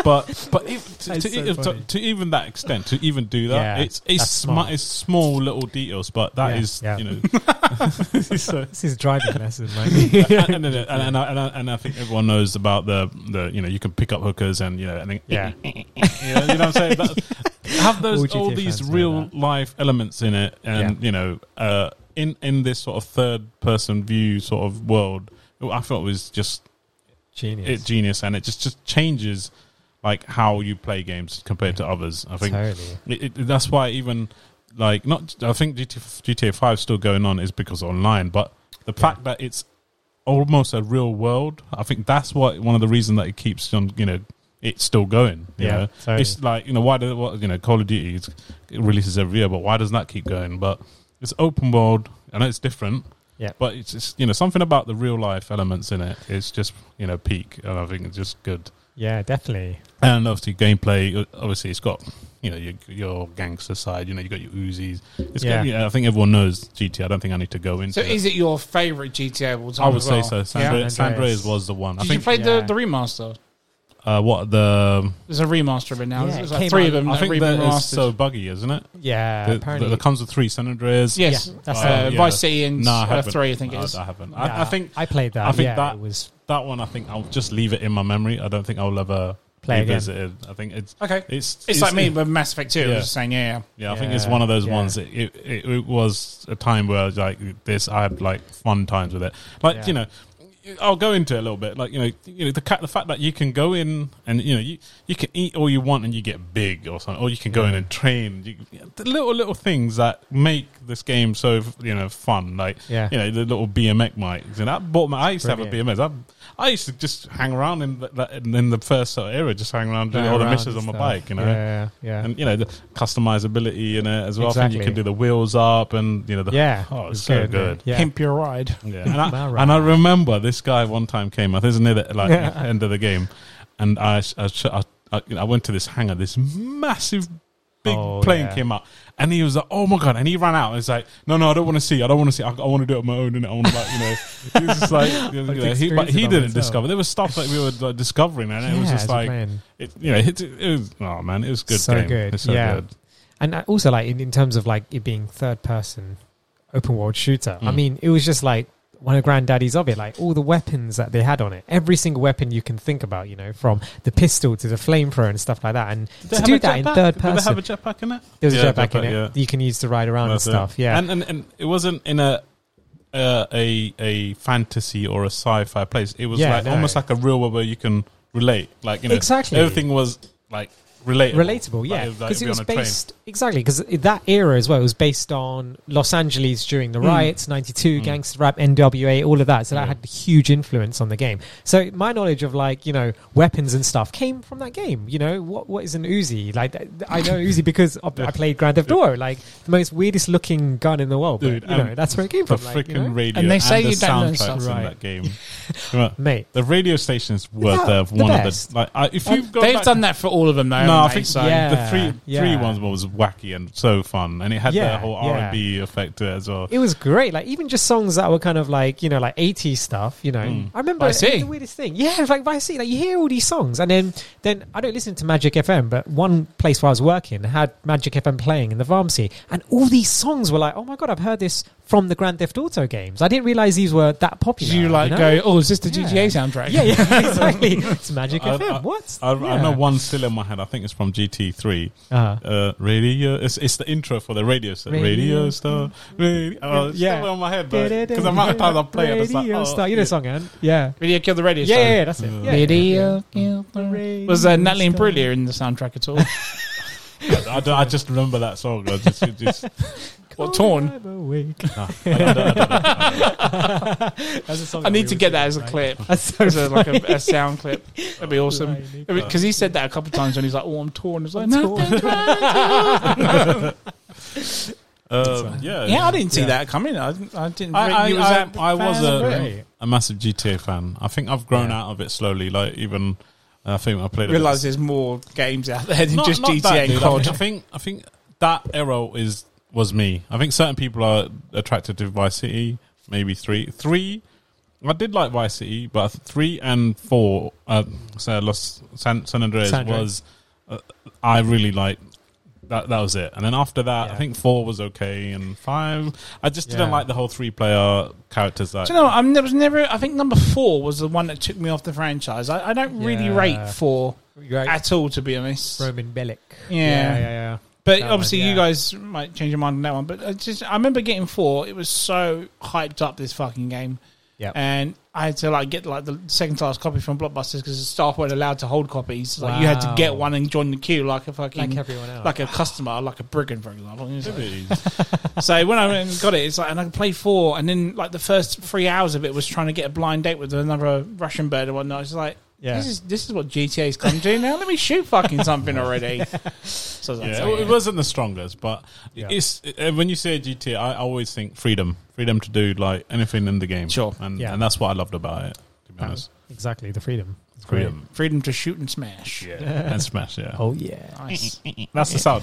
Speaker 4: But but if, to, e-,
Speaker 3: That's
Speaker 4: to,
Speaker 3: so
Speaker 4: if- to-
Speaker 3: funny.
Speaker 4: to even that extent, to even do that,
Speaker 3: Yeah,
Speaker 4: it's it's
Speaker 3: that's
Speaker 4: sm-
Speaker 3: smart.
Speaker 4: it's small little details. But that
Speaker 3: Yeah,
Speaker 4: is
Speaker 3: yeah.
Speaker 4: you know
Speaker 3: this is driving lesson, mate.
Speaker 4: and, and, and, and, I, and, I, and I think everyone knows about the, the you know you can pick up hookers and you know and then,
Speaker 3: Yeah.
Speaker 4: you, know, you know what I'm saying That- have
Speaker 3: All
Speaker 4: those
Speaker 3: GTA
Speaker 4: all, these
Speaker 3: fans know
Speaker 4: real
Speaker 3: that.
Speaker 4: life elements in it and
Speaker 3: Yeah.
Speaker 4: you know uh, in in this sort of third person view sort of world I thought was just
Speaker 3: Genius.
Speaker 4: it genius and it just just changes like how you play games compared to others I think
Speaker 3: totally.
Speaker 4: it, it, that's why even like not I think GTA, GTA Five still going on is because online, but the fact that it's almost a real world, I think that's what one of the reasons that it keeps on you know it's still going. You
Speaker 3: Yeah,
Speaker 4: know?
Speaker 3: totally.
Speaker 4: it's like you know why does what you know Call of Duty is- it releases every year, but why doesn't that keep going? But it's open world. I know it's different.
Speaker 3: Yeah.
Speaker 4: but it's just you know something about the real life elements in it. It's just you know peak, and I think it's just good.
Speaker 3: Yeah, definitely.
Speaker 4: And obviously gameplay. uh, Obviously, it's got you know your, your gangster side. You know you got your Uzis. It's
Speaker 3: Yeah.
Speaker 4: yeah. I think everyone knows GT. I don't think I need to go into.
Speaker 2: So,
Speaker 4: it.
Speaker 2: is it your favorite GTA of all time?
Speaker 4: I would
Speaker 2: as
Speaker 4: say
Speaker 2: well?
Speaker 4: so.
Speaker 2: Yeah?
Speaker 4: San Andreas
Speaker 3: San Andreas.
Speaker 4: was the one. I
Speaker 2: Did you
Speaker 4: think
Speaker 2: play
Speaker 3: yeah.
Speaker 2: the, the remaster?
Speaker 4: uh, what the
Speaker 2: There's a remaster of it now.
Speaker 3: Yeah,
Speaker 2: There's
Speaker 3: it
Speaker 2: like
Speaker 3: came
Speaker 2: three
Speaker 3: out-
Speaker 2: of them.
Speaker 4: I
Speaker 2: that
Speaker 4: think
Speaker 2: have been
Speaker 4: that is
Speaker 2: remastered.
Speaker 4: so buggy, isn't it?
Speaker 3: Yeah,
Speaker 4: That
Speaker 3: apparently.
Speaker 4: that comes with three San Andreas.
Speaker 2: Yes,
Speaker 3: Yeah, that's
Speaker 2: uh,
Speaker 3: it.
Speaker 4: Yeah.
Speaker 2: Vice City and
Speaker 4: No, I
Speaker 2: uh,
Speaker 4: haven't.
Speaker 2: three. I think it
Speaker 4: I-
Speaker 2: is.
Speaker 4: I haven't.
Speaker 3: Yeah,
Speaker 4: I, I think
Speaker 3: I played that.
Speaker 4: I think
Speaker 3: yeah,
Speaker 4: that-
Speaker 3: it was
Speaker 4: that one. I think I'll just leave it in my memory. I don't think I'll ever
Speaker 3: Play again.
Speaker 4: revisit it. I think it's
Speaker 2: Okay, it's,
Speaker 4: it's
Speaker 2: like me with Mass Effect Two. I
Speaker 4: Yeah.
Speaker 2: was just saying, yeah,
Speaker 4: Yeah, I think it's
Speaker 3: Yeah,
Speaker 4: one of those
Speaker 3: yeah.
Speaker 4: ones. That it, it it was a time where I was like this. I had like fun times with it. Like
Speaker 3: Yeah.
Speaker 4: you know, I'll go into it a little bit. Like you know, you know the ca- the fact that you can go in and you know you, you can eat all you want and you get big or something, or you can go in and train. You, the little little things that make this game so you know fun. Like
Speaker 3: Yeah.
Speaker 4: you know the little BMX mics and that bought my. I used to have a
Speaker 3: Brilliant.
Speaker 4: BMX. I, I used to just hang around in the, in in the first sort of era, just hang around doing all the
Speaker 3: around
Speaker 4: missions
Speaker 3: and
Speaker 4: on my
Speaker 3: stuff.
Speaker 4: bike. You know
Speaker 3: Yeah, yeah.
Speaker 4: and you know the customizability in it as well. I think you
Speaker 3: Exactly.
Speaker 4: can do the wheels up and you know the
Speaker 3: yeah.
Speaker 4: Oh,
Speaker 3: it
Speaker 4: it's
Speaker 3: was
Speaker 4: so good.
Speaker 3: man.
Speaker 2: yeah.
Speaker 3: Yeah.
Speaker 2: Pimp your ride.
Speaker 4: Yeah. And, I,
Speaker 3: Alright.
Speaker 4: and I remember this guy one time came. I think it was near the like end of the game, and I I, I, I, you know, I went to this hangar. This massive. Big
Speaker 3: Oh,
Speaker 4: plane
Speaker 3: yeah.
Speaker 4: came up, and he was like, "Oh my god!" And he ran out. And it's like, "No, no, I don't want to see. I don't want to see. I, I want to do it on my own." And I want to, like, you know, he was just like, you know,
Speaker 3: Like
Speaker 4: he, but
Speaker 3: experiencing
Speaker 4: he
Speaker 3: it on
Speaker 4: didn't
Speaker 3: himself.
Speaker 4: discover. There was stuff that we were like, discovering, and it was
Speaker 3: Yeah,
Speaker 4: just
Speaker 3: as a
Speaker 4: like,
Speaker 3: man.
Speaker 4: it, you know, it, it was. Oh man, it was a good.
Speaker 3: So
Speaker 4: game.
Speaker 3: good,
Speaker 4: It's so
Speaker 3: yeah.
Speaker 4: good.
Speaker 3: and uh, also like in, in terms of like it being third person open world shooter i
Speaker 4: Mm.
Speaker 3: mean it was just like one of granddaddy's of it like all the weapons that they had on it every single weapon you can think about you know from the pistol to the flamethrower and stuff like that and
Speaker 4: They
Speaker 3: to
Speaker 4: have
Speaker 3: do
Speaker 4: a
Speaker 3: that in
Speaker 4: jetpack?
Speaker 3: third
Speaker 4: Did they have
Speaker 3: person
Speaker 4: a jetpack in it?
Speaker 3: there's
Speaker 4: Yeah,
Speaker 3: a jetpack in
Speaker 4: jetpack,
Speaker 3: it
Speaker 4: yeah.
Speaker 3: that you can use to ride around
Speaker 4: That's it.
Speaker 3: and stuff yeah
Speaker 4: and, and and it wasn't in a uh, a a fantasy or a sci-fi place. It was
Speaker 3: Yeah,
Speaker 4: like
Speaker 3: no.
Speaker 4: almost like a real world where you can relate. Like you know,
Speaker 3: Exactly.
Speaker 4: everything was like relatable.
Speaker 3: relatable yeah
Speaker 4: Like,
Speaker 3: because
Speaker 4: like,
Speaker 3: it
Speaker 4: you'd be
Speaker 3: was
Speaker 4: on a train.
Speaker 3: based exactly because that era as well it was based on los angeles during the
Speaker 4: Mm.
Speaker 3: riots 92 gangster rap nwa all of that so that had huge influence on the game so my knowledge of like you know weapons and stuff came from that game you know what what is an uzi like th- th- i know uzi because of- i played grand theft auto like the most weirdest looking gun in the world
Speaker 4: Dude,
Speaker 3: but, you know
Speaker 4: and
Speaker 3: that's where it came
Speaker 4: The
Speaker 3: from like,
Speaker 4: freaking
Speaker 3: you know?
Speaker 4: radio
Speaker 2: And they say
Speaker 4: the
Speaker 2: you don't know
Speaker 4: soundtracks
Speaker 2: stuff.
Speaker 4: in
Speaker 3: Right.
Speaker 4: that game. Right.
Speaker 3: mate
Speaker 4: the radio stations were
Speaker 3: Yeah,
Speaker 4: the
Speaker 3: the
Speaker 4: one of
Speaker 3: best.
Speaker 4: the like. I, if you've got
Speaker 2: They've
Speaker 4: back-
Speaker 2: done that for all of them, though.
Speaker 4: No, I
Speaker 2: haven't
Speaker 4: think
Speaker 2: they? so.
Speaker 3: Yeah.
Speaker 4: the three three
Speaker 3: yeah.
Speaker 4: ones was wacky and so fun, and it had
Speaker 3: Yeah,
Speaker 4: that whole
Speaker 3: yeah.
Speaker 4: R and B effect to it as well.
Speaker 3: it was great. Like even just songs that were kind of like you know like 80s stuff. You know,
Speaker 4: Mm.
Speaker 3: I remember
Speaker 2: Vice City.
Speaker 3: the weirdest thing. Yeah, it's like Vice City. Like you hear all these songs, and then then I don't listen to Magic FM, but one place where I was working had Magic FM playing in the pharmacy, and all these songs were like, oh my god, I've heard this from the Grand Theft Auto games. I didn't realize these were that popular.
Speaker 2: Did you like
Speaker 3: know?
Speaker 2: go? Oh, is this the
Speaker 3: Yeah.
Speaker 2: GTA soundtrack?
Speaker 3: Yeah, yeah, exactly. It's Magic
Speaker 4: I-
Speaker 3: FM. What?
Speaker 4: I,
Speaker 3: yeah.
Speaker 4: I know one still in my head. I think it's from GT three.
Speaker 3: Uh-huh.
Speaker 4: Uh, radio. It's, it's the intro for the radio star. Radio,
Speaker 3: Radio
Speaker 4: star. Radio. Oh, it's
Speaker 3: Yeah.
Speaker 4: still in my head, because the amount of times I play it, it's like,
Speaker 3: Radio
Speaker 4: oh,
Speaker 3: Star. You know the
Speaker 4: yeah.
Speaker 3: song, Anne? Yeah.
Speaker 2: Video Kill the Radio
Speaker 3: Yeah,
Speaker 2: Star.
Speaker 3: yeah, yeah, that's it. Yeah, yeah, yeah.
Speaker 2: Video Kill the Radio Was uh, Natalie
Speaker 3: Star.
Speaker 2: Imbruglia in the soundtrack at all?
Speaker 4: I, don't- I just remember that song. I just, it just um,
Speaker 2: Well, Torn.
Speaker 3: I'm awake.
Speaker 4: nah, I, don't- I don't know.
Speaker 3: That's a song
Speaker 2: I
Speaker 3: that we
Speaker 2: need to
Speaker 3: were
Speaker 2: get that as
Speaker 3: singing,
Speaker 2: a
Speaker 3: right?
Speaker 2: clip.
Speaker 3: That's so
Speaker 2: As a, like
Speaker 3: funny.
Speaker 2: a, a sound clip. That'd be awesome. Because he said that a couple of times when he's like, "Oh, I'm torn." It's like,
Speaker 3: I'm
Speaker 2: no,
Speaker 3: torn.
Speaker 2: don't cry.
Speaker 4: Um, yeah,
Speaker 2: yeah, I didn't see
Speaker 3: Yeah.
Speaker 2: that coming. I didn't. I didn't.
Speaker 4: I, I,
Speaker 2: you
Speaker 4: I-
Speaker 2: that
Speaker 4: I was
Speaker 2: fan of it?
Speaker 4: a,
Speaker 3: Right.
Speaker 4: a massive GTA fan. I think I've grown out of it slowly. Like even, I think I played. a bit of
Speaker 2: realize there's more games out there than
Speaker 4: Not-
Speaker 2: just
Speaker 4: not
Speaker 2: GTA
Speaker 4: that,
Speaker 2: and
Speaker 4: dude.
Speaker 2: COD.
Speaker 4: I think I think that era is was me. I think certain people are attracted to Vice City. Maybe three, three. I did like Vice City, but three and four. Uh, so Los San, San Andreas
Speaker 3: San Andreas.
Speaker 4: was. Uh, I really liked that. That was it. And then after that, I
Speaker 3: Yeah.
Speaker 4: think four was okay, and five. I just didn't
Speaker 3: Yeah.
Speaker 4: like the whole three-player characters. That
Speaker 2: Do you know? what? I'm there was never. I think number four was the one that took me off the franchise. I, I don't really
Speaker 3: Yeah.
Speaker 2: rate four
Speaker 3: Right.
Speaker 2: at all, to be honest.
Speaker 3: Roman Bellic.
Speaker 2: Yeah.
Speaker 3: yeah, yeah.
Speaker 2: But
Speaker 3: That one,
Speaker 2: obviously, you
Speaker 3: yeah.
Speaker 2: guys might change your mind on that one. But I just I remember getting four. It was so hyped up this fucking game,
Speaker 3: Yep.
Speaker 2: and I had to like get like the second class copy from Blockbusters because the staff weren't allowed to hold copies. Like you had to
Speaker 3: Wow.
Speaker 2: get one and join the queue like a fucking
Speaker 3: Like
Speaker 2: like,
Speaker 3: everyone else.
Speaker 2: a customer, like a brigand, for example. And it's like-
Speaker 4: Activities.
Speaker 2: So when I went and got it, it's like, and I could play four, and then like the first three hours of it was trying to get a blind date with another Russian bird and whatnot. It's like,
Speaker 3: Yeah.
Speaker 2: This is this is what GTA's come to now. Let me shoot fucking something already. So that's
Speaker 4: Yeah,
Speaker 2: how
Speaker 4: it
Speaker 2: it-
Speaker 4: wasn't the strongest, but
Speaker 3: Yeah.
Speaker 4: it's uh, when you say GTA, I always think freedom, freedom to do like anything in the game.
Speaker 2: Sure.
Speaker 4: and
Speaker 3: Yeah.
Speaker 4: and that's what I loved about it. To
Speaker 2: Oh,
Speaker 4: be honest,
Speaker 3: Exactly, the freedom. It's great.
Speaker 4: freedom,
Speaker 2: freedom to shoot and smash.
Speaker 4: yeah, and smash, yeah.
Speaker 3: Oh yeah,
Speaker 2: Nice.
Speaker 4: That's the sound.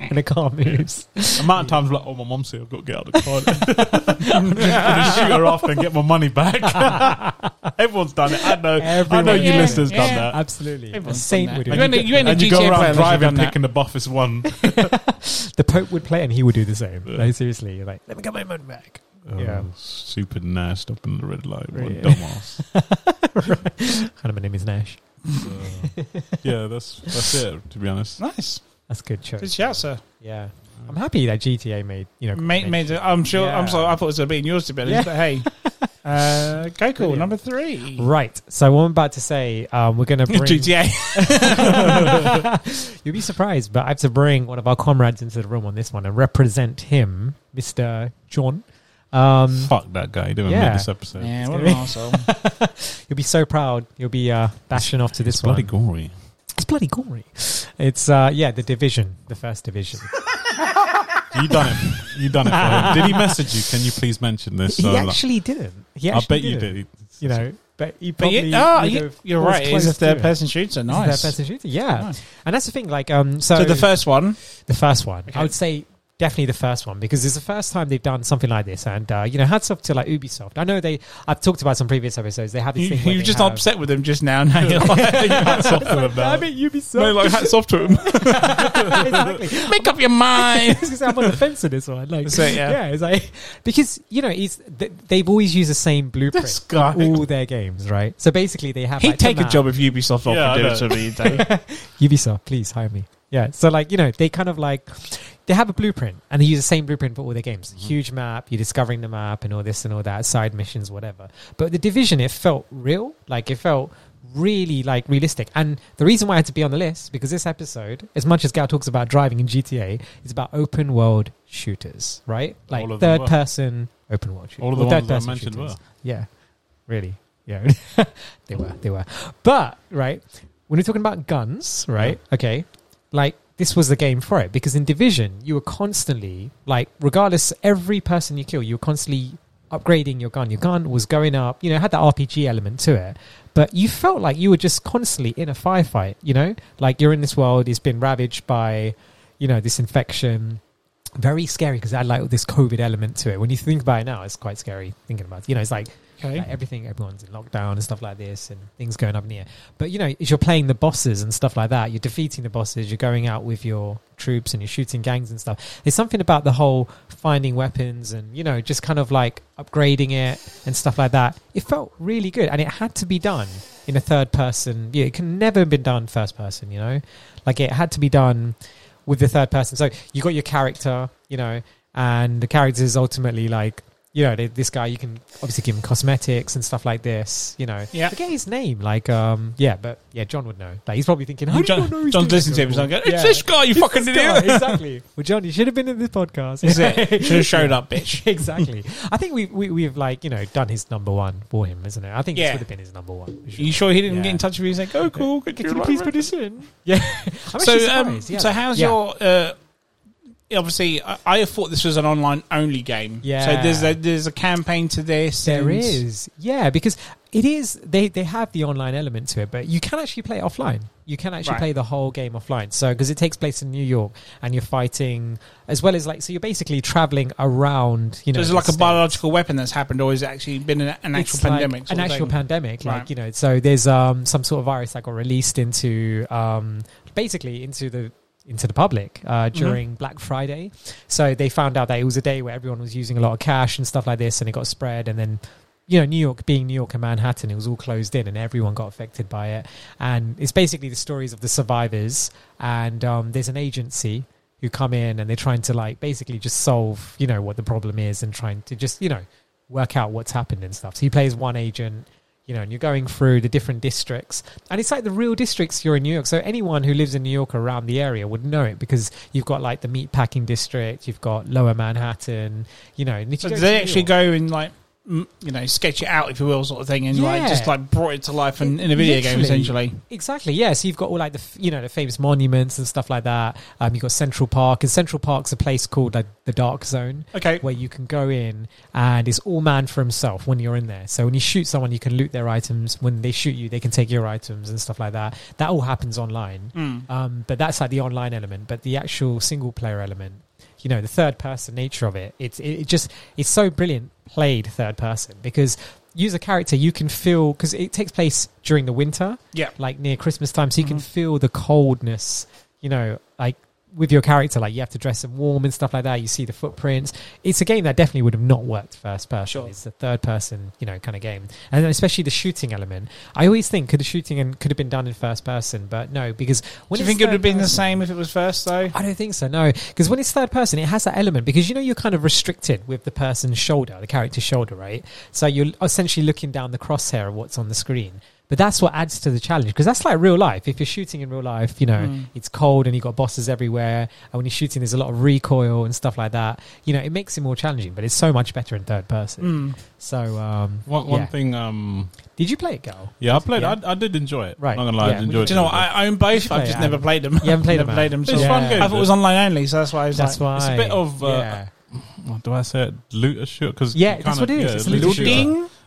Speaker 3: and the car moves.
Speaker 4: amount of times like, oh, my mum's here, I've got to get out of the car. I'm just gonna shoot her off and get my money back. Everyone's done it. I know. I
Speaker 3: Everyone.
Speaker 4: know you
Speaker 2: Yeah,
Speaker 4: listeners
Speaker 2: yeah.
Speaker 4: done that.
Speaker 3: Absolutely, a
Speaker 2: Everyone's done
Speaker 3: saint
Speaker 2: that.
Speaker 3: would do.
Speaker 2: You
Speaker 3: it.
Speaker 2: ain't, a- you ain't a
Speaker 4: and you
Speaker 2: GTA
Speaker 4: go
Speaker 2: player
Speaker 4: around
Speaker 2: unless you've done
Speaker 4: driving,
Speaker 2: that.
Speaker 4: picking the buffest one.
Speaker 3: The Pope would play, it and he would do the same.
Speaker 4: Yeah.
Speaker 3: Like seriously, you're like let me get my money back. Yeah.
Speaker 4: Oh, super nasty up in the red light. What
Speaker 3: Yeah.
Speaker 4: a dumbass.
Speaker 3: And my name is Nash.
Speaker 4: So, Uh, yeah, that's that's it. To be honest,
Speaker 2: Nice.
Speaker 3: That's a good
Speaker 2: Good
Speaker 3: choice.
Speaker 2: shout, sir.
Speaker 3: Yeah, I'm happy that GTA made you know.
Speaker 2: Mate, mate, I'm sure. I'm
Speaker 3: Yeah.
Speaker 2: sorry. I thought it was going to be in yours to be honest,
Speaker 3: Yeah.
Speaker 2: but hey. Uh, okay, cool.
Speaker 3: Brilliant.
Speaker 2: Number three.
Speaker 3: Right, so what I'm about to say, um, we're gonna bring.
Speaker 2: GTA.
Speaker 3: You'll be surprised, but I have to bring one of our comrades into the room on this one and represent him, Mister John. Um,
Speaker 4: fuck that guy. He didn't
Speaker 3: Yeah.
Speaker 4: make this episode.
Speaker 2: Yeah, what an
Speaker 3: gonna
Speaker 2: arsehole.
Speaker 3: you'll be so proud. You'll be uh, bashing off to this one.
Speaker 4: Bloody gory.
Speaker 3: It's bloody gory. It's uh, yeah, the division, the first division.
Speaker 4: You done it. You done it. For him. Did he message you? Can you please mention this? So,
Speaker 3: he
Speaker 2: uh,
Speaker 4: like,
Speaker 3: actually didn't. He
Speaker 4: I
Speaker 3: actually
Speaker 4: bet you did.
Speaker 3: You know, but he
Speaker 2: But
Speaker 3: probably.
Speaker 2: you, oh,
Speaker 3: would
Speaker 2: you,
Speaker 3: have
Speaker 2: you're
Speaker 3: was
Speaker 2: right. It's
Speaker 3: close
Speaker 2: a
Speaker 3: to
Speaker 2: third
Speaker 3: it.
Speaker 2: person shooter.
Speaker 3: It's a
Speaker 2: Nice.
Speaker 3: third-person shooter, yeah.
Speaker 2: Nice.
Speaker 3: And that's the thing. Like, um, so,
Speaker 2: So the first one.
Speaker 3: the first one,
Speaker 2: Okay.
Speaker 3: I would say definitely the first one because it's the first time they've done something like this. And uh, you know, hats off to like Ubisoft. I know they. I've talked about some previous episodes. They have this
Speaker 2: You,
Speaker 3: thing. where
Speaker 2: you were
Speaker 3: they
Speaker 2: just
Speaker 3: have,
Speaker 2: upset with him just now. Now you're like,
Speaker 4: Hats off to him now.
Speaker 3: Damn it, Ubisoft.
Speaker 2: no, like hats off to him.
Speaker 3: exactly.
Speaker 2: Make up your mind.
Speaker 3: It's 'cause I'm on the fence with this one. Like,
Speaker 2: So, yeah.
Speaker 3: yeah. it's like because you know, it's th- they've always used the same blueprint
Speaker 2: This
Speaker 3: in
Speaker 2: guy.
Speaker 3: all their games, right? So basically, they have
Speaker 2: He'd
Speaker 3: like, the
Speaker 2: take a
Speaker 3: map.
Speaker 2: job if Ubisoft offered
Speaker 4: Yeah, I
Speaker 2: to do it
Speaker 4: know.
Speaker 2: to me. Dave.
Speaker 3: Ubisoft, please hire me. Yeah. So like, you know, they kind of like they have a blueprint and they use the same blueprint for all their games.
Speaker 4: Mm-hmm.
Speaker 3: Huge map, you're discovering the map and all this and all that, side missions, whatever. But the division it felt real. Like it felt really like realistic. And the reason why I had to be on the list, because this episode, as much as Gal talks about driving in GTA, is about open world shooters, right? Like
Speaker 4: All of them
Speaker 3: third
Speaker 4: were.
Speaker 3: person open world shooters.
Speaker 4: All of the
Speaker 3: or
Speaker 4: ones that I
Speaker 3: third-person
Speaker 4: mentioned
Speaker 3: shooters.
Speaker 4: were.
Speaker 3: Yeah. Really. Yeah. they were. They were. But, right, when you're talking about guns, right? Okay. Like, this was the game for it because in Division, you were constantly, like, regardless, every person you kill, you were constantly upgrading your gun. Your gun was going up, you know, it had that RPG element to it. But you felt like you were just constantly in a firefight, you know? Like, you're in this world, it's been ravaged by, you know, this infection very scary because it had like this COVID element to it. When you think about it now, it's quite scary thinking about. It. You know, it's like, like, everything, everyone's in lockdown and stuff like this, and things going up in the air. But you know, if you're playing the bosses and stuff like that, you're defeating the bosses, you're going out with your troops and you're shooting gangs and stuff. There's something about the whole finding weapons and you know, just kind of like upgrading it and stuff like that. It felt really good, and it had to be done in a third person. Yeah, it can never have been done first person. You know, like it had to be done with the third person. So you got your character, you know, and the character is ultimately like, you know, they, this guy. You can obviously give him cosmetics and stuff like this. You know,
Speaker 2: Yeah.
Speaker 3: Forget his name, like, um, yeah, but yeah, John would know. Like, he's probably thinking, how do you
Speaker 2: John,
Speaker 3: not know his
Speaker 2: John's
Speaker 3: name?"
Speaker 2: listening to him. He's like, it's
Speaker 3: Yeah.
Speaker 2: this guy, you
Speaker 3: It's
Speaker 2: fucking
Speaker 3: this
Speaker 2: idiot.
Speaker 3: guy, exactly. Well, John, you should have been in this podcast.
Speaker 2: That's it. Should have showed up, bitch.
Speaker 3: exactly. I think we, we we've like you know done his number one for him, isn't it? I think
Speaker 2: Yeah.
Speaker 3: this would have been his number one. for sure.
Speaker 2: You sure he didn't
Speaker 3: Yeah.
Speaker 2: get in touch with you? He's like, oh, cool. Could,
Speaker 3: Could
Speaker 2: you,
Speaker 3: you
Speaker 2: like
Speaker 3: please
Speaker 2: re-
Speaker 3: put this in? Yeah. I'm
Speaker 2: so,
Speaker 3: actually
Speaker 2: um,
Speaker 3: surprised, yeah.
Speaker 2: so how's
Speaker 3: Yeah.
Speaker 2: your? Uh, obviously, I, I thought this was an online only game. So
Speaker 3: Yeah.
Speaker 2: there's a there's a campaign to this.
Speaker 3: There
Speaker 2: and-
Speaker 3: is, yeah, because it is. They they have the online element to it, but you can actually play it offline. You can actually
Speaker 2: Right.
Speaker 3: play the whole game offline. So because it takes place in New York, and you're fighting as well as like, so you're basically traveling around. You know,
Speaker 2: So is it
Speaker 3: the
Speaker 2: like a
Speaker 3: states.
Speaker 2: biological weapon that's happened, or has it actually been an, an actual
Speaker 3: It's like
Speaker 2: pandemic? sort
Speaker 3: an
Speaker 2: of
Speaker 3: actual
Speaker 2: thing?
Speaker 3: pandemic, like
Speaker 2: Right.
Speaker 3: you know. So there's um some sort of virus that got released into um basically into the into the public uh,
Speaker 2: Mm-hmm.
Speaker 3: during Black Friday. So they found out that it was a day where everyone was using a lot of cash and stuff like this, and it got spread, and then. You know, New York being New York and Manhattan, it was all closed in, and everyone got affected by it. And it's basically the stories of the survivors. And um, there's an agency who come in, and they're trying to like basically just solve, you know, what the problem is, and trying to just, you know, work out what's happened and stuff. So he plays one agent, you know, and you're going through the different districts. And it's like the real districts you're in New York. So anyone who lives in New York or around the area would know it because you've got like the meatpacking district, you've got lower Manhattan, you know. And if you
Speaker 2: So
Speaker 3: go
Speaker 2: do
Speaker 3: to
Speaker 2: they
Speaker 3: New
Speaker 2: actually
Speaker 3: York-
Speaker 2: go and like mm, you know, sketch it out, if you will, sort of thing, and like
Speaker 3: Yeah.
Speaker 2: just like brought it to life in, in a video game,
Speaker 3: Literally.
Speaker 2: essentially.
Speaker 3: Exactly. Yeah. So you've got all like the f- you know the famous monuments and stuff like that. Um, you've got Central Park, and Central Park's a place called like the Dark Zone,
Speaker 2: Okay.
Speaker 3: where you can go in and it's all man for himself when you're in there. So when you shoot someone, you can loot their items. When they shoot you, they can take your items and stuff like that. That all happens online.
Speaker 2: Mm.
Speaker 3: Um, but that's like the online element. But the actual single player element, you know, the third person nature of it, it's it, it just it's so brilliant played third person because you as a character you can feel because it takes place during the winter,
Speaker 2: Yeah.
Speaker 3: like near Christmas time, so you can
Speaker 2: Mhm.
Speaker 3: feel the coldness, you know, like with your character, like you have to dress them warm and stuff like that. You see the footprints. It's a game that definitely would have not worked first person.
Speaker 2: Sure.
Speaker 3: It's a third person, you know, kind of game, and then especially the shooting element. I always think could the shooting and could have been done in first person, but no, because
Speaker 2: Do
Speaker 3: when
Speaker 2: you
Speaker 3: it's
Speaker 2: think it would
Speaker 3: third
Speaker 2: have been the
Speaker 3: person-
Speaker 2: same if it was first, though?
Speaker 3: I don't think so. No, because when it's third person, it has that element because you know you're kind of restricted with the person's shoulder, the character's shoulder, right? So you're essentially looking down the crosshair of what's on the screen. But that's what adds to the challenge because that's like real life. If you're shooting in real life, you know
Speaker 4: Hmm.
Speaker 2: Mm.
Speaker 3: it's cold and you've got bosses everywhere, and when you're shooting, there's a lot of recoil and stuff like that. You know, it makes it more challenging, but it's so much better in third person.
Speaker 4: Hmm.
Speaker 2: Mm.
Speaker 3: So, um,
Speaker 4: One, one
Speaker 3: yeah.
Speaker 4: thing, um,
Speaker 3: did you play it, Gal?
Speaker 4: yeah, I played.
Speaker 3: Yeah.
Speaker 4: I, I did enjoy it.
Speaker 3: Right.
Speaker 4: Not gonna lie,
Speaker 3: Yeah.
Speaker 4: I enjoyed.
Speaker 2: Do you know what?
Speaker 4: it.
Speaker 2: I own both.
Speaker 3: play
Speaker 2: I've just
Speaker 3: it,
Speaker 2: never
Speaker 3: Adam.
Speaker 2: played them.
Speaker 3: You haven't played
Speaker 2: never
Speaker 3: them,
Speaker 2: played
Speaker 3: Adam.
Speaker 2: them. So
Speaker 4: It's
Speaker 3: Yeah.
Speaker 4: fun game.
Speaker 2: I thought it was online only, so that's why I was
Speaker 3: That's
Speaker 2: like,
Speaker 3: why
Speaker 4: It's a bit of uh,
Speaker 3: yeah.
Speaker 4: what do I say? it? Loot a shoot because
Speaker 3: Yeah, that's what it is. It's a
Speaker 2: "Little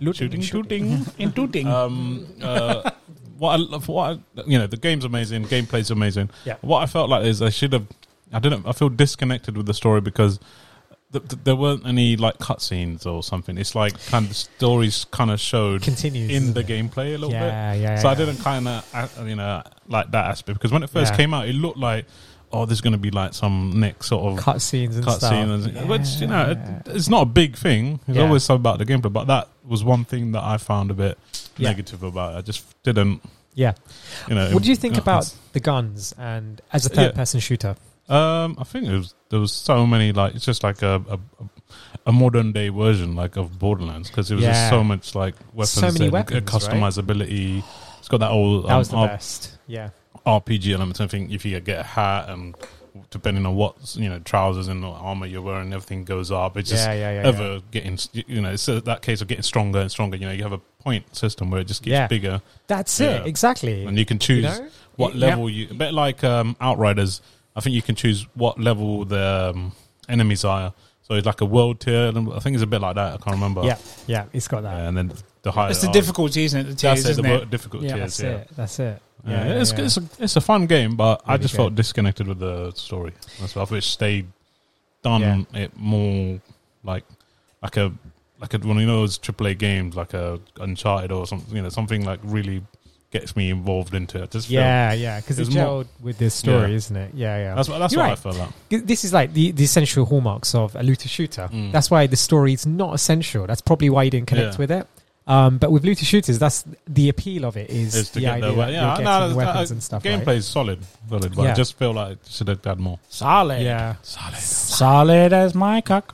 Speaker 3: loot shooter.
Speaker 2: ding,
Speaker 4: shooting, shooting.
Speaker 2: ding, and do ding."
Speaker 4: Um, uh, what I love, what I, you know, the game's amazing, gameplay's amazing.
Speaker 3: Yeah.
Speaker 4: What I felt like is I should have, I didn't, I feel disconnected with the story because th- th- there weren't any like cutscenes or something. It's like kind of the stories kind of showed
Speaker 3: Continues
Speaker 4: in
Speaker 3: isn't
Speaker 4: the
Speaker 3: it?
Speaker 4: gameplay a little bit
Speaker 3: Yeah, yeah.
Speaker 4: so I
Speaker 3: yeah.
Speaker 4: didn't kind of you know like that aspect because when it first
Speaker 3: Yeah.
Speaker 4: came out, it looked like oh, there's going to be like some next sort of
Speaker 3: cutscenes and stuff.
Speaker 4: cutscene, and- which you know
Speaker 3: Yeah.
Speaker 4: it, it's not a big thing. There's
Speaker 3: Yeah.
Speaker 4: always something about the gameplay, but that was one thing that I found a bit
Speaker 3: Yeah.
Speaker 4: negative about. it. I just didn't
Speaker 3: Yeah.
Speaker 4: you know.
Speaker 3: What do you think
Speaker 4: uh,
Speaker 3: about the guns and as a
Speaker 4: Yeah.
Speaker 3: third person shooter?
Speaker 4: Um, I think it was, there was so many like it's just like a. a a modern day version like of Borderlands because it was
Speaker 3: Yeah.
Speaker 4: just so much like weapons,
Speaker 3: So many
Speaker 4: and
Speaker 3: weapons, right?
Speaker 4: customizability. It's got that old um,
Speaker 3: That was the
Speaker 4: R-
Speaker 3: best. Yeah.
Speaker 4: RPG elements. I think if you get a hat and depending on what you know trousers and armor you're wearing, everything goes up. It's just
Speaker 3: yeah, yeah, yeah.
Speaker 4: ever getting you know it's uh, that case of getting stronger and stronger. You know you have a point system where it just gets
Speaker 3: Yeah.
Speaker 4: bigger
Speaker 3: That's
Speaker 4: Yeah.
Speaker 3: it. Exactly.
Speaker 4: and you can choose
Speaker 3: know?
Speaker 4: what
Speaker 3: Yeah.
Speaker 4: level you. A bit like um, Outriders, I think you can choose what level the um, enemies are. So it's like a world tier. and I think it's a bit like that. I can't remember.
Speaker 3: yeah. Yeah. It's got that.
Speaker 4: Yeah, and then the higher
Speaker 2: It's the
Speaker 4: are-
Speaker 2: difficulty, isn't it? The
Speaker 4: oh. That's
Speaker 2: tears,
Speaker 4: it, the
Speaker 2: isn't
Speaker 4: wo-
Speaker 2: it?
Speaker 4: difficult
Speaker 3: Yeah,
Speaker 4: tiers.
Speaker 3: that's
Speaker 4: yeah.
Speaker 3: it. That's it.
Speaker 4: Yeah,
Speaker 3: Yeah.
Speaker 4: it's
Speaker 3: yeah.
Speaker 4: It's, a, it's a fun game, but I
Speaker 3: Really
Speaker 4: just
Speaker 3: good.
Speaker 4: felt disconnected with the story. That's why I wish they done it more like like a like a one of those AAA games, like a Uncharted or something. You know, something like really gets me involved into it. Just feel-
Speaker 3: yeah, yeah, because
Speaker 4: There's
Speaker 3: it's
Speaker 4: more-
Speaker 3: gelled with this story,
Speaker 4: Yeah.
Speaker 3: isn't it? Yeah, yeah.
Speaker 4: that's what that's
Speaker 3: You're
Speaker 4: what I
Speaker 3: right.
Speaker 4: felt like.
Speaker 3: this is like the, the essential hallmarks of a looter shooter.
Speaker 4: Mm.
Speaker 3: That's why the story is not essential. That's probably why you didn't connect
Speaker 4: Yeah.
Speaker 3: with it. Um, but with looter shooters, that's the appeal of it is,
Speaker 4: Is to
Speaker 3: the
Speaker 4: get
Speaker 3: idea
Speaker 4: the
Speaker 3: that
Speaker 4: yeah,
Speaker 3: you're
Speaker 4: I-
Speaker 3: getting
Speaker 4: no, that's- uh,
Speaker 3: weapons
Speaker 4: I-
Speaker 3: and stuff.
Speaker 4: Gameplay's
Speaker 3: right?
Speaker 4: solid, solid, but I
Speaker 3: Yeah.
Speaker 4: just feel like should have done more.
Speaker 2: Solid,
Speaker 3: yeah,
Speaker 4: Solid.
Speaker 2: solid as my cock.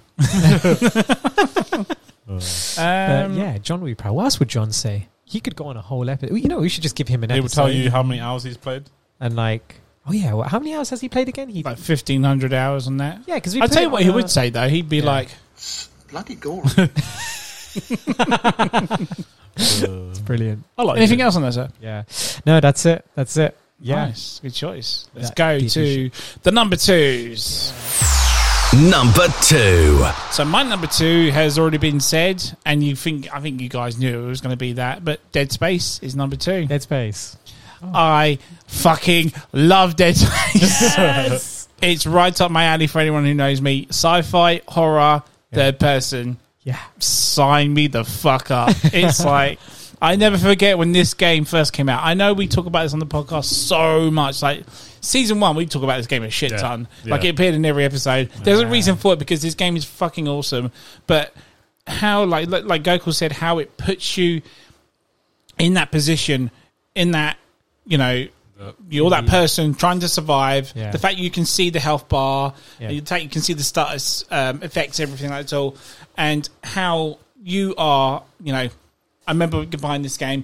Speaker 3: But
Speaker 2: Um,
Speaker 3: yeah, John would be proud. What else would John say? He could go on a whole episode. You know, we should just give him an
Speaker 4: They will
Speaker 3: episode.
Speaker 4: tell you how many hours he's played.
Speaker 3: and like, oh yeah, well, how many hours has he played again? He
Speaker 2: like fifteen hundred hours on that.
Speaker 3: yeah, because
Speaker 2: I tell you what, he
Speaker 3: uh,
Speaker 2: would say though. He'd be
Speaker 3: Yeah.
Speaker 2: like,
Speaker 5: bloody gory.
Speaker 4: Uh,
Speaker 3: Brilliant.
Speaker 2: "I like anything else on that, sir."
Speaker 3: Yeah. No, that's it. That's it. Yeah.
Speaker 2: Nice, good choice. Let's
Speaker 3: That
Speaker 2: go
Speaker 3: deep
Speaker 2: to the number twos.
Speaker 1: Number two.
Speaker 2: So my number two has already been said, and you think I think you guys knew it was going to be that, but Dead Space is number two.
Speaker 3: Dead Space.
Speaker 2: I fucking love Dead Space. it's right up my alley for anyone who knows me. Sci-fi, horror, third person.
Speaker 3: Yeah.
Speaker 2: Sign me the fuck up. It's like I never forget when this game first came out. I know we talk about this on the podcast so much. Like season one, we talk about this game a shit
Speaker 4: Yeah.
Speaker 2: ton.
Speaker 4: Yeah.
Speaker 2: Like it appeared in every episode. There's a reason for it because this game is fucking awesome. But how, like, like like Gokul said, how it puts you in that position, in that you know, you're that person trying to survive.
Speaker 3: Yeah.
Speaker 2: The fact you can see the health bar,
Speaker 3: Yeah.
Speaker 2: you, take, you can see the status um, effects, everything like that, all, and how you are. You know, I remember buying this game.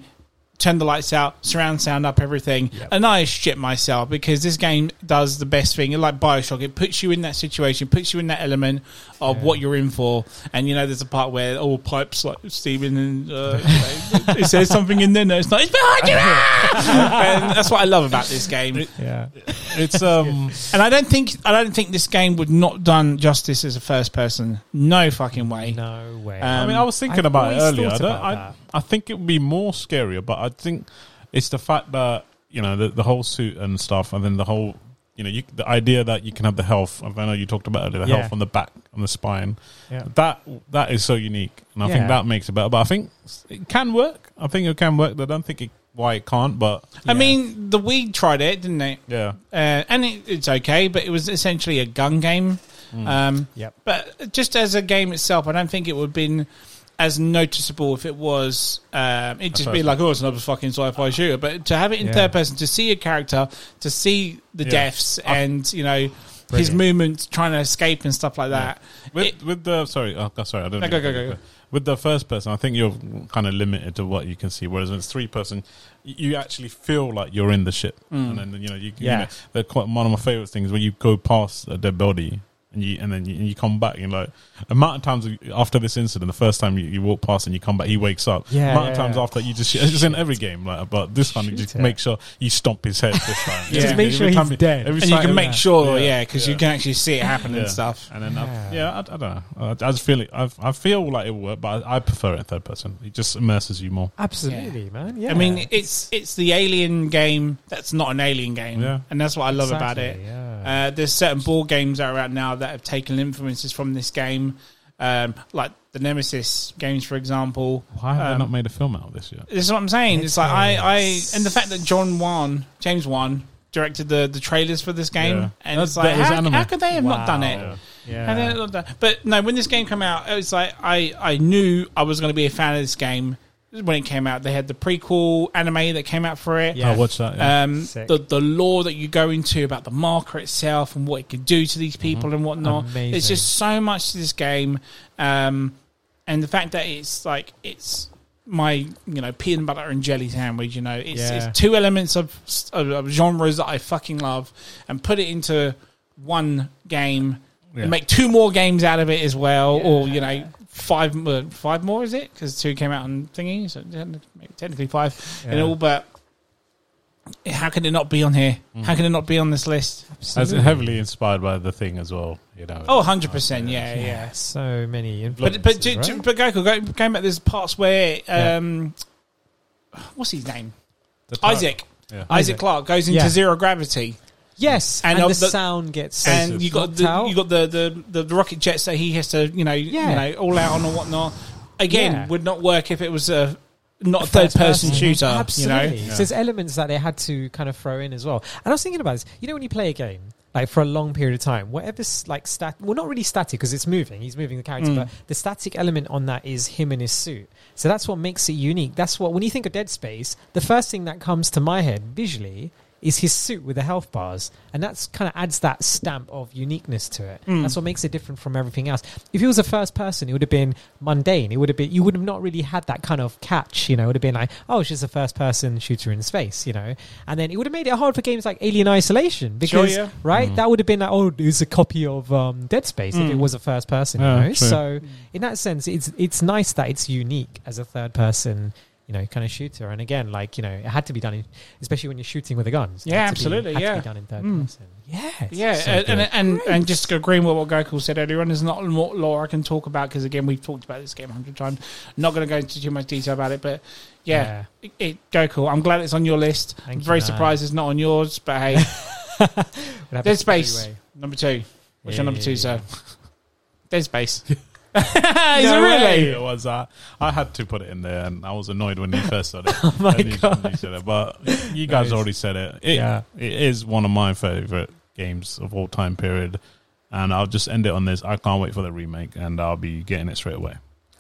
Speaker 2: turn the lights out, surround sound up, everything.
Speaker 4: Yep.
Speaker 2: And I shit myself because this game does the best thing. Like Bioshock, it puts you in that situation, puts you in that element of what you're in for. And you know, there's a part where all pipes like steaming and uh, you know, it says something in there. No, it's not. It's behind you. Ah! and that's what I love about this game.
Speaker 3: Yeah.
Speaker 4: It's um.
Speaker 2: And I don't think I don't think this game would not done justice as a first person. No fucking way.
Speaker 3: No way.
Speaker 2: Um,
Speaker 4: I mean, I was thinking
Speaker 3: I've
Speaker 4: about it
Speaker 3: always
Speaker 4: earlier.
Speaker 3: thought
Speaker 4: I don't-
Speaker 3: about
Speaker 4: I,
Speaker 3: that.
Speaker 4: I think it would be more scarier, but I think it's the fact that you know the, the whole suit and stuff, and then the whole you know you, the idea that you can have the health. I know you talked about earlier, the
Speaker 3: Yeah.
Speaker 4: health on the back, on the spine.
Speaker 3: Yeah.
Speaker 4: That that is so unique, and I think
Speaker 3: Yeah.
Speaker 4: that makes it better. But I think it can work. I think it can work. I don't think it, why it can't, but
Speaker 2: I mean, the Wii tried it, didn't they?
Speaker 4: yeah,
Speaker 2: uh, and it, it's okay, but it was essentially a gun game. Um,
Speaker 3: Yep.
Speaker 2: But just as a game itself, I don't think it would have been as noticeable if it was. Um, it'd just be
Speaker 4: first-
Speaker 2: like, oh, it's another fucking sci-fi shooter. But to have it in
Speaker 3: Yeah.
Speaker 2: third person, to see a character, to see the
Speaker 4: Yeah.
Speaker 2: deaths, and you know his
Speaker 3: Brilliant.
Speaker 2: movements trying to escape and stuff like that.
Speaker 4: with
Speaker 2: It-
Speaker 4: with the sorry, oh, God, sorry, I don't
Speaker 2: No,
Speaker 4: know.
Speaker 2: go, go, go, go.
Speaker 4: With the first person, I think you're kind of limited to what you can see. Whereas when it's three person, y- you actually feel like you're in the ship,
Speaker 2: Mm.
Speaker 4: and then you know you, you
Speaker 3: Yeah.
Speaker 4: know, they're quite one of my favorite things when you go past a dead body. And you and then you, and you come back and like amount of times after this incident, the first time you, you walk past and you come back, he wakes up.
Speaker 3: Yeah,
Speaker 4: amount of
Speaker 3: yeah,
Speaker 4: times
Speaker 3: yeah.
Speaker 4: after you just it's in every game, like but this one you
Speaker 3: Shoot
Speaker 4: just
Speaker 3: it.
Speaker 4: make sure you stomp his head this time.
Speaker 2: Just
Speaker 4: Every-
Speaker 3: make sure
Speaker 4: every time
Speaker 3: he's
Speaker 4: you-
Speaker 3: dead.
Speaker 4: every
Speaker 2: and you
Speaker 4: time-
Speaker 2: can make sure, yeah, because
Speaker 4: yeah.
Speaker 2: you can actually see it happen and
Speaker 4: Yeah.
Speaker 2: stuff.
Speaker 4: And then yeah,
Speaker 3: Yeah.
Speaker 4: I, yeah, I, I don't know. I, I just feel it. I, I feel like it would work, but I, I prefer it in third person. It just immerses you more.
Speaker 3: Absolutely, man. Yeah.
Speaker 2: I mean, it's it's the alien game that's not an alien game,
Speaker 4: Yeah.
Speaker 2: and that's what I love about it.
Speaker 3: Exactly, Yeah.
Speaker 2: Uh, there's certain board games that are out now that have taken influences from this game, um, like the Nemesis games, for example.
Speaker 4: Why have they
Speaker 2: Um,
Speaker 4: not made a film out of this yet?
Speaker 2: This is what I'm saying. It's like I, I,
Speaker 3: It's-
Speaker 2: and the fact that John Wan, James Wan, directed the the trailers for this game,
Speaker 4: Yeah.
Speaker 2: and it's
Speaker 4: That-
Speaker 2: like
Speaker 4: that was
Speaker 2: how,
Speaker 4: anime.
Speaker 2: how could they have not done it?
Speaker 4: Yeah.
Speaker 3: Yeah.
Speaker 2: How did it not done- But no, when this game came out, it was like I, I knew I was going to be a fan of this game when it came out. They had the prequel anime that came out for it.
Speaker 3: Yeah.
Speaker 4: I watched that. Yeah.
Speaker 2: Um,
Speaker 3: Sick.
Speaker 2: the the law that you go into about the marker itself and what it could do to these people and whatnot.
Speaker 3: Mm-hmm. Amazing.
Speaker 2: It's just so much to this game, um, and the fact that it's like it's my you know peanut butter and jelly sandwich. You know, it's,
Speaker 3: Yeah.
Speaker 2: it's two elements of, of of genres that I fucking love, and put it into one game
Speaker 4: Yeah.
Speaker 2: and make two more games out of it as well, or you know. Five, uh, five more is it? Because two came out on thingy, so technically five and
Speaker 3: Yeah.
Speaker 2: all. But how can it not be on here? How can it not be on this list?
Speaker 4: As
Speaker 3: Absolutely.
Speaker 4: heavily inspired by the thing as well. You know.
Speaker 2: Oh, 100%, yeah, yeah.
Speaker 3: So many
Speaker 2: But
Speaker 3: influences.
Speaker 2: but to,
Speaker 3: right?
Speaker 2: to, but Gokul, go, going back, there's parts where um, what's his name?
Speaker 4: The tar-
Speaker 2: Isaac.
Speaker 4: Yeah.
Speaker 2: Isaac. Clarke goes into
Speaker 3: Yeah.
Speaker 2: zero gravity,
Speaker 3: yes,
Speaker 2: and
Speaker 3: and,
Speaker 2: of
Speaker 3: the,
Speaker 2: the-
Speaker 3: sound gets
Speaker 2: and you got
Speaker 3: knocked
Speaker 2: the,
Speaker 3: out.
Speaker 2: you got the, the, the, the rocket jets that he has to you know
Speaker 3: Yeah.
Speaker 2: you know all out on and whatnot. Again,
Speaker 3: Yeah.
Speaker 2: would not work if it was a not a third person, shooter.
Speaker 3: Absolutely.
Speaker 2: You know?
Speaker 3: So there's elements that they had to kind of throw in as well. And I was thinking about this. You know, when you play a game like for a long period of time, whatever's like stat, well, not really static because it's moving. He's moving the character,
Speaker 2: Mm.
Speaker 3: but the static element on that is him in his suit. So that's what makes it unique. That's what when you think of Dead Space, the first thing that comes to my head visually is his suit with the health bars and that's kind of adds that stamp of uniqueness to it
Speaker 2: Mm.
Speaker 3: that's what makes it different from everything else if he was a first person it would have been mundane it would have been you would have not really had that kind of catch you know it would have been like oh it's just a first person shooter in space you know and then it would have made it hard for games like alien isolation because
Speaker 2: Sure, yeah. Mm.
Speaker 3: right that would have been like oh it's a copy of um, dead space if it was a first person
Speaker 4: Yeah,
Speaker 3: you know
Speaker 4: true.
Speaker 3: so in that sense it's it's nice that it's unique as a third person you know, kind of shooter, and again, like you know, it had to be done, in, especially when you're shooting with a gun.
Speaker 2: Yeah,
Speaker 3: Had to be-
Speaker 2: absolutely,
Speaker 3: had to
Speaker 2: yeah.
Speaker 3: be done in third
Speaker 2: Mm.
Speaker 3: person. Yes.
Speaker 2: Yeah,
Speaker 3: So
Speaker 2: and,
Speaker 3: good.
Speaker 2: and, and and just agreeing with what Gokul said earlier on, there's not a lot more I can talk about because again we've talked about this game a hundred times. Not going to go into too much detail about it, but yeah, It, it, Gokul, I'm glad it's on your list.
Speaker 3: Thank
Speaker 2: I'm
Speaker 3: you,
Speaker 2: very
Speaker 3: man.
Speaker 2: surprised it's not on yours, but hey,
Speaker 3: We'll have
Speaker 2: Dead
Speaker 3: it
Speaker 2: Space
Speaker 3: anyway.
Speaker 2: number two. What's your number two, uh, sir?
Speaker 3: Yeah.
Speaker 2: Dead Space. Is it really?
Speaker 4: It was. Uh, I had to put it in there, and I was annoyed when you first said it.
Speaker 2: Oh
Speaker 3: my
Speaker 4: And you- you said it, but you guys
Speaker 3: Nice.
Speaker 4: already said it. It,
Speaker 3: Yeah.
Speaker 4: it is one of my favorite games of all time. Period. And I'll just end it on this. I can't wait for the remake, and I'll be getting it straight away.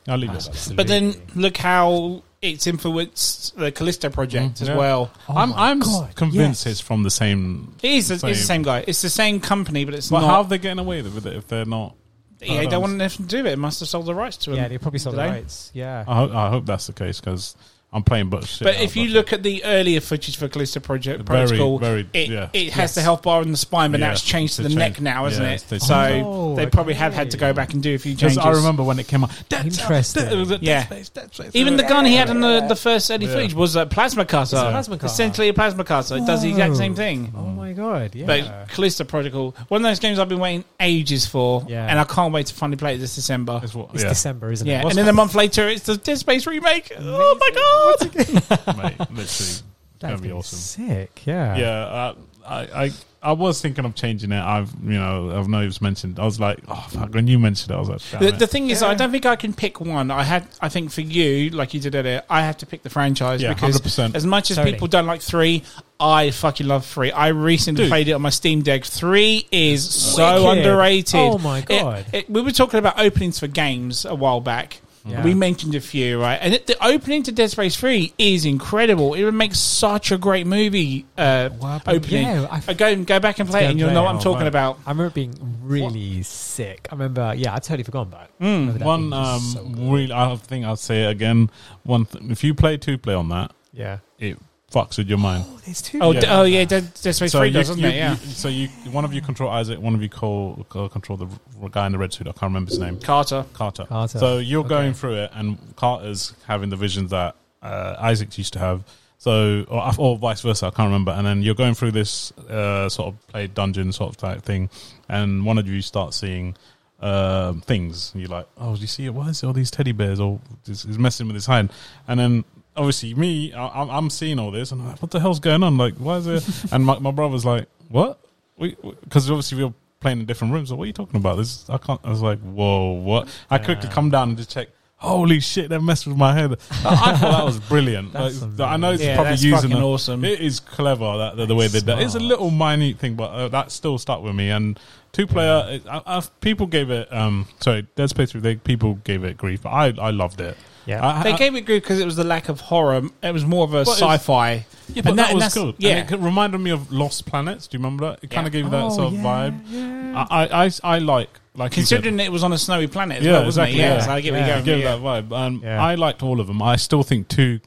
Speaker 4: I'll leave it. at that.
Speaker 3: Absolutely.
Speaker 2: But then look how it's influenced the Callisto project
Speaker 4: Mm,
Speaker 2: as
Speaker 4: yeah.
Speaker 2: well.
Speaker 3: Oh
Speaker 4: I'm
Speaker 3: my
Speaker 4: I'm
Speaker 3: God,
Speaker 4: convinced
Speaker 3: yes.
Speaker 4: it's from the same.
Speaker 2: It is, it's the
Speaker 4: Same.
Speaker 2: same guy. It's the same company, but it's
Speaker 4: But how are
Speaker 2: not.
Speaker 4: they getting away with it if they're not?
Speaker 2: EA don't want anything to do with it. It Must have sold the rights to it.
Speaker 3: yeah, they probably sold the
Speaker 2: Did they?
Speaker 3: rights. Yeah.
Speaker 4: I hope, I hope that's the case because I'm playing, but shit
Speaker 2: But
Speaker 4: out
Speaker 2: if
Speaker 4: of
Speaker 2: you
Speaker 4: it.
Speaker 2: look at the earlier footage for Callisto Project
Speaker 4: Very,
Speaker 2: Protocol,
Speaker 4: very-
Speaker 2: it,
Speaker 4: yeah.
Speaker 2: it has
Speaker 3: Yes.
Speaker 2: the health bar in the spine, but now
Speaker 4: Yeah,
Speaker 2: it's changed to the
Speaker 4: they
Speaker 2: neck
Speaker 4: changed-
Speaker 2: now, isn't
Speaker 4: yeah,
Speaker 2: it?
Speaker 4: they
Speaker 2: so
Speaker 4: changed-
Speaker 3: Oh,
Speaker 2: they probably have
Speaker 3: okay.
Speaker 2: had to go back and do a few
Speaker 4: because
Speaker 2: changes.
Speaker 4: I remember when it came out. That's
Speaker 3: Interesting.
Speaker 4: That, was a-
Speaker 2: Yeah.
Speaker 4: Space, Dead Space.
Speaker 2: Even the gun he had in the, the first early
Speaker 4: Yeah.
Speaker 2: footage was a plasma cutter.
Speaker 3: It's a plasma cutter.
Speaker 2: Essentially a plasma cutter. It does the exact same
Speaker 3: Whoa.
Speaker 2: thing.
Speaker 3: Oh my god! Yeah.
Speaker 2: But Callisto Protocol, one of those games I've been waiting ages for,
Speaker 3: Yeah.
Speaker 2: and I can't wait to finally play it this December.
Speaker 4: That's what-
Speaker 3: it's
Speaker 4: yeah,
Speaker 3: December, isn't
Speaker 2: Yeah,
Speaker 3: it? What's
Speaker 2: and then
Speaker 3: that?
Speaker 2: a month later, it's the Dead Space remake. Oh my god!
Speaker 4: mate, literally.
Speaker 3: That's
Speaker 4: That'd be
Speaker 3: gonna be
Speaker 4: awesome.
Speaker 3: Sick. Yeah.
Speaker 4: yeah, I, I, I, I was thinking of changing it. I've, you know, I've know it's mentioned. I was like, oh fuck, when you mentioned it, I was like, damn
Speaker 2: The,
Speaker 4: it.
Speaker 2: the thing is, I don't think I can pick one. I had, I think for you, like you did earlier, I have to pick the franchise
Speaker 4: Yeah,
Speaker 2: because
Speaker 4: 100%.
Speaker 2: as much as
Speaker 3: Totally.
Speaker 2: people don't like three, I fucking love three. I recently
Speaker 4: Dude.
Speaker 2: played it on my Steam Deck. Three is so
Speaker 3: Wicked.
Speaker 2: underrated.
Speaker 3: Oh my
Speaker 2: It-
Speaker 3: God.
Speaker 2: it- we were talking about openings for games a while back.
Speaker 3: Yeah.
Speaker 2: We mentioned a few, right? And it, the opening to Dead Space Three is incredible. It would make such a great movie uh,
Speaker 3: What happened?
Speaker 2: opening.
Speaker 3: Yeah, I-
Speaker 2: Uh, go go back and play
Speaker 3: go
Speaker 2: it, and you'll
Speaker 3: play
Speaker 2: know
Speaker 3: it.
Speaker 2: what I'm
Speaker 4: Oh,
Speaker 2: talking
Speaker 4: wow.
Speaker 2: about.
Speaker 3: I remember it being really sick. I remember, yeah, I totally forgot about
Speaker 2: Hmm,
Speaker 3: it. Remember that
Speaker 4: one
Speaker 3: being
Speaker 4: um,
Speaker 3: just so good.
Speaker 4: really, I think I'll say it again. One, th- if you play two play on that,
Speaker 3: yeah.
Speaker 4: it fucks with your mind.
Speaker 3: Oh, there's two.
Speaker 2: Oh,
Speaker 4: Yeah.
Speaker 2: d- oh yeah, Dead, Dead Space Three does, doesn't
Speaker 4: you,
Speaker 2: it? Yeah.
Speaker 4: you- so you, one of you control Isaac, one of you call, call- control the r- guy in the red suit. I can't remember his name.
Speaker 2: Carter.
Speaker 4: Carter.
Speaker 3: Carter,
Speaker 4: So you're
Speaker 3: okay.
Speaker 4: going through it, and Carter's having the visions that uh, Isaac used to have. So, or, or vice versa, I can't remember. And then you're going through this uh, sort of play dungeon sort of type thing, and one of you starts seeing um things. And you're like, oh, do you see it? Why is it all these teddy bears? All is messing with his hand. And then obviously me, I, I'm- I'm seeing all this, and I'm like, what the hell's going on? Like, why is it? and my, my brother's like, what? Because obviously we were playing in different rooms. Like, what are you talking about? This I can't. I was like, whoa, what? I quickly come down and just check. Holy shit, that messed with my head. I, I thought that was brilliant.
Speaker 3: That's
Speaker 4: Like, I know it's
Speaker 2: amazing. Yeah,
Speaker 4: probably
Speaker 2: that's
Speaker 4: using
Speaker 2: fucking
Speaker 4: a-
Speaker 2: awesome.
Speaker 4: It is clever that, that the way they did that. It's a
Speaker 3: Smart.
Speaker 4: little minute thing, but uh, that still stuck with me. And two player, I, I, people gave it. Um, sorry, Dead Space. They, people gave it grief, but I, I loved it.
Speaker 3: Yeah.
Speaker 4: I-
Speaker 2: They
Speaker 4: I-
Speaker 2: gave it grief because it was the lack of horror. It was more of a
Speaker 4: Well, it's-
Speaker 2: sci-fi.
Speaker 4: Yeah, but
Speaker 2: And
Speaker 4: that,
Speaker 2: and
Speaker 4: was
Speaker 2: that's-
Speaker 4: good.
Speaker 2: Yeah,
Speaker 4: and it reminded me of Lost Planets. Do you remember that? It kind of
Speaker 2: Yeah.
Speaker 4: gave you that
Speaker 3: Oh,
Speaker 4: sort of
Speaker 3: yeah,
Speaker 4: vibe. I, I, I, I like like you said.
Speaker 2: considering it was on a snowy planet as
Speaker 4: Yeah,
Speaker 2: well, wasn't
Speaker 4: exactly,
Speaker 2: it? Yeah,
Speaker 4: yeah.
Speaker 2: so I get where
Speaker 3: Yeah.
Speaker 2: you're
Speaker 4: I
Speaker 2: going.
Speaker 4: give
Speaker 2: yeah.
Speaker 4: that vibe. Um,
Speaker 3: Yeah.
Speaker 4: I liked all of them. I still think two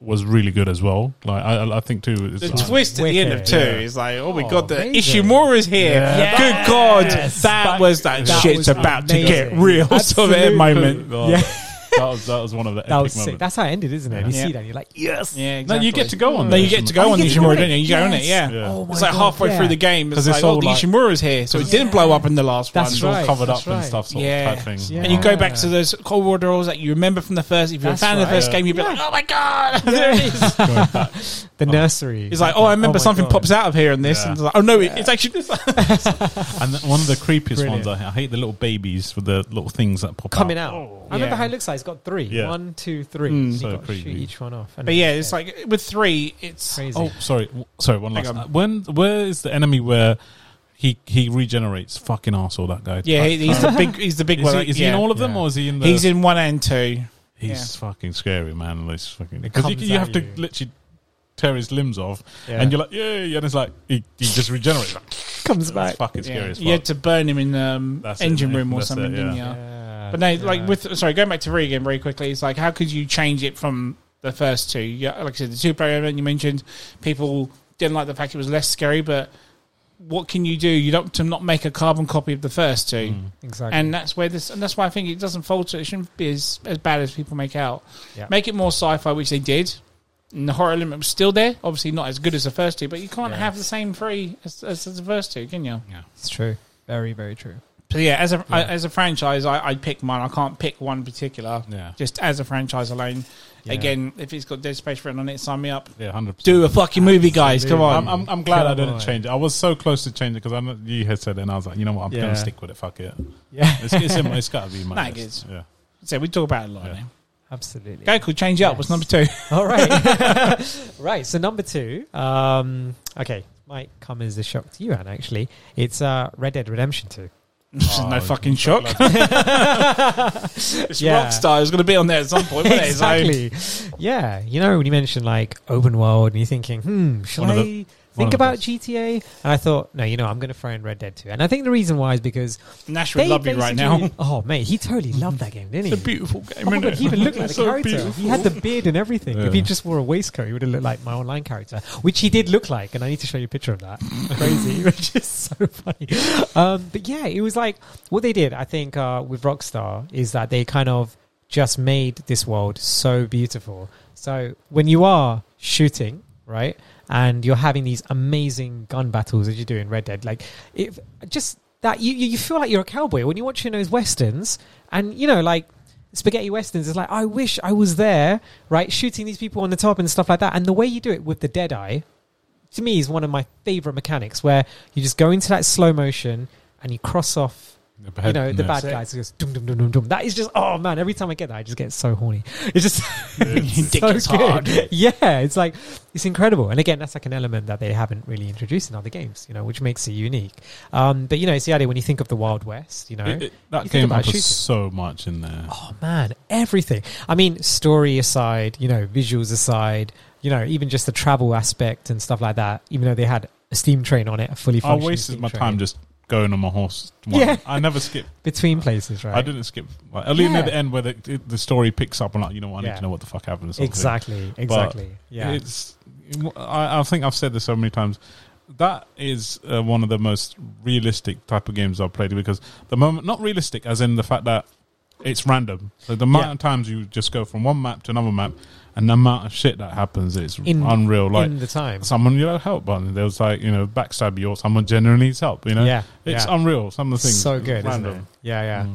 Speaker 4: was really good as well. Like I, I- I think two is
Speaker 2: The
Speaker 4: uh,
Speaker 2: twist at the end of
Speaker 3: Wicked.
Speaker 2: two
Speaker 4: Yeah.
Speaker 2: is like, oh my
Speaker 3: Oh,
Speaker 2: god, the
Speaker 3: amazing.
Speaker 2: Ishimura is here.
Speaker 4: Yeah.
Speaker 2: Good god,
Speaker 3: Yes.
Speaker 2: that
Speaker 3: That-
Speaker 2: was that,
Speaker 3: that
Speaker 2: shit's
Speaker 3: was
Speaker 2: about to get
Speaker 3: amazing.
Speaker 2: real sort of at
Speaker 3: Absolutely.
Speaker 2: the moment.
Speaker 4: Oh,
Speaker 3: Yeah.
Speaker 4: that was that was one of the epic
Speaker 3: that was sick.
Speaker 4: moments.
Speaker 3: That's how it ended, isn't it? You
Speaker 2: Yeah.
Speaker 3: see that, and you're like, yes.
Speaker 2: Yeah,
Speaker 4: no,
Speaker 2: exactly.
Speaker 4: you get to go on.
Speaker 2: No,
Speaker 4: the
Speaker 2: you get to go
Speaker 3: Oh,
Speaker 2: on
Speaker 3: you
Speaker 2: the
Speaker 3: get to go
Speaker 2: Ishimura,
Speaker 3: on
Speaker 2: don't you?
Speaker 3: it.
Speaker 2: You go on it,
Speaker 3: Yes.
Speaker 2: yeah.
Speaker 4: Yeah.
Speaker 3: Oh my
Speaker 2: It's like
Speaker 3: God,
Speaker 2: halfway
Speaker 3: yeah.
Speaker 2: through the game. It's
Speaker 4: 'Cause it's
Speaker 2: like, oh,
Speaker 4: all
Speaker 2: the
Speaker 4: like-
Speaker 2: Ishimura's here, so it didn't
Speaker 3: Yeah.
Speaker 2: blow up in the last one.
Speaker 3: That's
Speaker 4: It's all
Speaker 3: right,
Speaker 4: covered
Speaker 3: that's
Speaker 4: up
Speaker 3: right.
Speaker 4: and stuff, sort
Speaker 2: yeah.
Speaker 4: of type thing.
Speaker 3: Yeah.
Speaker 2: And you go back
Speaker 3: Yeah.
Speaker 2: to those Cold War rules that you remember from the first. If you're
Speaker 3: That's
Speaker 2: a fan of the
Speaker 3: right.
Speaker 2: first game, you'd be like, oh my God, there it is.
Speaker 4: Going back.
Speaker 3: The nursery.
Speaker 2: It's like, oh, I remember something pops out of here in this.
Speaker 4: Yeah.
Speaker 2: And it's like, oh no, it it's actually this.
Speaker 4: And th- one of the creepiest
Speaker 3: Brilliant.
Speaker 4: ones I, I hate the little babies with the little things that pop
Speaker 3: coming
Speaker 4: out.
Speaker 3: out. I remember
Speaker 2: Oh. Yeah.
Speaker 3: how it looks like. It's got three.
Speaker 4: Yeah.
Speaker 3: One, two, three.
Speaker 2: Mm.
Speaker 3: You've
Speaker 4: So
Speaker 3: got to shoot
Speaker 4: creepy.
Speaker 3: each one off.
Speaker 2: but yeah, it's like with three, it's.
Speaker 3: crazy.
Speaker 4: Oh, sorry, w- sorry. One
Speaker 2: Hang
Speaker 4: last.
Speaker 2: on.
Speaker 4: uh, When where is the enemy where he he regenerates? Fucking arsehole, that guy.
Speaker 2: Yeah,
Speaker 4: Like,
Speaker 2: he, he's the big. He's the big
Speaker 4: is
Speaker 2: one.
Speaker 4: he, is
Speaker 2: yeah.
Speaker 4: he in all of them
Speaker 3: Yeah.
Speaker 4: or is he in the?
Speaker 2: He's in one and two.
Speaker 4: he's
Speaker 2: yeah.
Speaker 4: fucking scary, man. He's fucking
Speaker 3: It
Speaker 4: because you,
Speaker 3: comes
Speaker 4: you
Speaker 3: at
Speaker 4: have to
Speaker 3: you.
Speaker 4: literally tear his limbs off,
Speaker 3: Yeah.
Speaker 4: and you're like, yeah, yeah, and it's like he, he just regenerates.
Speaker 3: comes
Speaker 4: It's
Speaker 3: back.
Speaker 4: fucking
Speaker 2: Yeah.
Speaker 4: scary as fuck.
Speaker 2: You had to burn him in um,
Speaker 4: That's it,
Speaker 2: engine
Speaker 4: mate.
Speaker 2: room or
Speaker 4: That's it,
Speaker 2: something, didn't you?
Speaker 4: yeah.
Speaker 3: Yeah.
Speaker 2: But no,
Speaker 3: Yeah.
Speaker 2: like with sorry, going back to Regan very quickly, it's like how could you change it from the first two? Yeah, like I said, the two player element you mentioned, people didn't like the fact it was less scary, but what can you do? You don't to not make a carbon copy of the first two,
Speaker 3: Mm, exactly.
Speaker 2: and that's where this and that's why I think it doesn't falter. It shouldn't be as as bad as people make out.
Speaker 3: Yeah.
Speaker 2: Make it more sci-fi, which they did. And the horror element was still there, obviously not as good as the first two, but you can't
Speaker 3: Yeah.
Speaker 2: have the same three as, as, as the first two, can you?
Speaker 3: it's true. Very, very true.
Speaker 2: So yeah, as a I- as a franchise, I, I'd pick mine. I can't pick one particular.
Speaker 4: Yeah.
Speaker 2: Just as a franchise alone.
Speaker 3: Yeah.
Speaker 2: Again, if it's got Dead Space written on it, sign me up.
Speaker 4: Yeah, hundred
Speaker 2: Do a fucking movie, guys. Come on.
Speaker 4: I'm, I'm, I'm glad I
Speaker 3: Come
Speaker 4: didn't
Speaker 3: on.
Speaker 4: change it. I was so close to change it because I know you had said it, and I was like, you know what, I'm
Speaker 3: Yeah.
Speaker 4: gonna stick with it. Fuck it.
Speaker 3: Yeah,
Speaker 4: It's, it's, in my- it's gotta be my.
Speaker 2: Nah, it
Speaker 4: list.
Speaker 2: is.
Speaker 4: Yeah.
Speaker 2: so we talk about it a lot.
Speaker 4: Yeah.
Speaker 2: now.
Speaker 3: absolutely.
Speaker 2: Go cool. Change it up. was number two?
Speaker 3: All right. right. So number two. Um, okay. Might come as a shock to you, Anne, actually. It's uh, Red Dead Redemption 2.
Speaker 2: no fucking shock. Oh, it's
Speaker 3: Yeah.
Speaker 2: Rockstar is going to be on there at some point. Wasn't
Speaker 3: exactly. Yeah. You know, when you mention like open world and you're thinking, hmm, should
Speaker 4: One
Speaker 3: I
Speaker 4: of the- One of
Speaker 3: think
Speaker 4: the
Speaker 3: about
Speaker 4: best.
Speaker 3: GTA, and I thought, no, you know, I'm going to throw in Red Dead 2. And I think the reason why is because
Speaker 2: Nash would love you right now.
Speaker 3: basically- Oh mate, he totally loved that game, didn't he?
Speaker 2: beautiful game.
Speaker 3: Oh my god, he even looked like the
Speaker 2: So
Speaker 3: character.
Speaker 2: beautiful.
Speaker 3: He had the beard and everything.
Speaker 4: Yeah.
Speaker 3: If he just wore a waistcoat, he would have looked like my online character, which he did look like. And I need to show you a picture of that. Crazy, which is so funny. Um, but yeah, it was like what they did. I think uh, with Rockstar is that they kind of just made this world so beautiful. So when you are shooting, right, and you're having these amazing gun battles as you do in Red Dead, like it just that you you you feel like you're a cowboy when you're watching those westerns, and you know like spaghetti westerns is like I wish I was there, right, shooting these people on the top and stuff like that. And the way you do it with the dead eye, to me, is one of my favorite mechanics where you just go into that slow motion and you cross off you know the bad
Speaker 2: Sick.
Speaker 3: guys just dum dum dum dum dum. That is just oh man! Every time I get that, I just get so horny. It's just it's
Speaker 2: Dick
Speaker 3: so
Speaker 2: is hard.
Speaker 3: good. Yeah, it's like it's incredible. And again, that's like an element that they haven't really introduced in other games, you know, which makes it unique. Um, but you know, it's the idea when you think of the Wild West, you know,
Speaker 4: It- it- that
Speaker 3: You think
Speaker 4: game
Speaker 3: about shooting.
Speaker 4: offers so much in there.
Speaker 3: oh man, everything. I mean, story aside, you know, visuals aside, you know, even just the travel aspect and stuff like that. Even though they had a steam train on it, a fully
Speaker 4: I
Speaker 3: functioning
Speaker 4: wasted
Speaker 3: steam
Speaker 4: my
Speaker 3: train,
Speaker 4: time just going on my horse. One.
Speaker 3: Yeah.
Speaker 4: I never skip.
Speaker 3: between places, right?
Speaker 4: I didn't skip. Like, at least
Speaker 3: Yeah.
Speaker 4: near the end where the, it- the story picks up, I'm like, you know what? I need
Speaker 3: Yeah.
Speaker 4: to know what the fuck happened. or something.
Speaker 3: Exactly, exactly. Yeah.
Speaker 4: It's. I, I think I've said this so many times. That is uh, one of the most realistic type of games I've played because the moment, not realistic, as in the fact that it's random. So the amount
Speaker 3: Yeah.
Speaker 4: of times you just go from one map to another map, and the amount of shit that happens is
Speaker 3: In-
Speaker 4: unreal. Like
Speaker 3: in the time.
Speaker 4: someone you know help button. There was like you know backstab you or someone generally needs help. You know,
Speaker 3: Yeah,
Speaker 4: it's
Speaker 3: yeah.
Speaker 4: unreal. Some of the things
Speaker 3: so good, isn't
Speaker 4: random. Mm.
Speaker 3: it? Yeah, yeah.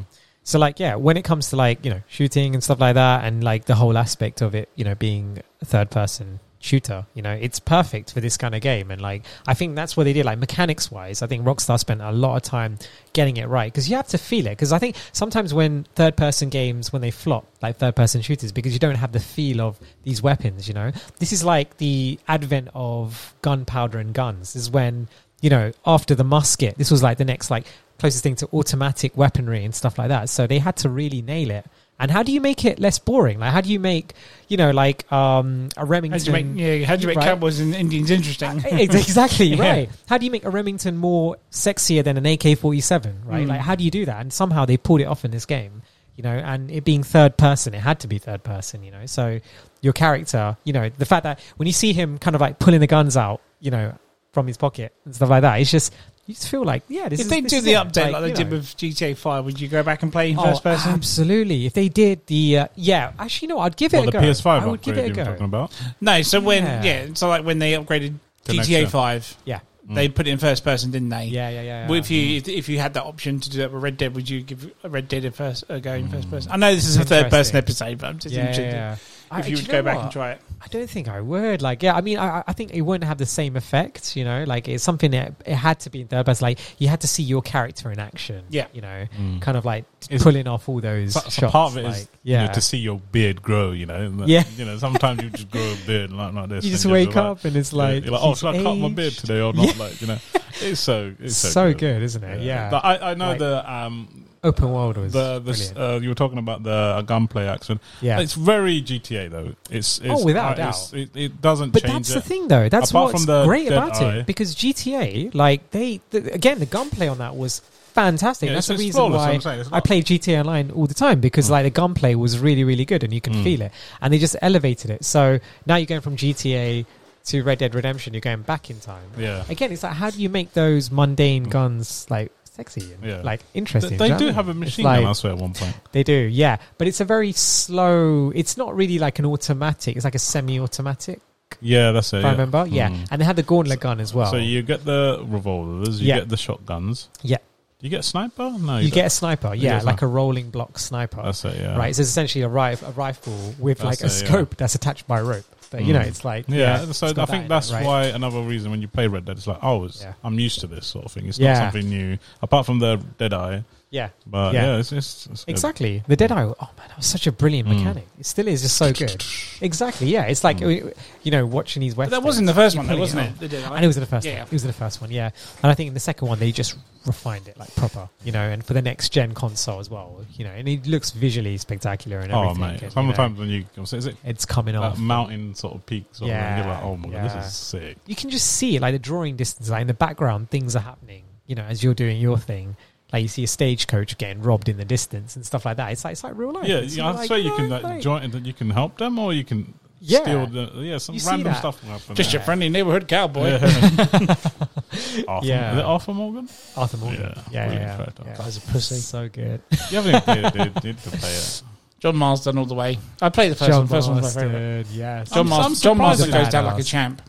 Speaker 3: So like, yeah, when it comes to like you know shooting and stuff like that, and like the whole aspect of it, you know, being a third person shooter, you know, it's perfect for this kind of game. And like, I think that's what they did. Like mechanics wise, I think Rockstar spent a lot of time getting it right because you have to feel it. Because I think sometimes when third person games when they flop, like third person shooters, because you don't have the feel of these weapons. You know, this is like the advent of gunpowder and guns. This is when you know, after the musket, this was like the next like closest thing to automatic weaponry and stuff like that. So they had to really nail it. And how do you make it less boring? Like how do you make, you know, like um a
Speaker 2: How
Speaker 3: Remington
Speaker 2: do you make, yeah, how do you make
Speaker 3: Right.
Speaker 2: cowboys and Indians interesting?
Speaker 3: Ex- E-, exactly
Speaker 2: Yeah.
Speaker 3: right. How do you make a Remington more sexier than an AK forty seven? Right,
Speaker 2: Mm.
Speaker 3: like how do you do that? And somehow they pulled it off in this game, you know. And it being third person, it had to be third person, you know. So your character, you know, the fact that when you see him kind of like pulling the guns out, you know, from his pocket and stuff like that, it's just you just feel like yeah. This
Speaker 2: if
Speaker 3: is,
Speaker 2: they
Speaker 3: this
Speaker 2: do
Speaker 3: is
Speaker 2: the
Speaker 3: it.
Speaker 2: update like,
Speaker 3: you
Speaker 2: they did
Speaker 3: know.
Speaker 2: with GTA 5, would you go back and play in
Speaker 3: Oh,
Speaker 2: first person?
Speaker 3: absolutely. If they did the uh, yeah, actually no, I'd give it
Speaker 4: What
Speaker 3: a
Speaker 4: the
Speaker 3: go.
Speaker 4: PS5
Speaker 3: I would give
Speaker 4: upgrade
Speaker 3: it
Speaker 4: you
Speaker 3: a
Speaker 4: were talking
Speaker 3: go.
Speaker 4: about?
Speaker 2: No, so when
Speaker 3: Yeah.
Speaker 2: uh, yeah, so like when they upgraded
Speaker 4: To next gen.
Speaker 2: GTA 5,
Speaker 3: Yeah,
Speaker 2: they put it in first person, didn't they?
Speaker 3: yeah, yeah, yeah.
Speaker 2: Well, if you if- if you had that option to do that with Red Dead, would you give Red Dead a first a go in first person? I know this is a third person
Speaker 3: Mm. Interesting.
Speaker 2: episode, but I'm just
Speaker 3: yeah, yeah,
Speaker 2: interested
Speaker 3: yeah. I-
Speaker 2: if
Speaker 3: Uh, do
Speaker 2: you would
Speaker 3: know
Speaker 2: go back
Speaker 3: what?
Speaker 2: and try it.
Speaker 3: I don't think I would. Like, yeah, I mean, I, I- I think it wouldn't have the same effect, you know? Like, it's something that it had to be in third person. Like, you had to see your character in action.
Speaker 2: Yeah.
Speaker 3: You know,
Speaker 4: Mm.
Speaker 3: kind of like
Speaker 4: It's-
Speaker 3: pulling off all those
Speaker 4: So,
Speaker 3: shots.
Speaker 4: so part of it is
Speaker 3: like,
Speaker 4: yeah.
Speaker 3: yeah.
Speaker 4: to see your beard grow, you know. and that-
Speaker 3: Yeah.
Speaker 4: You know, sometimes you just grow a beard like, like this.
Speaker 3: you
Speaker 4: and
Speaker 3: just
Speaker 4: you're
Speaker 3: wake
Speaker 4: like-
Speaker 3: up and it's
Speaker 4: yeah,
Speaker 3: like,
Speaker 4: you're like, oh,
Speaker 3: he's
Speaker 4: should I cut my
Speaker 3: aged.
Speaker 4: beard today or not? Like, you know, it's so it's
Speaker 3: It's
Speaker 4: so,
Speaker 3: so, good. isn't it? Yeah.
Speaker 4: But I, I know
Speaker 3: Like-
Speaker 4: the um
Speaker 3: Open world was
Speaker 4: the, the
Speaker 3: brilliant.
Speaker 4: uh, you were talking about the uh, gunplay action.
Speaker 3: yeah.
Speaker 4: It's very GTA though. It's, it's
Speaker 3: Oh, without a
Speaker 4: uh, it's- It, it doesn't
Speaker 3: But
Speaker 4: change
Speaker 3: that's
Speaker 4: it.
Speaker 3: the thing, though. That's
Speaker 4: Apart
Speaker 3: what's
Speaker 4: from the
Speaker 3: great
Speaker 4: Dead
Speaker 3: about
Speaker 4: Eye.
Speaker 3: it because GTA, like they the, again, the gunplay on that was fantastic.
Speaker 4: Yeah,
Speaker 3: that's the
Speaker 4: it's- it's
Speaker 3: reason
Speaker 4: flawless,
Speaker 3: why
Speaker 4: I'm saying. It's
Speaker 3: I
Speaker 4: not- Mm.
Speaker 3: played GTA Online all the time because like the gunplay was really, really good, and you can feel it. And they just elevated it. So now you're going from GTA to Red Dead Redemption. You're going back in time.
Speaker 4: Yeah. Mm.
Speaker 3: Again, it's like how do you make those mundane guns like sexy and
Speaker 4: Yeah.
Speaker 3: like
Speaker 4: They,
Speaker 3: interesting?
Speaker 4: they
Speaker 3: you know
Speaker 4: do
Speaker 3: what I
Speaker 4: have a
Speaker 3: mean? It's
Speaker 4: machine
Speaker 3: like-
Speaker 4: gun, I swear, at one point.
Speaker 3: they do, yeah. But it's a very slow. It's not really like an automatic. It's like a semi-automatic.
Speaker 4: Yeah, that's it.
Speaker 3: If
Speaker 4: yeah.
Speaker 3: I remember, yeah.
Speaker 4: Mm.
Speaker 3: And they had the gauntlet gun as well.
Speaker 4: So you get the revolvers, you
Speaker 3: Yeah.
Speaker 4: get the shotguns.
Speaker 3: Yeah.
Speaker 4: Do you get a sniper? No,
Speaker 3: you
Speaker 4: don't.
Speaker 3: get a sniper,
Speaker 4: get
Speaker 3: yeah,
Speaker 4: a
Speaker 3: like
Speaker 4: sniper.
Speaker 3: a rolling block sniper,
Speaker 4: That's it. Yeah.
Speaker 3: right? So it's essentially a, rif- a rifle with like
Speaker 4: That's
Speaker 3: a
Speaker 4: it, yeah.
Speaker 3: scope that's attached by rope. But you know,
Speaker 4: Mm.
Speaker 3: it's like
Speaker 4: Yeah,
Speaker 3: it's
Speaker 4: so I
Speaker 3: got that in
Speaker 4: think
Speaker 3: it,
Speaker 4: that's
Speaker 3: right?
Speaker 4: why another reason when you play Red Dead, it's like, oh, it's,
Speaker 3: Yeah.
Speaker 4: I'm used to this sort of thing. It's
Speaker 3: Yeah.
Speaker 4: not something new. Apart from the Dead Eye,
Speaker 3: Yeah.
Speaker 4: But
Speaker 3: Yeah.
Speaker 4: yeah, it's, it's, it's good.
Speaker 3: Exactly. The Deadeye. Oh man, that was such a brilliant
Speaker 4: Mm.
Speaker 3: mechanic. It still is. It's so good. Exactly. Yeah. It's like
Speaker 4: Mm.
Speaker 3: you know watching these
Speaker 2: But
Speaker 3: westerns.
Speaker 2: that wasn't the first one, though,
Speaker 3: pulling
Speaker 2: wasn't
Speaker 3: off.
Speaker 2: it? The Deadeye?
Speaker 3: And it was in the first.
Speaker 2: Yeah,
Speaker 3: one.
Speaker 2: yeah.
Speaker 3: It was in the first one. Yeah. And I think in the second one they just refined it like proper. You know, and for the next gen console as well. You know, and it looks visually spectacular and
Speaker 4: Oh
Speaker 3: everything.
Speaker 4: mate,
Speaker 3: and, you know,
Speaker 4: sometimes when you is it
Speaker 3: it's coming off.
Speaker 4: that mountain sort of peak sort
Speaker 3: Yeah,
Speaker 4: of thing, you're like, oh my god,
Speaker 3: yeah.
Speaker 4: this is sick.
Speaker 3: you can just see it, like the drawing distance, like in the background, things are happening. You know, as you're doing your thing, like you see a stagecoach getting robbed in the distance and stuff like that. It's like it's like real life.
Speaker 4: Yeah,
Speaker 3: It's
Speaker 4: yeah I
Speaker 3: like,
Speaker 4: swear you can
Speaker 3: know,
Speaker 4: like,
Speaker 3: like-
Speaker 4: join and you can help them or you can
Speaker 3: Yeah.
Speaker 4: steal the yeah some
Speaker 3: You see
Speaker 4: random
Speaker 3: that.
Speaker 4: stuff will happen.
Speaker 2: Just your
Speaker 3: Yeah.
Speaker 2: friendly neighborhood cowboy.
Speaker 4: Arthur,
Speaker 3: Yeah.
Speaker 4: is it Arthur Morgan?
Speaker 3: Arthur Morgan.
Speaker 4: Yeah,
Speaker 3: Yeah, yeah,
Speaker 4: really
Speaker 3: yeah,
Speaker 4: fair.
Speaker 3: yeah.
Speaker 2: Guy's a pussy.
Speaker 3: So good.
Speaker 4: You haven't even played it, dude. You need to play it.
Speaker 2: John Mars done all the way. I played the first one. First one's my favorite.
Speaker 3: Yes.
Speaker 2: John
Speaker 4: I'm-
Speaker 2: Mars.
Speaker 4: I'm
Speaker 2: John Mars
Speaker 4: surprised
Speaker 2: goes
Speaker 3: at
Speaker 2: down
Speaker 3: that.
Speaker 2: like a champ.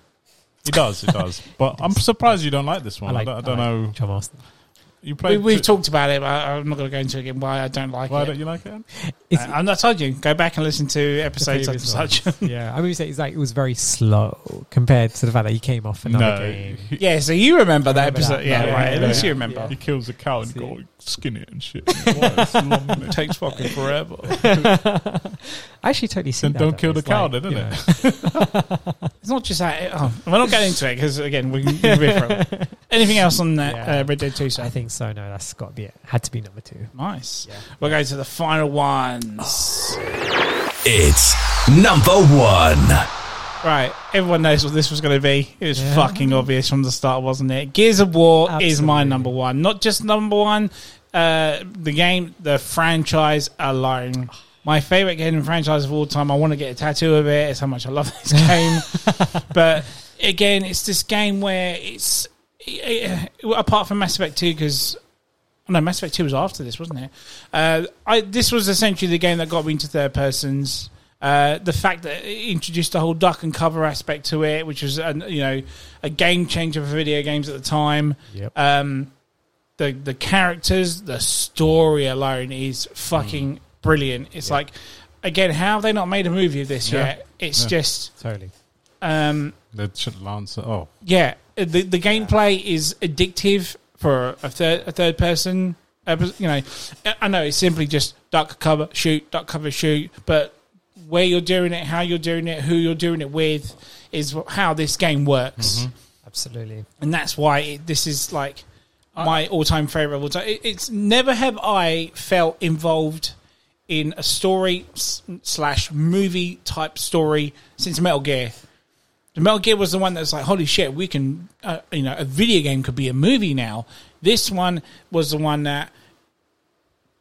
Speaker 4: He does, he does. But I'm surprised you don't like this one. I,
Speaker 3: like-
Speaker 4: don't, I don't
Speaker 3: like
Speaker 4: know.
Speaker 3: John Marston.
Speaker 4: You
Speaker 2: We,
Speaker 4: played.
Speaker 2: we've
Speaker 4: two-
Speaker 2: talked about it, but I- I'm not going to go into it again. Why I don't like
Speaker 4: Why
Speaker 2: it.
Speaker 4: don't you like it? Anne?
Speaker 3: It's-
Speaker 2: Uh, I'm not told you. Go back and listen to episodes such and
Speaker 3: previous
Speaker 2: such.
Speaker 3: yeah, I mean, it's like it was very slow compared to the fact that he came off another game.
Speaker 4: He,
Speaker 2: yeah, so you remember that
Speaker 3: remember
Speaker 2: episode.
Speaker 3: that.
Speaker 2: Yeah,
Speaker 3: Yeah,
Speaker 2: right. At
Speaker 4: yeah,
Speaker 2: least
Speaker 4: yeah.
Speaker 2: you remember.
Speaker 4: he kills a cow and
Speaker 3: See.
Speaker 4: got skin it and shit. Why? It's long, isn't it?
Speaker 2: takes fucking forever.
Speaker 3: I actually totally see
Speaker 4: Then
Speaker 3: that.
Speaker 4: don't
Speaker 3: though.
Speaker 4: kill the
Speaker 3: It's
Speaker 4: cow,
Speaker 3: like,
Speaker 4: then,
Speaker 3: you
Speaker 4: innit?
Speaker 3: know,
Speaker 2: It's not just that. Oh, we're not getting into it because, again, we can we can riff from it. Anything else on that
Speaker 3: Yeah.
Speaker 2: uh, Red Dead 2 side?
Speaker 3: I think so. No, that's got to be it. Had to be number two.
Speaker 2: Nice.
Speaker 3: Yeah.
Speaker 2: We're going to the final Oh. ones.
Speaker 1: It's number one.
Speaker 2: Right. Everyone knows what this was going to be. It was
Speaker 3: Yeah.
Speaker 2: fucking obvious from the start, wasn't it? Gears of War is my
Speaker 3: Absolutely.
Speaker 2: number one. Not just number one, uh, the game, the franchise alone. My favorite game and franchise of all time. I want to get a tattoo of it. It's how much I love this game. but again, it's this game where it's. eh, eh, apart from Mass Effect 2, because Oh, No, Mass Effect Two was after this, wasn't it? Uh, I this was essentially the game that got me into third persons. Uh, the fact that it introduced the whole duck and cover aspect to it, which was an, you know a game changer for video games at the time.
Speaker 3: Yep.
Speaker 2: Um, the the characters, the story alone is
Speaker 4: Hmm.
Speaker 2: fucking brilliant. It's like again, how have they not made a movie of this
Speaker 4: Yeah.
Speaker 2: yet? It's
Speaker 4: Yeah.
Speaker 2: just
Speaker 3: Totally.
Speaker 2: um,
Speaker 4: The ch- Lancer. Oh,
Speaker 2: yeah, the the gameplay is addictive for a third a third person. uh, You know, I know it's simply just duck cover shoot, duck cover shoot, but where you're doing it, how you're doing it, who you're doing it with, is how this game works,
Speaker 3: Absolutely.
Speaker 2: and that's why it, this is like my all time favorite. of All time. It, it's never have I felt involved in a story s- slash movie type story since Metal Gear. The Metal Gear was the one that's like, holy shit, we can, uh, you know, a video game could be a movie now. This one was the one that,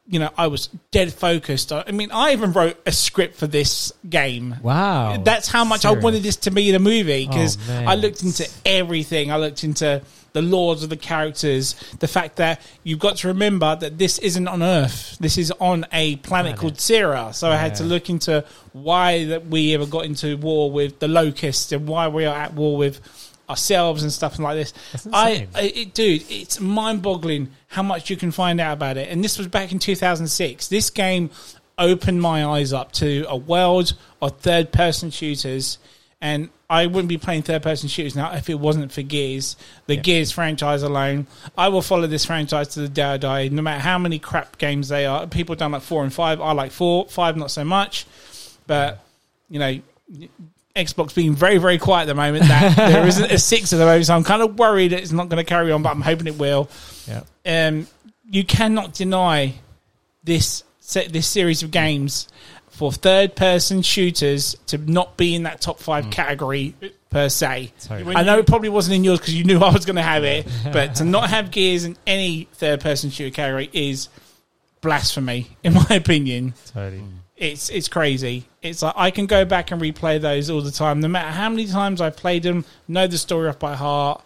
Speaker 2: you know, I was dead focused. I I mean, I even wrote a script for this game.
Speaker 3: Wow.
Speaker 2: That's how much I
Speaker 3: Serious.
Speaker 2: wanted this to be in a movie because
Speaker 3: Oh, man.
Speaker 2: I looked into everything. I looked into the laws of the characters, the fact that you've got to remember that this isn't on Earth. This is on a planet,
Speaker 3: Planet.
Speaker 2: called Syrah. So I had to
Speaker 3: Yeah.
Speaker 2: look into why that we ever got into war with the locusts and why we are at war with ourselves and stuff like this.
Speaker 3: That's
Speaker 2: I,
Speaker 3: insane.
Speaker 2: I it, dude, it's mind-boggling how much you can find out about it. And this was back in 2006. This game opened my eyes up to a world of third-person shooters, and I wouldn't be playing third-person shooters now if it wasn't for Gears, the
Speaker 3: Yeah.
Speaker 2: Gears franchise alone. I will follow this franchise to the day I die, no matter how many crap games they are. People done like four and five. I like four, five not so much, but you know. Xbox being very, very quiet at the moment. That there isn't a six at the moment, so I'm kind of worried that it's not going to carry on, but I'm hoping it will.
Speaker 3: Yeah.
Speaker 2: Um, you cannot deny this se- this series of games for third person shooters to not be in that top five category per se.
Speaker 3: Totally.
Speaker 4: When
Speaker 2: I know
Speaker 4: you-
Speaker 2: it probably wasn't in yours because you knew I was going to have it, but to not have Gears in any third person shooter category is blasphemy, in my opinion
Speaker 3: Totally.
Speaker 2: Hmm. it's it's crazy. It's like I can go back and replay those all the time, no matter how many times I've played them. Know the story off by heart.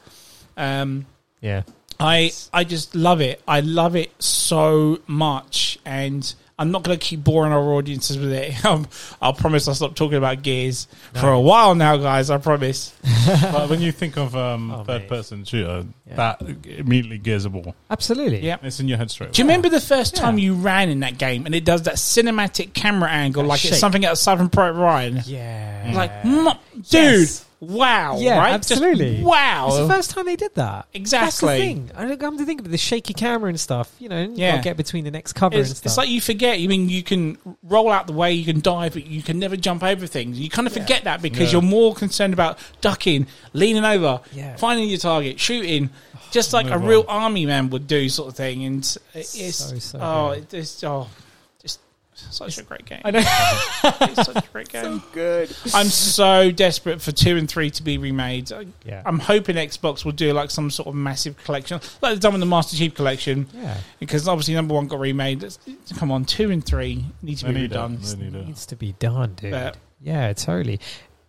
Speaker 2: Um,
Speaker 3: Yeah.
Speaker 2: I I just love it. I love it so much, and I'm not going to keep boring our audiences with it. Um, I'll promise I'll stop talking about gears for a while now, guys. I promise.
Speaker 4: but when you think of um,
Speaker 3: Oh,
Speaker 4: third
Speaker 3: mate.
Speaker 4: person shooter,
Speaker 3: Yeah.
Speaker 4: that immediately gears a ball.
Speaker 3: Absolutely.
Speaker 2: Yeah.
Speaker 4: It's in your head straight.
Speaker 2: Do you
Speaker 4: away.
Speaker 2: remember the first time you ran in that game, and it does that cinematic camera angle,
Speaker 3: That
Speaker 2: like
Speaker 3: shake.
Speaker 2: it's something outside from Private Ryan?
Speaker 3: Yeah.
Speaker 2: Like, mm, dude,
Speaker 3: Yes.
Speaker 2: wow,
Speaker 3: Yeah,
Speaker 2: right?
Speaker 3: absolutely.
Speaker 2: Just, wow.
Speaker 3: It's the first time they did that.
Speaker 2: Exactly.
Speaker 3: That's the thing. I don't come to think of it, the shaky camera and stuff. You know, you
Speaker 2: Yeah.
Speaker 3: can't get between the next cover and
Speaker 2: It's,
Speaker 3: stuff.
Speaker 2: it's like you forget. You mean, you can roll out the way, you can dive, but you can never jump over things. You kind of forget that because
Speaker 4: Yeah.
Speaker 2: you're more concerned about ducking, leaning over,
Speaker 3: Yeah. Oh,
Speaker 2: finding your target, shooting, just like a
Speaker 4: move
Speaker 2: real
Speaker 4: on.
Speaker 2: army man would do, sort of thing. And it's, it's
Speaker 3: So, so
Speaker 2: oh,
Speaker 3: good.
Speaker 2: it- it's oh, just such a great game.
Speaker 3: I know.
Speaker 2: It's such a great game.
Speaker 5: Good.
Speaker 2: I'm so desperate for two and three to be remade. I,
Speaker 3: Yeah.
Speaker 2: I'm hoping Xbox will do like some sort of massive collection, like they've done with the Master Chief Collection,
Speaker 3: yeah.
Speaker 2: because obviously number one got remade. It's- come on, two and three need to
Speaker 4: They
Speaker 2: be
Speaker 4: need
Speaker 2: redone.
Speaker 4: it. They need it.
Speaker 3: needs to be done, dude.
Speaker 2: Yeah.
Speaker 3: Yeah, totally.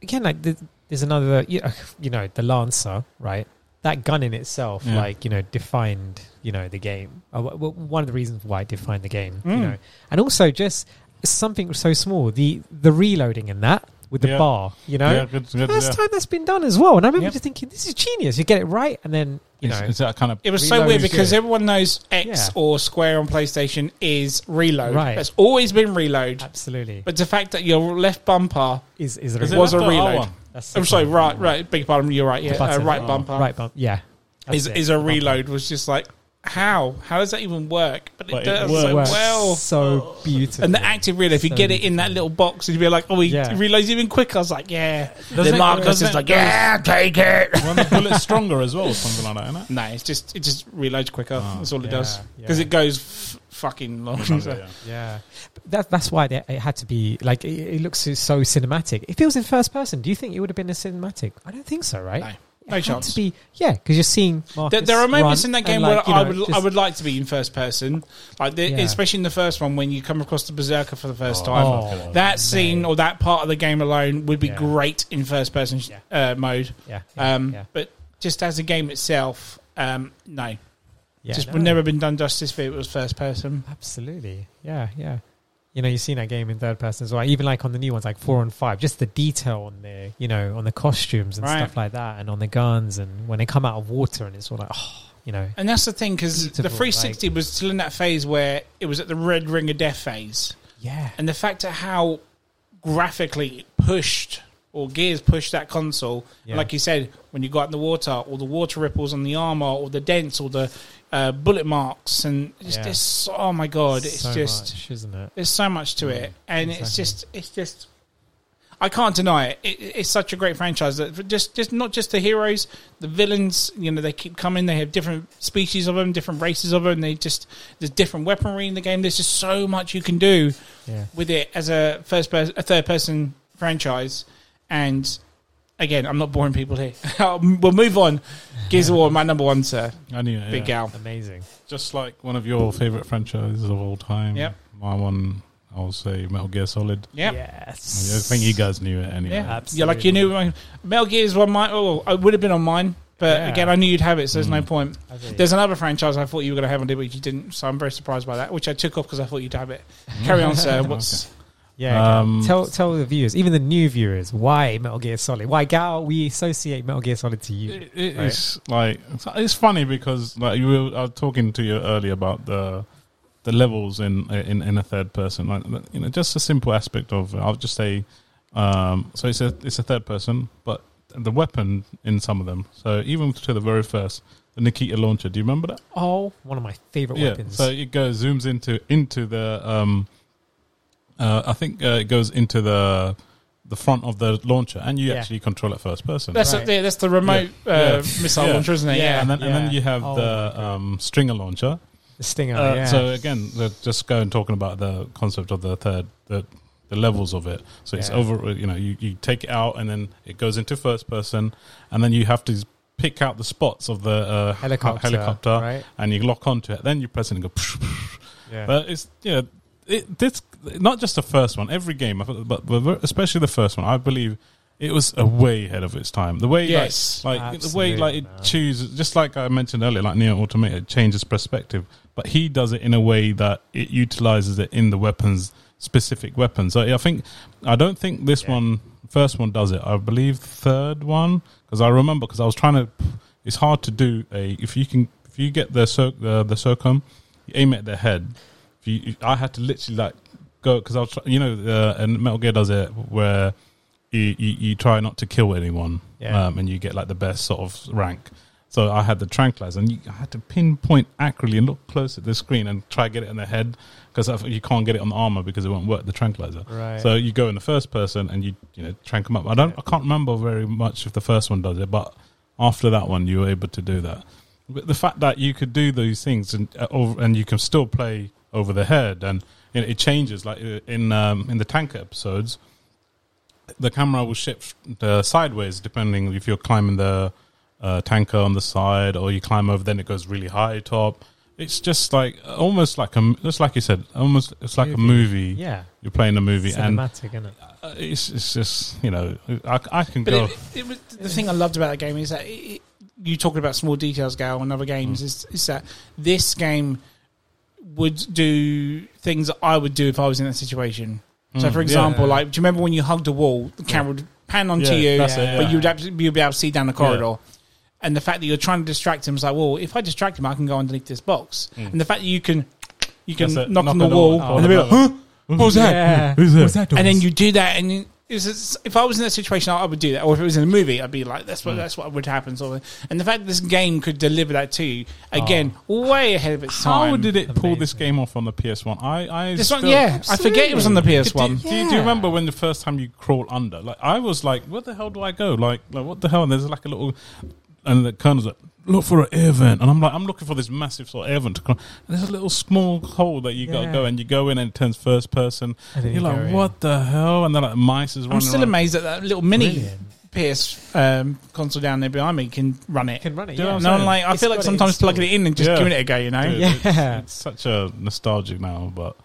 Speaker 3: Again, like th- there's another, you know, you know, the Lancer, right? That gun in itself,
Speaker 4: Yeah.
Speaker 3: like you know, defined you know the game. Uh, w- w- one of the reasons why it defined the game,
Speaker 2: Mm.
Speaker 3: you know, and also just something so small, the the reloading in that with the
Speaker 4: Yeah.
Speaker 3: bar, you know.
Speaker 4: Yeah, good, good,
Speaker 3: First
Speaker 4: yeah.
Speaker 3: time that's been done as well, and I remember
Speaker 2: Yep.
Speaker 3: just thinking, "This is genius." You get it right, and then you
Speaker 4: It's-
Speaker 3: know,
Speaker 4: it's that kind of
Speaker 2: It was so
Speaker 3: Reload
Speaker 2: weird
Speaker 3: is
Speaker 2: because
Speaker 3: good.
Speaker 2: everyone knows X
Speaker 3: Yeah.
Speaker 2: or Square on PlayStation is Reload.
Speaker 3: Right.
Speaker 2: That's always been Reload.
Speaker 3: absolutely
Speaker 2: But the fact that your left bumper,
Speaker 3: is is
Speaker 4: Is
Speaker 3: a
Speaker 2: it was a
Speaker 4: left or
Speaker 2: reload.
Speaker 4: R one?
Speaker 3: That's
Speaker 2: I'm sorry, right, right, big pardon, you're right, yeah,
Speaker 3: The
Speaker 2: uh,
Speaker 3: button.
Speaker 2: right
Speaker 4: Oh.
Speaker 2: bumper,
Speaker 3: right bump, yeah, That's
Speaker 2: is
Speaker 3: it,
Speaker 2: is a
Speaker 3: the bumper.
Speaker 2: reload was just like how how does that even work? But it
Speaker 4: But it
Speaker 2: does
Speaker 4: works.
Speaker 2: so
Speaker 3: works
Speaker 2: well.
Speaker 3: so beautiful.
Speaker 2: And the active reload, if you
Speaker 3: So
Speaker 2: get it in that little box, you'd be like, oh, he
Speaker 3: Yeah.
Speaker 2: reloads even quicker. I was like, yeah.
Speaker 4: Doesn't
Speaker 2: then
Speaker 4: it-
Speaker 2: Marcus
Speaker 4: doesn't
Speaker 2: is
Speaker 4: it-
Speaker 2: like, yeah, take it.
Speaker 4: When the bullet's stronger as well, or something like that, isn't it?
Speaker 2: No, it's just it just reloads quicker. That's all it
Speaker 3: Yeah,
Speaker 2: does because
Speaker 3: yeah.
Speaker 2: it goes f- fucking long. So-
Speaker 4: yeah.
Speaker 3: yeah, But that, that's why they, it had to be like it, it looks so cinematic. If it was in first person, do you think it would have been a cinematic? I don't think so, right?
Speaker 2: No.
Speaker 3: It
Speaker 2: No
Speaker 3: had
Speaker 2: chance.
Speaker 3: To be, yeah, because you're seeing.
Speaker 2: There,
Speaker 3: Marcus
Speaker 2: there are moments
Speaker 3: run
Speaker 2: in that
Speaker 3: and,
Speaker 2: game
Speaker 3: like,
Speaker 2: where
Speaker 3: you
Speaker 2: I
Speaker 3: know,
Speaker 2: would
Speaker 3: just-
Speaker 2: I would like to be in first person, like the,
Speaker 3: Yeah.
Speaker 2: especially in the first one when you come across the berserker for the first time.
Speaker 3: Oh,
Speaker 2: that scene or that part of the game alone would be
Speaker 3: Yeah.
Speaker 2: great in first person sh- uh, mode.
Speaker 3: yeah, yeah,
Speaker 2: Um,
Speaker 3: yeah,
Speaker 2: But just as a game itself, um, no,
Speaker 3: yeah,
Speaker 2: just
Speaker 3: no,
Speaker 2: would never been done justice if it was first person.
Speaker 3: Absolutely, yeah, yeah. You know, you've seen that game in third person as well. Even like on the new ones, like four and five, just the detail on the, you know, on the costumes and
Speaker 2: Right.
Speaker 3: stuff like that, and on the guns, and when they come out of water, and it's all like, oh, you know,
Speaker 2: And that's the thing because the
Speaker 3: Beautiful,
Speaker 2: 360 was still in that phase where it was at the red ring of death phase,
Speaker 3: yeah,
Speaker 2: and the fact of how graphically it pushed or gears pushed that console,
Speaker 3: Yeah.
Speaker 2: like you said, when you got in the water, or the water ripples on the armor, or the dents, or the uh, bullet marks, and it's
Speaker 3: Yeah.
Speaker 2: just oh my god, it's
Speaker 3: So
Speaker 2: just.
Speaker 3: much, isn't it?
Speaker 2: There's so much to it, and it's
Speaker 3: exactly.
Speaker 2: just, it's just, I can't deny it. it. It's such a great franchise that for just, just not just the heroes, the villains. You know, they keep coming. They have different species of them, different races of them. They just there's different weaponry in the game. There's just so much you can do
Speaker 3: Yeah.
Speaker 2: with it as a first person, a third person franchise, and. Again, I'm not boring people here. we'll move on. Gears of War, my number one, sir.
Speaker 4: I knew it.
Speaker 2: Big
Speaker 4: yeah.
Speaker 2: Gal.
Speaker 3: Amazing.
Speaker 4: Just like one of your favorite franchises of all time.
Speaker 2: Yep.
Speaker 4: My one, I'll say Metal Gear Solid.
Speaker 2: Yep.
Speaker 3: Yes.
Speaker 4: I think you guys knew it anyway.
Speaker 2: Yeah,
Speaker 3: Absolutely.
Speaker 2: yeah. Like you knew my, Metal Gear's one. Mine. Oh, it would have been on mine, but
Speaker 3: Yeah.
Speaker 2: again, I knew you'd have it, so there's no point.
Speaker 3: Okay.
Speaker 2: There's another franchise I thought you were going to have on it, but you didn't. So I'm very surprised by that, which I took off because I thought you'd have it. Carry on, sir. What's
Speaker 3: Yeah.
Speaker 4: Um,
Speaker 3: tell tell the viewers, even the new viewers, why Metal Gear Solid? Why Gal? We associate Metal Gear Solid to you.
Speaker 4: It- it is like it's, it's funny because like you were I was talking to you earlier about the the levels in in, in a third person like you know just a simple aspect of I'll just say um, so it's a it's a third person but the weapon in some of them so even to the very first the Nikita launcher do you remember that
Speaker 3: Oh, one of my favorite weapons.
Speaker 4: so it goes zooms into into the um, uh, I think uh, it goes into the the front of the launcher and you
Speaker 3: Yeah.
Speaker 4: actually control it first person
Speaker 2: that's
Speaker 3: Right.
Speaker 2: the, that's the remote
Speaker 4: Yeah.
Speaker 2: Uh,
Speaker 4: Yeah.
Speaker 2: missile
Speaker 4: Yeah.
Speaker 2: launcher, isn't it? Yeah.
Speaker 4: and then and
Speaker 3: Yeah.
Speaker 4: then you have
Speaker 3: Oh
Speaker 4: the um, stringer launcher.
Speaker 3: the Stinger.
Speaker 4: Uh,
Speaker 3: yeah.
Speaker 4: So again, the- just going talking about the concept of the third, the, the levels of it. So it's
Speaker 3: Yeah.
Speaker 4: over. You know, you, you take it out, and then it goes into first person, and then you have to pick out the spots of the uh,
Speaker 3: Helicopter,
Speaker 4: helicopter,
Speaker 3: right?
Speaker 4: and you lock onto it. Then you press it and go. psh, psh.
Speaker 3: yeah.
Speaker 4: But it's you know, it this not just the first one. Every game, I thought- but, but especially the first one, I believe. It was a way ahead of its time. The way, like-
Speaker 2: Yes.
Speaker 4: like, the way, like it
Speaker 3: Absolutely.
Speaker 4: chooses, just like I mentioned earlier, like Neo Automata it changes perspective, but he does it in a way that it utilizes it in the weapons specific weapons. So I think I don't think this
Speaker 3: Yeah.
Speaker 4: one, first one does it. I believe third one because I remember because I was trying to. It's hard to do a if you can if you get the cir- uh, the, the circum, you aim at their head. If you, I had to literally like go because I was try- you know uh, and Metal Gear does it where you, you, you try not to kill anyone,
Speaker 3: Yeah.
Speaker 4: um, and you get like the best sort of rank. So I had the tranquilizer, and you, I had to pinpoint accurately and look close at the screen and try to get it in the head because you can't get it on the armor because it won't work the tranquilizer.
Speaker 3: Right.
Speaker 4: So you go in the first person and you you know trank them up. I don't I can't remember very much if the first one does it, but after that one you were able to do that. But the fact that you could do those things and uh, over, and you can still play over the head and you know, it changes like uh, in um, in the tanker episodes the camera will shift uh, sideways depending if you're climbing the uh, tanker on the side or you climb over. Then it goes really high top. It's just like almost like a just like you said, almost it's like a movie.
Speaker 3: Yeah.
Speaker 4: you're playing a movie, and uh,
Speaker 3: Cinematic, innit?
Speaker 4: it's it's just you know I, I can
Speaker 2: But
Speaker 4: go.
Speaker 2: it, it was, the thing I loved about that game is that it, it, you talking about small details, Gal, on other
Speaker 4: Mm.
Speaker 2: games is, is that this game would do things that I would do if I was in that situation. So, for example,
Speaker 4: Mm. yeah.
Speaker 2: like, do you remember when you hugged a wall, the camera would pan onto
Speaker 4: Yeah,
Speaker 2: you,
Speaker 4: that's it,
Speaker 2: but
Speaker 4: yeah.
Speaker 2: you would absolutely you'd be able to see down the corridor. And the fact that you're trying to distract him is like, well, if I distract him, I can go underneath this box. And the fact that you can you can
Speaker 4: Mm. That's
Speaker 2: knock,
Speaker 4: it,
Speaker 2: on the wall,
Speaker 4: Oh,
Speaker 2: and they'll be like, huh? What was that?
Speaker 3: Yeah.
Speaker 4: Who's that?
Speaker 2: and then you do that, and you- it's, it's, if I was in that situation, I, I would do that. Or if it was in a movie, I'd be like, "That's
Speaker 4: Mm.
Speaker 2: what that's what would happen." Sort of. thing. And the fact that this game could deliver that to you again, way ahead of its time.
Speaker 4: Oh. How did it pull
Speaker 3: Amazing.
Speaker 4: this game off on the PS1? I, I
Speaker 2: this one?
Speaker 4: still-
Speaker 2: Yeah, I forget it was on the
Speaker 4: Do-
Speaker 2: PS1.
Speaker 4: Do, do you remember when the first time you crawl under? Like I was like, where the hell do I go? Like, like what the hell? And there's like a little, and the colonel's like, look for an air vent, and I'm like, I'm looking for this massive sort of air vent to come. And there's a little small hole that you got to
Speaker 3: Yeah.
Speaker 4: go, and you go in, and it turns first person.
Speaker 3: And then
Speaker 4: You're
Speaker 3: you go
Speaker 4: like,
Speaker 3: in.
Speaker 4: what the hell? And then like mice is running.
Speaker 2: I'm still
Speaker 4: around.
Speaker 2: amazed that that little mini
Speaker 3: Brilliant.
Speaker 2: PS um, console down there behind me can run it.
Speaker 3: can run it.
Speaker 4: Do you know
Speaker 3: Yeah.
Speaker 4: what
Speaker 2: no, I'm
Speaker 4: saying?
Speaker 2: like I
Speaker 3: It's
Speaker 2: feel like
Speaker 3: got it
Speaker 2: sometimes plugging it in and just
Speaker 4: Yeah.
Speaker 2: giving it a go. You know,
Speaker 4: Dude,
Speaker 3: Yeah.
Speaker 4: it's, it's such a nostalgic now, but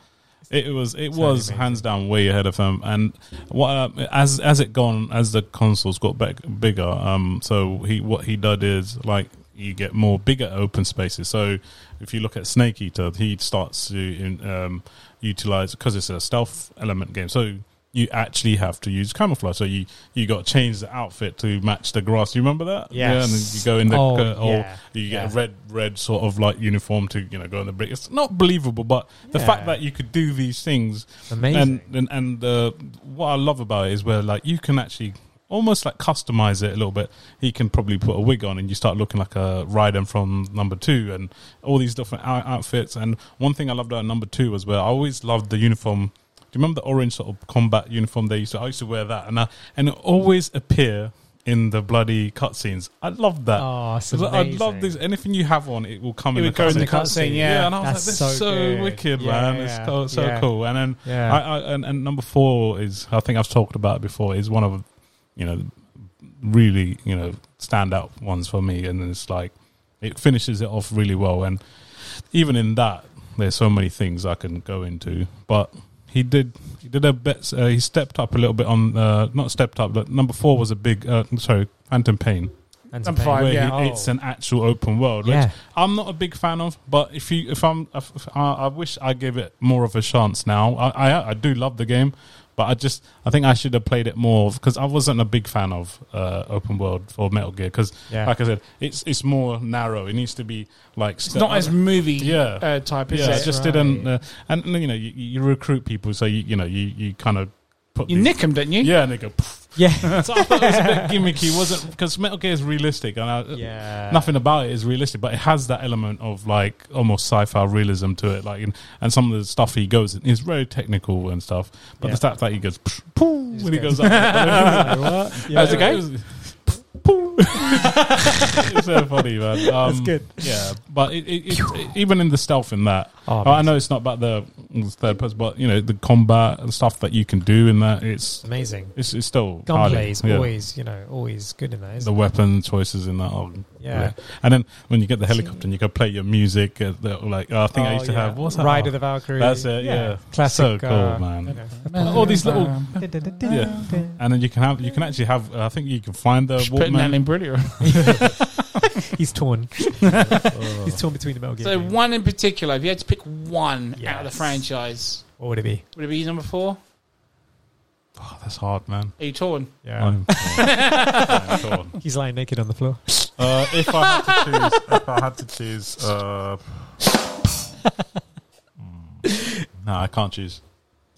Speaker 4: it was it was
Speaker 3: amazing.
Speaker 4: hands down way ahead of them. And what uh, as as it gone as the consoles got back, bigger, um, so he what he did is like you get more bigger open spaces. So if you look at Snake Eater, he starts to in, um, utilize because it's a stealth element game. So you actually have to use camouflage. So you you got to change the outfit to match the grass. You remember that? Yeah, and then
Speaker 3: Yes.
Speaker 4: you go in the
Speaker 3: Oh,
Speaker 4: cur- or
Speaker 3: yeah.
Speaker 4: you get
Speaker 3: Yeah.
Speaker 4: a red red sort of like uniform to you know go in the brick. It's not believable, but the
Speaker 3: Yeah.
Speaker 4: fact that you could do these things
Speaker 3: Amazing.
Speaker 4: and and, and uh, what I love about it is where like you can actually almost like customize it a little bit. He can probably put a wig on and you start looking like a Raiden from number two and all these different out- outfits. And one thing I loved about number two was where I always loved the uniform. Do you remember the orange sort of combat uniform they used to? I used to wear that, and I, and it always appear in the bloody cutscenes. I loved that.
Speaker 3: Oh, it's
Speaker 4: I love
Speaker 3: amazing.
Speaker 4: this. Anything you have on, it will come
Speaker 2: It
Speaker 4: in
Speaker 2: would
Speaker 4: the
Speaker 2: go in the
Speaker 4: cutscene.
Speaker 2: cutscene, yeah.
Speaker 4: and I was
Speaker 3: That's
Speaker 4: like, this
Speaker 3: so
Speaker 4: is so
Speaker 3: good.
Speaker 4: wicked,
Speaker 3: Yeah,
Speaker 4: man. It's so, so
Speaker 3: yeah.
Speaker 4: cool. And then
Speaker 3: Yeah.
Speaker 4: I, I and, and number four is I think I've talked about it before. Is one of you know really you know standout ones for me, and it's like it finishes it off really well. And even in that, there's so many things I can go into, but. He did. He did a bit. Uh, he stepped up a little bit on. Uh, not stepped up. But number four was a big. Uh, sorry, Phantom Pain
Speaker 3: And
Speaker 2: I'm
Speaker 3: Spain.
Speaker 2: fine.
Speaker 4: where
Speaker 2: yeah.
Speaker 4: he- it's an actual open world,
Speaker 3: Oh. Yeah.
Speaker 4: which I'm not a big fan of. But if you, if I'm, if, if- I, I wish I gave it more of a chance now. I, I, I do love the game, but I just, I think I should have played it more because I wasn't a big fan of uh, open world for Metal Gear because,
Speaker 3: Yeah.
Speaker 4: like I said, it's it's more narrow. It needs to be like
Speaker 2: it's not as movie
Speaker 4: Yeah.
Speaker 2: uh, type. Is
Speaker 4: yeah,
Speaker 2: it?
Speaker 4: I just
Speaker 3: Right.
Speaker 4: didn't. Uh, and you know, you, you recruit people, so you you know you you kind of put
Speaker 2: you
Speaker 4: these-
Speaker 2: nick him, didn't you?
Speaker 4: yeah, and they go. Poof.
Speaker 3: Yeah.
Speaker 4: So I thought it was a bit gimmicky, wasn't? Because Metal Gear is realistic, and I,
Speaker 3: yeah.
Speaker 4: nothing about it is realistic, but it has that element of like almost sci-fi realism to it. Like, and, and some of the stuff he goes in is very technical and stuff. But
Speaker 3: Yeah.
Speaker 4: the fact that he goes psh, poo when he
Speaker 3: goes-
Speaker 4: goes up,
Speaker 3: Yeah.
Speaker 4: How's it go? it's so funny, man. Um,
Speaker 3: That's good.
Speaker 4: Yeah, but it, it, it, even in the stealth in that,
Speaker 3: Oh,
Speaker 4: I know it's not about the the third person, but you know the combat and stuff that you can do in that. It's
Speaker 3: Amazing.
Speaker 4: it's, it's still
Speaker 3: Gunplay is
Speaker 4: highly- yeah.
Speaker 3: always, you know, always good in that,
Speaker 4: the
Speaker 3: isn't
Speaker 4: weapon choices in that. Are,
Speaker 3: Yeah.
Speaker 4: and then when you get the helicopter, and you can play your music. Uh, the- like I think I used to have what's that?
Speaker 3: Oh, Ride of the Valkyrie.
Speaker 4: That's it. Yeah,
Speaker 3: Classic.
Speaker 4: So cool,
Speaker 3: uh,
Speaker 4: man.
Speaker 3: you know.
Speaker 4: All these little.
Speaker 3: Yeah.
Speaker 4: And then you can have, you can actually have. Uh, I think you can find the
Speaker 2: Just putting that
Speaker 4: Walkman.
Speaker 2: in brilliant.
Speaker 3: He's torn. He's torn between the Metal Gear.
Speaker 2: So
Speaker 3: games.
Speaker 2: one in particular, if you had to pick one out of the
Speaker 3: Yes.
Speaker 2: franchise,
Speaker 3: what would it be?
Speaker 2: would it be number four?
Speaker 4: Oh, that's hard, man. Oh,
Speaker 2: Are you torn?
Speaker 3: Yeah.
Speaker 4: I'm torn. I'm torn.
Speaker 3: He's lying naked on the floor.
Speaker 4: Uh, if I had to choose, if I had to choose, uh, mm, no, I can't choose.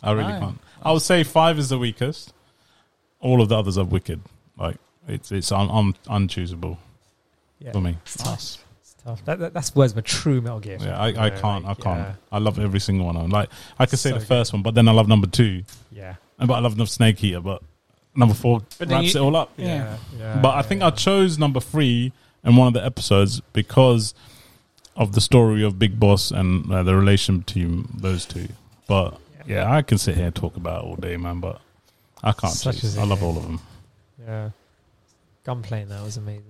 Speaker 4: I really
Speaker 2: No.
Speaker 4: can't. I would say five is the weakest. all of the others are wicked. Like it's it's un, un, unchoosable
Speaker 3: Yeah.
Speaker 4: for me.
Speaker 3: It's tough. It's tough. That, that, that's words of a true Metal Gear. fan,
Speaker 4: Yeah, I, I
Speaker 3: you know,
Speaker 4: can't. I
Speaker 3: like,
Speaker 4: can't. I love every single one of them. Like I could say
Speaker 3: So
Speaker 4: the first one, but then I love number two,
Speaker 3: Yeah.
Speaker 4: and but I love Snake Eater, but number four
Speaker 2: But then
Speaker 4: wraps
Speaker 2: you-
Speaker 4: it all up.
Speaker 3: Yeah.
Speaker 2: Yeah.
Speaker 3: yeah,
Speaker 4: but I think I chose number three in one of the episodes because of the story of Big Boss and uh, the relation between those two. But yeah, I can sit here and talk about it all day, man. But I can't.
Speaker 3: Such
Speaker 4: choose.
Speaker 3: is
Speaker 4: I
Speaker 3: it,
Speaker 4: love
Speaker 3: yeah.
Speaker 4: all of them.
Speaker 3: Yeah. Gunplay in that was amazing.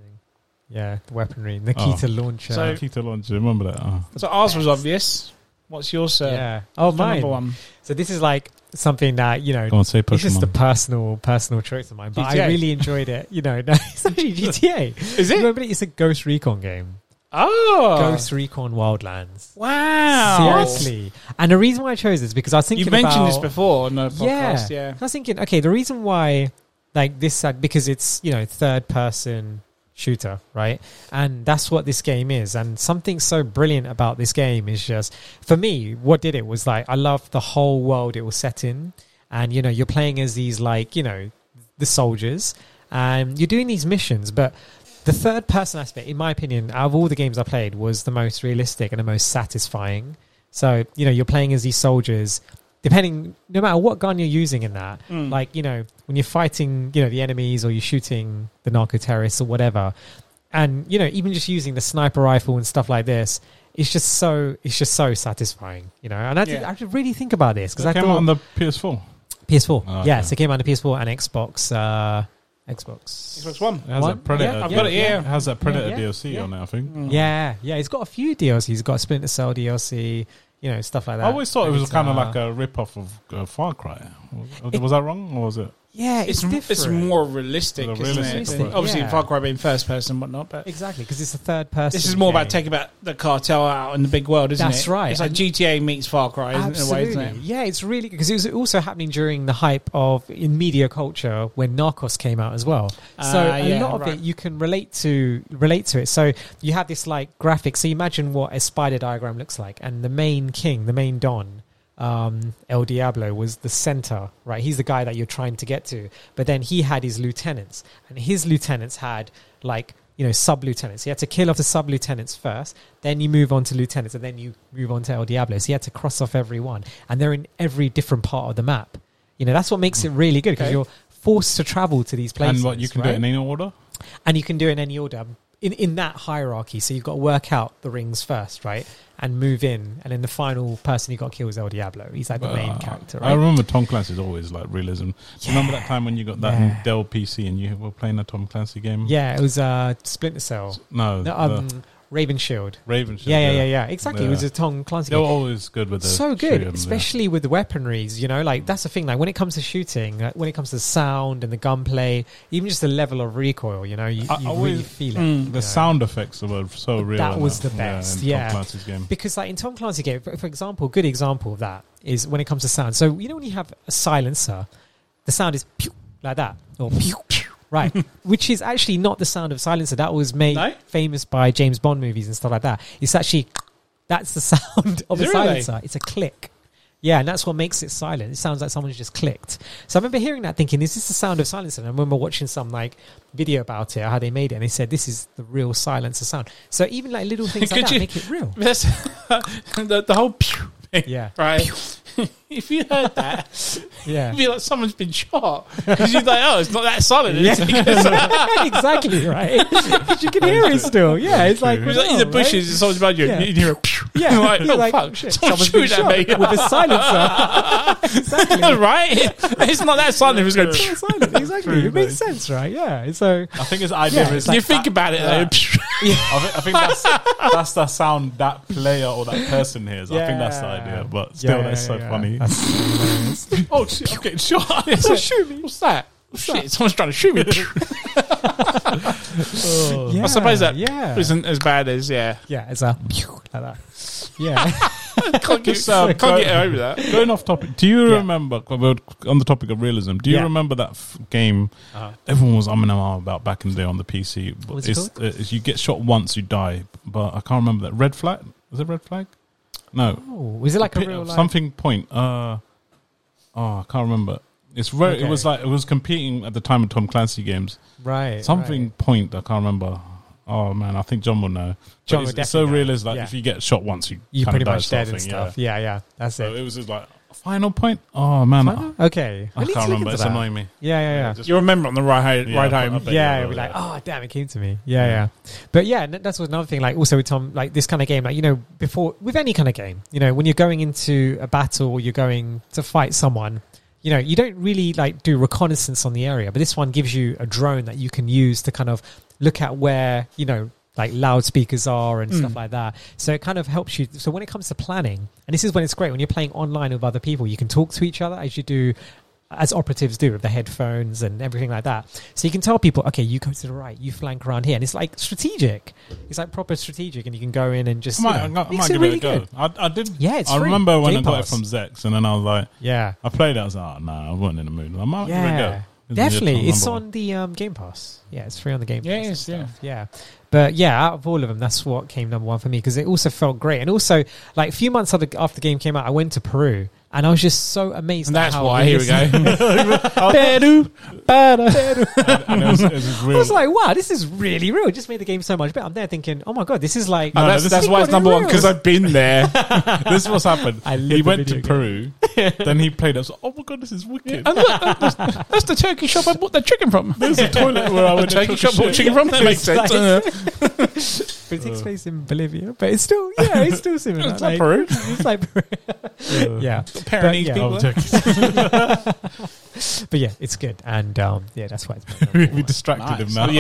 Speaker 3: Yeah, the weaponry,
Speaker 4: Oh.
Speaker 3: Nikita launcher.
Speaker 2: So-
Speaker 4: So, Keita Launcher, remember that? Oh.
Speaker 2: So ours was obvious. What's yours, sir?
Speaker 3: yeah. Oh,
Speaker 2: What's the
Speaker 3: mine.
Speaker 2: number one.
Speaker 3: So this is like something that you know.
Speaker 4: Go on, say
Speaker 3: It's just a
Speaker 4: Pokemon.
Speaker 3: personal, personal choice of mine, but I
Speaker 2: GTA.
Speaker 3: really enjoyed it. You know, no, it's actually GTA.
Speaker 2: Is it?
Speaker 3: Remember, it's a Ghost Recon game.
Speaker 2: Oh,
Speaker 3: Ghost Recon Wildlands.
Speaker 2: wow!
Speaker 3: Seriously, and the reason why I chose this because I was thinking
Speaker 2: you've mentioned this
Speaker 3: about-
Speaker 2: before on the podcast. Yeah,
Speaker 3: I was thinking, okay, the reason why like this uh, because it's you know third person shooter, right? And that's what this game is. And something so brilliant about this game is just for me, what did it was like I love the whole world it was set in, and you know you're playing as these like you know the soldiers, and you're doing these missions, but. The third person aspect, in my opinion, out of all the games I played, was the most realistic and the most satisfying. So, you know, you're playing as these soldiers, depending, no matter what gun you're using in that,
Speaker 2: Mm.
Speaker 3: like you know when you're fighting you know the enemies or you're shooting the narco terrorists or whatever and you know even just using the sniper rifle and stuff like this it's just so it's just so satisfying you know and i did
Speaker 2: Yeah.
Speaker 3: I did really think about this because
Speaker 4: It
Speaker 3: i
Speaker 4: came
Speaker 3: thought
Speaker 4: out on the PS4.
Speaker 3: ps4
Speaker 4: Oh, okay.
Speaker 3: yes it came out on the ps4 and xbox uh xbox
Speaker 2: Xbox One.
Speaker 4: It has
Speaker 3: One?
Speaker 4: that Predator.
Speaker 3: Yeah,
Speaker 2: I've got it, yeah.
Speaker 4: It has that Predator
Speaker 3: yeah,
Speaker 4: DLC
Speaker 3: yeah.
Speaker 4: on it, I think.
Speaker 3: yeah yeah it's got a few dlc's it's got splinter cell dlc you know stuff like that uh,
Speaker 4: I always thought it was kind of
Speaker 3: Avatar.
Speaker 4: like a rip off of uh, Far Cry. Was, was that wrong, or was it?
Speaker 3: yeah it's,
Speaker 2: It's it's,
Speaker 3: different.
Speaker 2: more realistic,
Speaker 4: The
Speaker 2: isn't
Speaker 4: realistic
Speaker 2: it?
Speaker 4: approach.
Speaker 2: Obviously,
Speaker 3: Yeah.
Speaker 2: Far Cry being first person, and whatnot, but
Speaker 3: exactly because it's a third person
Speaker 2: this is more about
Speaker 3: game.
Speaker 2: taking about the cartel out in the big world, isn't it?
Speaker 3: That's right.
Speaker 2: It's like
Speaker 3: And-
Speaker 2: GTA meets Far Cry, isn't it, in a way,
Speaker 3: Absolutely.
Speaker 2: isn't it?
Speaker 3: Yeah, it's really because it was also happening during the hype of in media culture when Narcos came out as well. So
Speaker 2: Ah,
Speaker 3: a
Speaker 2: yeah,
Speaker 3: lot of
Speaker 2: right.
Speaker 3: it you can relate to relate to it. So you have this like graphic. So imagine what a spider diagram looks like, and the main king, the main don. Um, El Diablo was the center, right? He's the guy that you're trying to get to. But then he had his lieutenants, and his lieutenants had like you know sub lieutenants. You had to kill off the sub lieutenants first, then you move on to lieutenants, and then you move on to El Diablo. So you had to cross off every one, and they're in every different part of the map. You know that's what makes it really good because
Speaker 2: Okay.
Speaker 3: you're forced to travel to these places.
Speaker 4: and what you can do
Speaker 3: right?
Speaker 4: it in any order.
Speaker 3: and you can do it in any order in in that hierarchy. So you've got to work out the rings first, right, and move in, and then the final person you got to kill is El Diablo. He's like the
Speaker 4: But,
Speaker 3: main
Speaker 4: uh,
Speaker 3: character,
Speaker 4: I
Speaker 3: right?
Speaker 4: remember Tom Clancy's always like realism. Remember that time when you got that
Speaker 3: Yeah.
Speaker 4: Dell PC and you were playing a Tom Clancy game?
Speaker 3: yeah, it was uh, Splinter Cell,
Speaker 4: No,
Speaker 3: no,
Speaker 4: the
Speaker 3: um, Raven Shield.
Speaker 4: Raven. Shield,
Speaker 3: Yeah, yeah, yeah, yeah. Exactly, it was
Speaker 4: Yeah.
Speaker 3: a Tom Clancy.
Speaker 4: They
Speaker 3: game.
Speaker 4: were always good with the
Speaker 3: so
Speaker 4: shooting,
Speaker 3: good,
Speaker 4: yeah.
Speaker 3: especially with the weaponries. You know, like that's the thing. Like when it comes to shooting, like, when it comes to sound and the gunplay, even just the level of recoil. You know, you,
Speaker 4: I
Speaker 3: you really
Speaker 4: always-
Speaker 3: feel it.
Speaker 2: Mm.
Speaker 3: you
Speaker 4: The
Speaker 3: know.
Speaker 4: sound effects were so real.
Speaker 3: That
Speaker 4: in
Speaker 3: was the
Speaker 4: in
Speaker 3: best, yeah.
Speaker 4: Tom Clancy's game.
Speaker 3: Because like in Tom Clancy game, for for example, good example of that is when it comes to sound. So you know when you have a silencer, the sound is pew like that or pew pew. Right, which is actually not the sound of silencer. That was made
Speaker 2: No?
Speaker 3: famous by James Bond movies and stuff like that. It's actually that's the sound of
Speaker 2: Is
Speaker 3: a
Speaker 2: it really?
Speaker 3: silencer. It's a click. Yeah, and that's what makes it silent. It sounds like someone's just clicked. So I remember hearing that, thinking, "Is this the sound of silencer?" And I remember watching some like video about it, how they made it, and they said, "This is the real silencer sound." So even like little things like
Speaker 2: Could
Speaker 3: that
Speaker 2: you-
Speaker 3: make it real.
Speaker 2: That's the, the whole pew thing,
Speaker 3: Yeah.
Speaker 2: right? if you heard that,
Speaker 3: Yeah.
Speaker 2: it'd be like someone's been shot because you're like, oh, it's not that solid. is it? It's
Speaker 3: exactly right. But you can hear it still. Yeah, it's like,
Speaker 4: It was
Speaker 2: like in the bushes, it's someone's behind you, and
Speaker 3: Oh, Yeah.
Speaker 2: you hear a pew.
Speaker 3: Yeah,
Speaker 2: You're like,
Speaker 3: you're
Speaker 2: oh
Speaker 3: like,
Speaker 2: fuck,
Speaker 3: shit,
Speaker 2: someone
Speaker 3: someone's been
Speaker 2: shoot at me.
Speaker 3: shot with a silencer.
Speaker 2: right? It's not that silent. It's going.
Speaker 3: Yeah,
Speaker 2: pew.
Speaker 3: silent, exactly.
Speaker 4: True,
Speaker 3: it makes
Speaker 4: mate.
Speaker 3: sense, right? Yeah. So
Speaker 4: I think his idea
Speaker 3: Yeah,
Speaker 4: is
Speaker 3: it's like "Ah."
Speaker 2: you think about it though. pew.
Speaker 4: I think, I think that's that's the sound that player or that person hears. I think that's the
Speaker 3: Yeah.
Speaker 4: idea, but still,
Speaker 3: Yeah,
Speaker 4: that's so
Speaker 3: yeah.
Speaker 4: funny.
Speaker 3: That's so hilarious.
Speaker 2: Oh shit! I'm getting shot. shoot me. What's that? shit! Someone's trying to shoot me. I suppose that
Speaker 3: yeah,
Speaker 2: isn't as bad as yeah.
Speaker 3: yeah, it's a like that. Yeah,
Speaker 2: Can't get,
Speaker 4: Just, uh,
Speaker 2: um, can't get
Speaker 4: go-
Speaker 2: over that.
Speaker 4: Going off topic, do you
Speaker 3: Yeah.
Speaker 4: remember we're on the topic of realism? Do you
Speaker 3: Yeah.
Speaker 4: remember that f- game everyone was umming and ahhing about back in the day on the PC? But
Speaker 3: What's it
Speaker 4: it's, uh, it's- you get shot once, you die, but I can't remember that. Red flag? Is it red flag? No,
Speaker 3: oh, was it like a
Speaker 4: Pi-
Speaker 3: real like,
Speaker 4: something point. Uh, oh, I can't remember. It's very,
Speaker 3: Okay.
Speaker 4: It was like it was competing at the time of Tom Clancy games.
Speaker 3: Right.
Speaker 4: Something
Speaker 3: right.
Speaker 4: point I can't remember. Oh man, I think John will know. But
Speaker 3: John
Speaker 4: it's,
Speaker 3: would
Speaker 4: it's so
Speaker 3: definitely know.
Speaker 4: realistic. Like
Speaker 3: Yeah.
Speaker 4: if you get shot once, you
Speaker 3: You
Speaker 4: kinda
Speaker 3: pretty
Speaker 4: die
Speaker 3: much
Speaker 4: sort
Speaker 3: dead
Speaker 4: of
Speaker 3: and
Speaker 4: thing,
Speaker 3: stuff. Yeah, yeah. that's
Speaker 4: So
Speaker 3: it.
Speaker 4: it was just like final point. Oh man, I,
Speaker 3: Okay.
Speaker 4: I
Speaker 3: We need to
Speaker 4: can't
Speaker 3: look
Speaker 4: remember.
Speaker 3: into
Speaker 4: It's
Speaker 3: that.
Speaker 4: annoying me.
Speaker 3: Yeah, yeah, yeah.
Speaker 4: Just-
Speaker 2: You remember on the ride,
Speaker 4: Yeah,
Speaker 2: ride
Speaker 4: I- I
Speaker 2: home.
Speaker 4: bet you
Speaker 3: yeah,
Speaker 4: will,
Speaker 3: it'd be like,
Speaker 4: yeah.
Speaker 3: oh damn, it came to me. Yeah, yeah. But yeah, n- that's another thing. Like also with Tom, like this kind of game, like you know, before with any kind of game, you know, when you're going into a battle or you're going to fight someone, you know, you don't really like do reconnaissance on the area. But this one gives you a drone that you can use to kind of look at where you know like loudspeakers are and
Speaker 4: Mm.
Speaker 3: stuff like that. So it kind of helps you. So when it comes to planning, and this is when it's great when you're playing online with other people, you can talk to each other as you do as operatives do with the headphones and everything like that. So you can tell people, okay, you go to the right, you flank around here, and it's like strategic. It's like proper strategic, and you can go in and just
Speaker 4: I might,
Speaker 3: you
Speaker 4: I
Speaker 3: know,
Speaker 4: might, I
Speaker 3: makes
Speaker 4: might
Speaker 3: it
Speaker 4: give
Speaker 3: really
Speaker 4: it a go.
Speaker 3: good.
Speaker 4: I, I did.
Speaker 3: Yeah, it's
Speaker 4: I
Speaker 3: free.
Speaker 4: remember when
Speaker 3: Game
Speaker 4: I got
Speaker 3: Pass.
Speaker 4: it from Zex, and then I was like,
Speaker 3: Yeah,
Speaker 4: I played it. I was like, oh, no, I wasn't in the mood. I might give it a go.
Speaker 3: yeah,
Speaker 4: It's a
Speaker 3: definitely.
Speaker 4: good
Speaker 3: It's
Speaker 4: number.
Speaker 3: on the um, Game Pass. Yeah, it's free on the Game
Speaker 2: Yeah,
Speaker 3: Pass.
Speaker 2: it is, yeah.
Speaker 3: yeah. But yeah, out of all of them, that's what came number one for me because it also felt great. And also, like a few months after, after the game came out, I went to Peru and I was just so amazed.
Speaker 2: And
Speaker 3: at
Speaker 2: that's
Speaker 3: how
Speaker 2: why. Here we
Speaker 3: realistic-
Speaker 2: go.
Speaker 3: Peru, Peru.
Speaker 4: And it was, it was real.
Speaker 3: I was like, wow, this is really real. It just made the game so much better. I'm there thinking, oh my god, this is like.
Speaker 4: No, no,
Speaker 2: that's
Speaker 4: this
Speaker 2: that's
Speaker 4: is
Speaker 2: why it's
Speaker 3: what it
Speaker 2: number one because
Speaker 3: is.
Speaker 2: I've been there.
Speaker 4: this is what's happened.
Speaker 3: I live
Speaker 4: he
Speaker 3: the
Speaker 4: went to
Speaker 3: video
Speaker 4: Peru, then he played. it. I was like, oh my god, this is wicked.
Speaker 2: And look, that's, that's the turkey shop I bought the chicken from.
Speaker 4: There's a toilet where I went to
Speaker 2: turkey
Speaker 4: took a
Speaker 2: shop bought
Speaker 4: shit.
Speaker 2: chicken from. That makes sense.
Speaker 3: Nice. But it takes place in Bolivia, but it's still yeah, it's still similar.
Speaker 2: It's like Peru.
Speaker 3: It's like Peru. yeah,
Speaker 2: Pyrenees
Speaker 3: yeah.
Speaker 2: people.
Speaker 4: Oh, turkeys.
Speaker 3: but yeah, it's good, and um, yeah, that's why it's my number
Speaker 4: we
Speaker 3: one.
Speaker 4: distracted him
Speaker 2: Nice.
Speaker 4: now.
Speaker 2: Oh,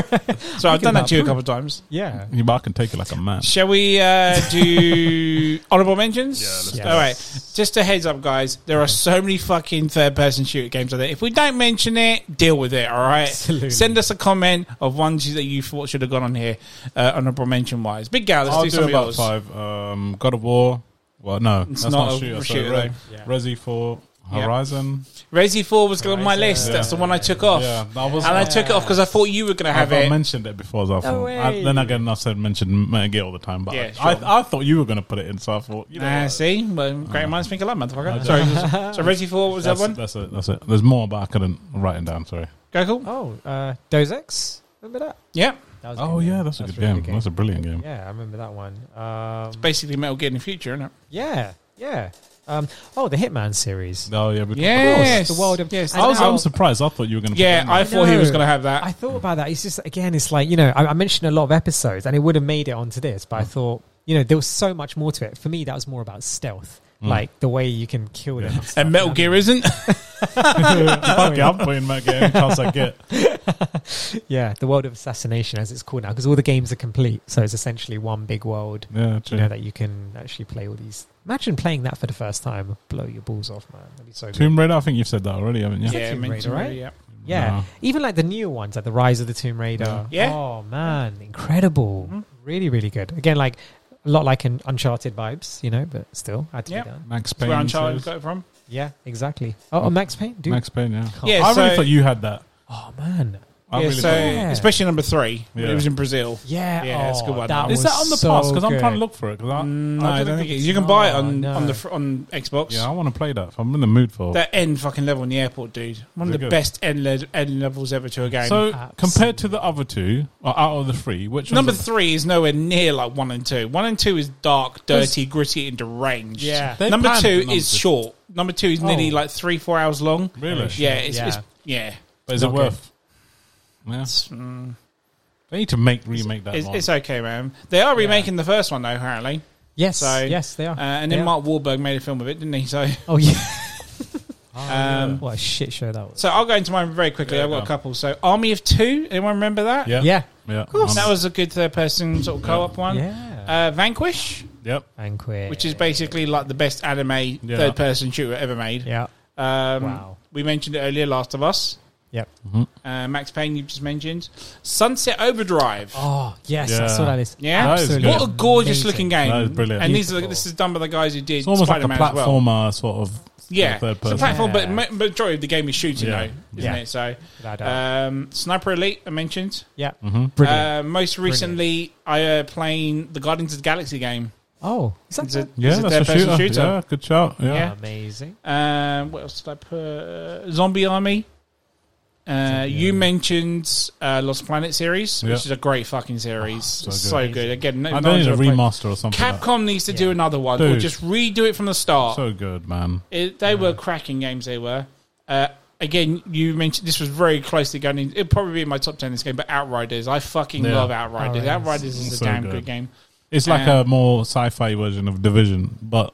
Speaker 2: yeah. So I've done that to you a couple of times.
Speaker 3: yeah.
Speaker 4: You bark and take it like a man.
Speaker 2: Shall we uh, do honorable mentions?
Speaker 4: Yeah, let's
Speaker 3: do
Speaker 2: All
Speaker 3: it.
Speaker 2: right. Just a heads up, guys. There are so many fucking third-person shooter games out there. If we don't mention it, deal with it. All right.
Speaker 3: Absolutely.
Speaker 2: Send us a comment of ones that you thought should have gone on here, uh, honorable mention wise. Big gal, let's
Speaker 4: I'll
Speaker 2: do,
Speaker 4: do
Speaker 2: something
Speaker 4: about
Speaker 2: else.
Speaker 4: five. Um, God of War. Well, no,
Speaker 2: It's
Speaker 4: that's
Speaker 2: not
Speaker 4: not,
Speaker 2: a
Speaker 4: shooter. So
Speaker 2: shooter,
Speaker 4: Re-
Speaker 3: though. Yeah.
Speaker 4: Resi Four,
Speaker 2: Yeah.
Speaker 4: Horizon.
Speaker 2: Resi Four was on my
Speaker 3: Horizon.
Speaker 2: list. That's the one I took off,
Speaker 4: Yeah, that was.
Speaker 2: and Oh. I took it off because I thought you were going to have
Speaker 4: I, I
Speaker 2: it.
Speaker 4: mentioned it before, so I thought. I,
Speaker 3: way.
Speaker 4: then again, I said mentioned Metal Gear all the time, but
Speaker 2: Yeah,
Speaker 4: I,
Speaker 2: sure.
Speaker 4: I, I thought you were going to put it in, so I thought, you know,
Speaker 2: Ah,
Speaker 4: what,
Speaker 2: see, well, great minds think alike, motherfucker.
Speaker 4: Okay.
Speaker 2: Sorry. So Resi Four was that
Speaker 4: that's,
Speaker 2: one?
Speaker 4: That's it. That's it. There's more, but I couldn't write it down. Sorry.
Speaker 2: Go cool.
Speaker 3: Oh, uh, Deus Ex. Remember that?
Speaker 2: Yeah.
Speaker 3: that was a
Speaker 4: Oh
Speaker 3: good
Speaker 4: yeah,
Speaker 3: game.
Speaker 4: that's a good
Speaker 3: really
Speaker 4: game. That's a brilliant game.
Speaker 3: yeah, I remember that one. Um,
Speaker 2: Basically, Metal Gear in the future, isn't it?
Speaker 3: yeah, yeah. Um, oh, the Hitman series.
Speaker 4: Oh yeah, we
Speaker 2: Yes.
Speaker 3: The world of-
Speaker 2: yes.
Speaker 3: I
Speaker 4: I was, I
Speaker 3: Now-
Speaker 4: was surprised. I thought you were going to.
Speaker 2: Yeah, I thought he was
Speaker 3: No.
Speaker 2: going to have that.
Speaker 3: I thought about that. It's just again, it's like you know, I, I mentioned a lot of episodes, and it would have made it onto this,
Speaker 2: Mm.
Speaker 3: but I thought you know there was so much more to it. For me, that was more about stealth, like the way you can kill them. stuff.
Speaker 2: Mm. and Metal Gear isn't.
Speaker 4: Fuck it, I'm playing that game because I get.
Speaker 3: Yeah, the world of assassination, as it's called now, because all the games are complete, so it's essentially one big world.
Speaker 4: Yeah,
Speaker 3: You
Speaker 4: true.
Speaker 3: know that you can actually play all these. Imagine playing that for the first time. Blow your balls off, man. That'd be so. good.
Speaker 4: Tomb Raider. I think you've said that already, haven't you?
Speaker 3: Yeah, Tomb
Speaker 2: mentioned
Speaker 3: Raider,
Speaker 2: already,
Speaker 3: right?
Speaker 2: Yeah.
Speaker 3: Yeah,
Speaker 4: No.
Speaker 3: even like the newer ones, like the Rise of the Tomb Raider.
Speaker 2: Yeah. Mm-hmm. Yeah.
Speaker 3: Oh man, incredible! Really, really good. Again, like a lot like an Uncharted vibes, you know, but still had to
Speaker 2: Yeah.
Speaker 3: be done.
Speaker 4: Max
Speaker 2: That's where
Speaker 4: Payne.
Speaker 2: Uncharted
Speaker 4: says-
Speaker 2: got it from.
Speaker 3: Yeah, exactly. Oh, oh, Max Payne, dude.
Speaker 4: Max Payne. Yeah.
Speaker 2: Yeah,
Speaker 4: I really
Speaker 2: so-
Speaker 4: thought you had that.
Speaker 3: Oh man,
Speaker 4: I
Speaker 2: yeah,
Speaker 4: really
Speaker 2: so
Speaker 4: thought-
Speaker 3: Yeah.
Speaker 2: especially number three, when it
Speaker 4: Yeah.
Speaker 2: was in Brazil.
Speaker 3: yeah,
Speaker 2: Yeah, it's a
Speaker 3: oh,
Speaker 2: good one.
Speaker 3: That
Speaker 4: Is
Speaker 3: was
Speaker 4: that on the
Speaker 3: so
Speaker 4: pass? Because I'm trying to
Speaker 3: good.
Speaker 4: look for it. 'cause
Speaker 2: Mm,
Speaker 4: I, I
Speaker 2: No, I don't think it is. You can
Speaker 3: it's
Speaker 2: buy it
Speaker 3: not,
Speaker 2: on
Speaker 3: no.
Speaker 2: on the fr- on Xbox.
Speaker 4: Yeah, I want to play that. If I'm in the mood for.
Speaker 2: That end fucking level in the airport, dude. One of
Speaker 4: Is
Speaker 2: the
Speaker 4: it good?
Speaker 2: best end, le- end levels ever to a game.
Speaker 4: so
Speaker 3: Absolutely.
Speaker 4: compared to the other two, or out of the three, which
Speaker 2: number
Speaker 4: one's
Speaker 2: three is nowhere near like one and two. One and two is dark, dirty, gritty, and deranged.
Speaker 3: Yeah.
Speaker 4: They
Speaker 2: number
Speaker 4: planned
Speaker 2: two
Speaker 4: number
Speaker 2: is
Speaker 4: two.
Speaker 2: short. Number two is nearly
Speaker 4: Oh.
Speaker 2: like three, four hours long.
Speaker 4: really?
Speaker 2: Yeah, it's,
Speaker 3: Yeah.
Speaker 2: yeah. It's, yeah.
Speaker 4: But is it
Speaker 3: Okay.
Speaker 4: worth? Yeah.
Speaker 2: It's, mm,
Speaker 4: They need to make remake that
Speaker 2: it's,
Speaker 4: one.
Speaker 2: it's okay, man. They are remaking the first one though, apparently.
Speaker 3: Yes,
Speaker 2: So,
Speaker 3: yes, they are.
Speaker 2: Uh, and then
Speaker 3: They are.
Speaker 2: Mark Wahlberg made a film of it, didn't he? So,
Speaker 3: Oh yeah. Oh,
Speaker 2: um,
Speaker 3: what a shit show that was.
Speaker 2: so I'll go into mine very quickly.
Speaker 4: Yeah,
Speaker 2: I've got
Speaker 4: go
Speaker 2: a
Speaker 4: on.
Speaker 2: couple. So, Army of Two. Anyone remember that?
Speaker 4: Yeah.
Speaker 3: yeah,
Speaker 4: yeah. Um, Of
Speaker 2: That was a good third-person sort of co-op one.
Speaker 3: yeah.
Speaker 2: Uh, Vanquish,
Speaker 4: Yep.
Speaker 3: and quit.
Speaker 2: which is basically like the best anime
Speaker 4: Yeah.
Speaker 2: third-person shooter ever made.
Speaker 3: yeah,
Speaker 2: Um,
Speaker 3: Wow.
Speaker 2: We mentioned it earlier. Last of Us.
Speaker 3: yep.
Speaker 2: Uh, Max Payne, you just mentioned. Sunset Overdrive.
Speaker 3: Oh yes, I
Speaker 4: Yeah.
Speaker 3: saw that list.
Speaker 2: Yeah?
Speaker 4: That is
Speaker 3: Absolutely
Speaker 4: good.
Speaker 2: What a gorgeous
Speaker 3: amazing.
Speaker 2: looking game!
Speaker 4: That is brilliant.
Speaker 2: And these are
Speaker 3: Beautiful.
Speaker 2: this is done by the guys who did
Speaker 4: It's almost
Speaker 2: Spider-Man
Speaker 4: like a
Speaker 2: as well.
Speaker 4: platformer sort of.
Speaker 2: Yeah,
Speaker 4: third
Speaker 2: it's a
Speaker 4: person.
Speaker 2: platform, but
Speaker 3: Yeah.
Speaker 2: ma- majority of the game is shooting,
Speaker 4: Yeah.
Speaker 2: though, isn't
Speaker 3: Yeah.
Speaker 2: it? So,
Speaker 3: Without a doubt.
Speaker 2: um, Sniper Elite, I mentioned.
Speaker 3: yeah,
Speaker 4: Mhm.
Speaker 3: brilliant.
Speaker 2: Uh, most recently, I uh, playing the Guardians of the Galaxy game.
Speaker 3: Oh, is that
Speaker 2: Is it-
Speaker 4: Yeah,
Speaker 2: it
Speaker 4: that's a
Speaker 2: third-person
Speaker 4: shooter. Yeah, good shot. Yeah.
Speaker 2: Yeah.
Speaker 3: amazing?
Speaker 2: Um, what else did I put? Uh, Zombie Army. Uh, you mentioned uh, Lost Planet series,
Speaker 4: Yeah.
Speaker 2: which is a great fucking series.
Speaker 4: so
Speaker 2: so,
Speaker 4: good.
Speaker 2: good. Again, no,
Speaker 4: I
Speaker 2: no
Speaker 4: don't need a
Speaker 2: one's ever played-
Speaker 4: remaster or something. like that.
Speaker 2: Capcom needs to do
Speaker 3: Yeah.
Speaker 2: another one, or
Speaker 4: Dude.
Speaker 2: just redo it from the start.
Speaker 4: So good, man.
Speaker 2: It, they were cracking games. They were. Uh, again, you mentioned this was very closely going. In, it'd probably be in my top ten this game, but Outriders, I fucking
Speaker 4: Yeah.
Speaker 2: love Outriders.
Speaker 3: Outriders.
Speaker 2: Outriders, is a
Speaker 4: So
Speaker 2: damn
Speaker 4: good.
Speaker 2: good, game.
Speaker 4: It's like
Speaker 2: Um,
Speaker 4: a more sci-fi version of Division, but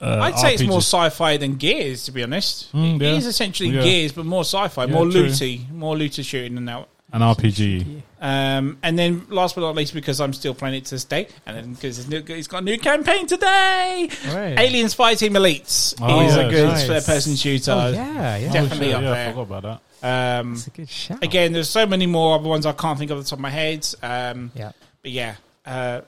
Speaker 4: uh,
Speaker 2: I'd say it's
Speaker 4: RPG.
Speaker 2: more sci-fi than Gears, to be honest.
Speaker 4: Mm, yeah.
Speaker 2: It is essentially
Speaker 4: Yeah.
Speaker 2: Gears, but more sci-fi,
Speaker 4: Yeah,
Speaker 2: more
Speaker 4: true.
Speaker 2: looty, more looter shooting than that.
Speaker 4: an RPG.
Speaker 2: Um, and then, last but not least, because I'm still playing it to this day, and then because it's, new- it's got a new campaign today,
Speaker 3: Right.
Speaker 2: Aliens Fireteam Elites
Speaker 4: Oh,
Speaker 2: is
Speaker 4: yes.
Speaker 2: a good
Speaker 3: Nice.
Speaker 2: third-person shooter.
Speaker 3: Oh, yeah, yeah.
Speaker 2: Definitely
Speaker 4: yeah,
Speaker 2: up
Speaker 4: I
Speaker 2: there.
Speaker 4: forgot about that.
Speaker 2: Um,
Speaker 3: It's a good shout.
Speaker 2: again, there's so many more other ones I can't think of off the top of my head. Um,
Speaker 3: Yeah.
Speaker 2: But yeah, uh,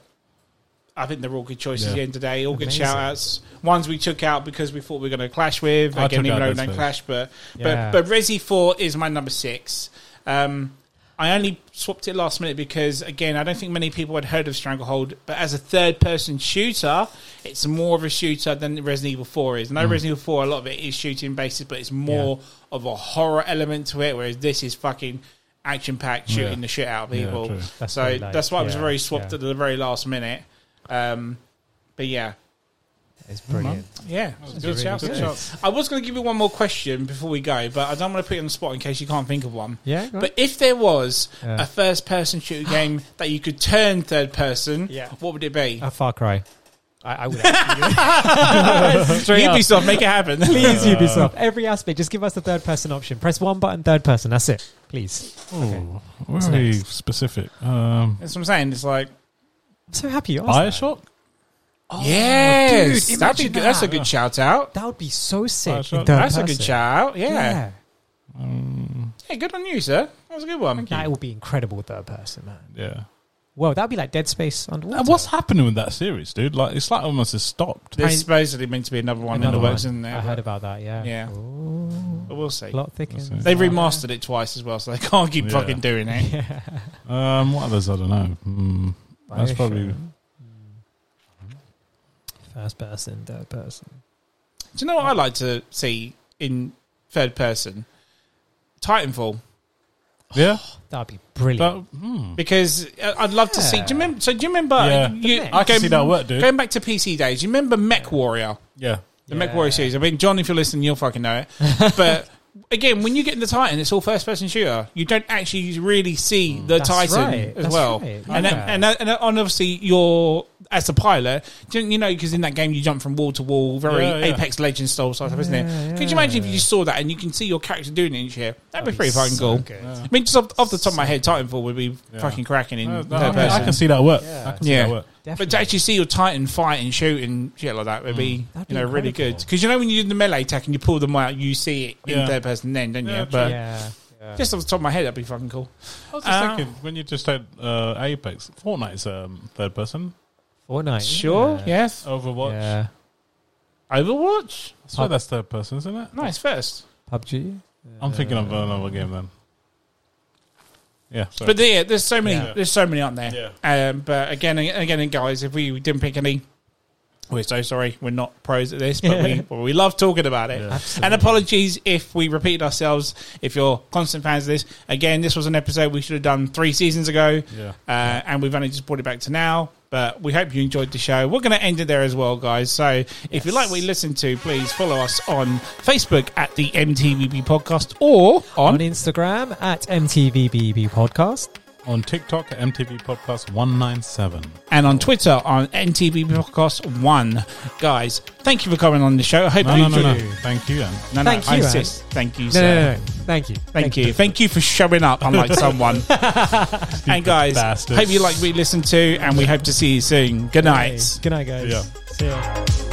Speaker 2: I think they're all good choices
Speaker 4: Yeah.
Speaker 2: again today. All good
Speaker 3: Amazing.
Speaker 2: shout outs. Ones we took out because we thought we were going to clash with.
Speaker 4: I
Speaker 2: Again,
Speaker 4: took
Speaker 2: even
Speaker 4: out
Speaker 2: though we
Speaker 4: those
Speaker 2: don't
Speaker 4: two.
Speaker 2: clash, but
Speaker 3: Yeah.
Speaker 2: but but Resi Four is my number six. Um, I only swapped it last minute because again, I don't think many people had heard of Stranglehold. But as a third-person shooter, it's more of a shooter than Resident Evil Four is.
Speaker 4: Mm.
Speaker 2: No Resident Evil Four, a lot of it is shooting basis, but it's more of a horror element to it. Whereas this is fucking action-packed, shooting
Speaker 4: Yeah.
Speaker 2: the shit out of
Speaker 4: Yeah,
Speaker 2: people.
Speaker 4: true.
Speaker 3: That's
Speaker 2: so
Speaker 3: what we like.
Speaker 2: that's why I was
Speaker 3: Yeah,
Speaker 2: very swapped
Speaker 3: yeah.
Speaker 2: at the very last minute. Um, but yeah,
Speaker 3: It's brilliant.
Speaker 2: yeah, good
Speaker 3: really
Speaker 2: shout,
Speaker 3: good.
Speaker 2: good shout. I was going to give you one more question before we go, but I don't want to put you on the spot in case you can't think of one.
Speaker 3: Yeah, go on.
Speaker 2: But if there was
Speaker 3: Yeah.
Speaker 2: a first-person shooter game that you could turn third-person,
Speaker 3: Yeah.
Speaker 2: what would it be?
Speaker 3: A Uh, Far Cry. I, I would. Straight up.
Speaker 2: Ubisoft, make it happen.
Speaker 3: Please,
Speaker 2: Uh.
Speaker 3: Ubisoft. Every aspect. Just give us the third person option. Press one button, third person. That's it. Please.
Speaker 4: Ooh,
Speaker 3: What's
Speaker 4: very
Speaker 3: next?
Speaker 4: specific. Um,
Speaker 2: That's what I'm saying. It's like,
Speaker 3: I'm so happy you asked. that.
Speaker 4: Bioshock.
Speaker 2: yes,
Speaker 3: dude,
Speaker 2: that'd be
Speaker 3: Oh, imagine
Speaker 2: good. That's a
Speaker 3: that.
Speaker 2: good shout out.
Speaker 3: That would be so sick. in
Speaker 4: Bioshock.
Speaker 3: third
Speaker 2: That's a
Speaker 3: person.
Speaker 2: good shout. Yeah. yeah,
Speaker 3: Yeah.
Speaker 4: Um,
Speaker 2: good on you, sir. That was a good one.
Speaker 3: That would be incredible third person, man.
Speaker 4: yeah.
Speaker 3: Well, that'd be like Dead Space
Speaker 2: Uh,
Speaker 3: underwater.
Speaker 4: And what's happening with that series, dude? Like, it's like almost it's stopped.
Speaker 2: There's supposedly meant to be another one
Speaker 3: Another
Speaker 2: in the works,
Speaker 3: one.
Speaker 2: isn't there?
Speaker 3: I heard about that. Yeah.
Speaker 2: Yeah.
Speaker 3: Ooh,
Speaker 2: But we'll see.
Speaker 3: plot thickens.
Speaker 4: That's it.
Speaker 2: They've remastered it twice as well, so they can't keep
Speaker 4: Oh, Yeah.
Speaker 2: fucking doing it.
Speaker 3: Yeah.
Speaker 4: Um, what others? I don't know. Mm, that's probably.
Speaker 3: First person, third person.
Speaker 2: Do you know what I like to see in third person? Titanfall,
Speaker 4: Yeah.
Speaker 3: That'd be brilliant.
Speaker 4: That, hmm.
Speaker 2: because uh, I'd love to see. Do you remember? So do you remember?
Speaker 4: Yeah.
Speaker 2: you-
Speaker 4: I can see that work, dude.
Speaker 2: Going back to PC days, you remember Mech Warrior,
Speaker 4: Yeah.
Speaker 2: the
Speaker 3: Yeah.
Speaker 2: Mech Warrior series. I mean, John, if you're listening, you'll fucking know it. But again, when you get in the Titan, it's all first person shooter. You don't actually really see the
Speaker 3: Mm. That's
Speaker 2: Titan
Speaker 3: right.
Speaker 2: as
Speaker 3: That's
Speaker 2: well.
Speaker 3: right.
Speaker 2: And,
Speaker 3: Yeah.
Speaker 2: and and and obviously you're as a pilot, do you you know, because in that game you jump from wall to wall, very
Speaker 4: Yeah, yeah.
Speaker 2: Apex Legends style stuff, isn't
Speaker 3: Yeah,
Speaker 2: it? Could you
Speaker 3: yeah.
Speaker 2: imagine if you saw that and you can see your character doing it and shit? That'd be
Speaker 3: That'd be
Speaker 2: pretty fucking
Speaker 3: so
Speaker 2: cool.
Speaker 3: good.
Speaker 2: I mean, just off, off the top of my head, Titanfall would be
Speaker 4: Yeah.
Speaker 2: fucking cracking in
Speaker 4: Uh,
Speaker 2: third
Speaker 4: I, mean, I
Speaker 2: person.
Speaker 4: can see that work.
Speaker 3: Yeah.
Speaker 4: I can see
Speaker 2: Yeah.
Speaker 4: that work.
Speaker 2: But to actually see your Titan fight and shoot and shit like that would be,
Speaker 3: Mm. That'd be
Speaker 2: you know, really
Speaker 3: incredible.
Speaker 2: good. Because you know when you do the melee attack and you pull them out, you see it in
Speaker 4: Yeah.
Speaker 2: third person then, don't you?
Speaker 4: Yeah,
Speaker 2: but
Speaker 3: yeah. yeah.
Speaker 2: just off the top of my head, that'd be fucking cool.
Speaker 4: I was
Speaker 2: Uh,
Speaker 4: just thinking when you just said uh, Apex, Fortnite's um, third person.
Speaker 3: Fortnite.
Speaker 2: Sure, yes.
Speaker 4: Overwatch.
Speaker 3: Yeah.
Speaker 2: Overwatch,
Speaker 4: I swear that's third person, isn't it?
Speaker 2: nice first.
Speaker 3: PUBG.
Speaker 4: I'm thinking of another game then. Yeah. Sorry.
Speaker 2: But yeah, there's so many,
Speaker 3: Yeah.
Speaker 2: there's so many aren't there? Um, but again, and again, and guys, if we didn't pick any, we're so sorry. We're not pros at this, but we but we love talking about it.
Speaker 4: Yeah.
Speaker 2: And apologies if we repeated ourselves. If you're constant fans of this, again, this was an episode we should have done three seasons ago.
Speaker 4: yeah.
Speaker 2: Uh, and we've only just brought it back to now. But we hope you enjoyed the show. We're going to end it there as well, guys. So if you
Speaker 3: Yes.
Speaker 2: like what you listen to, please follow us on Facebook at the MTVB Podcast or
Speaker 3: On
Speaker 2: on.
Speaker 3: Instagram at MTVBB Podcast.
Speaker 4: On TikTok, MTV Podcast 197.
Speaker 2: and on Twitter on MTVB Podcast 1. Guys, thank you for coming on the show. I hope
Speaker 4: No,
Speaker 2: you
Speaker 4: no, no, no.
Speaker 2: enjoyed-
Speaker 4: Thank you, Anne.
Speaker 2: No, no,
Speaker 3: Thank
Speaker 2: I
Speaker 3: you,
Speaker 2: insist. Thank you,
Speaker 3: No,
Speaker 2: sir.
Speaker 3: no, no, no. Thank you.
Speaker 2: Thank you. Thank you for showing up, unlike someone. and guys,
Speaker 4: bastards.
Speaker 2: hope you like what you listened to, and we hope to see you soon. Good night.
Speaker 3: Good night, guys.
Speaker 4: Yeah.
Speaker 3: See ya.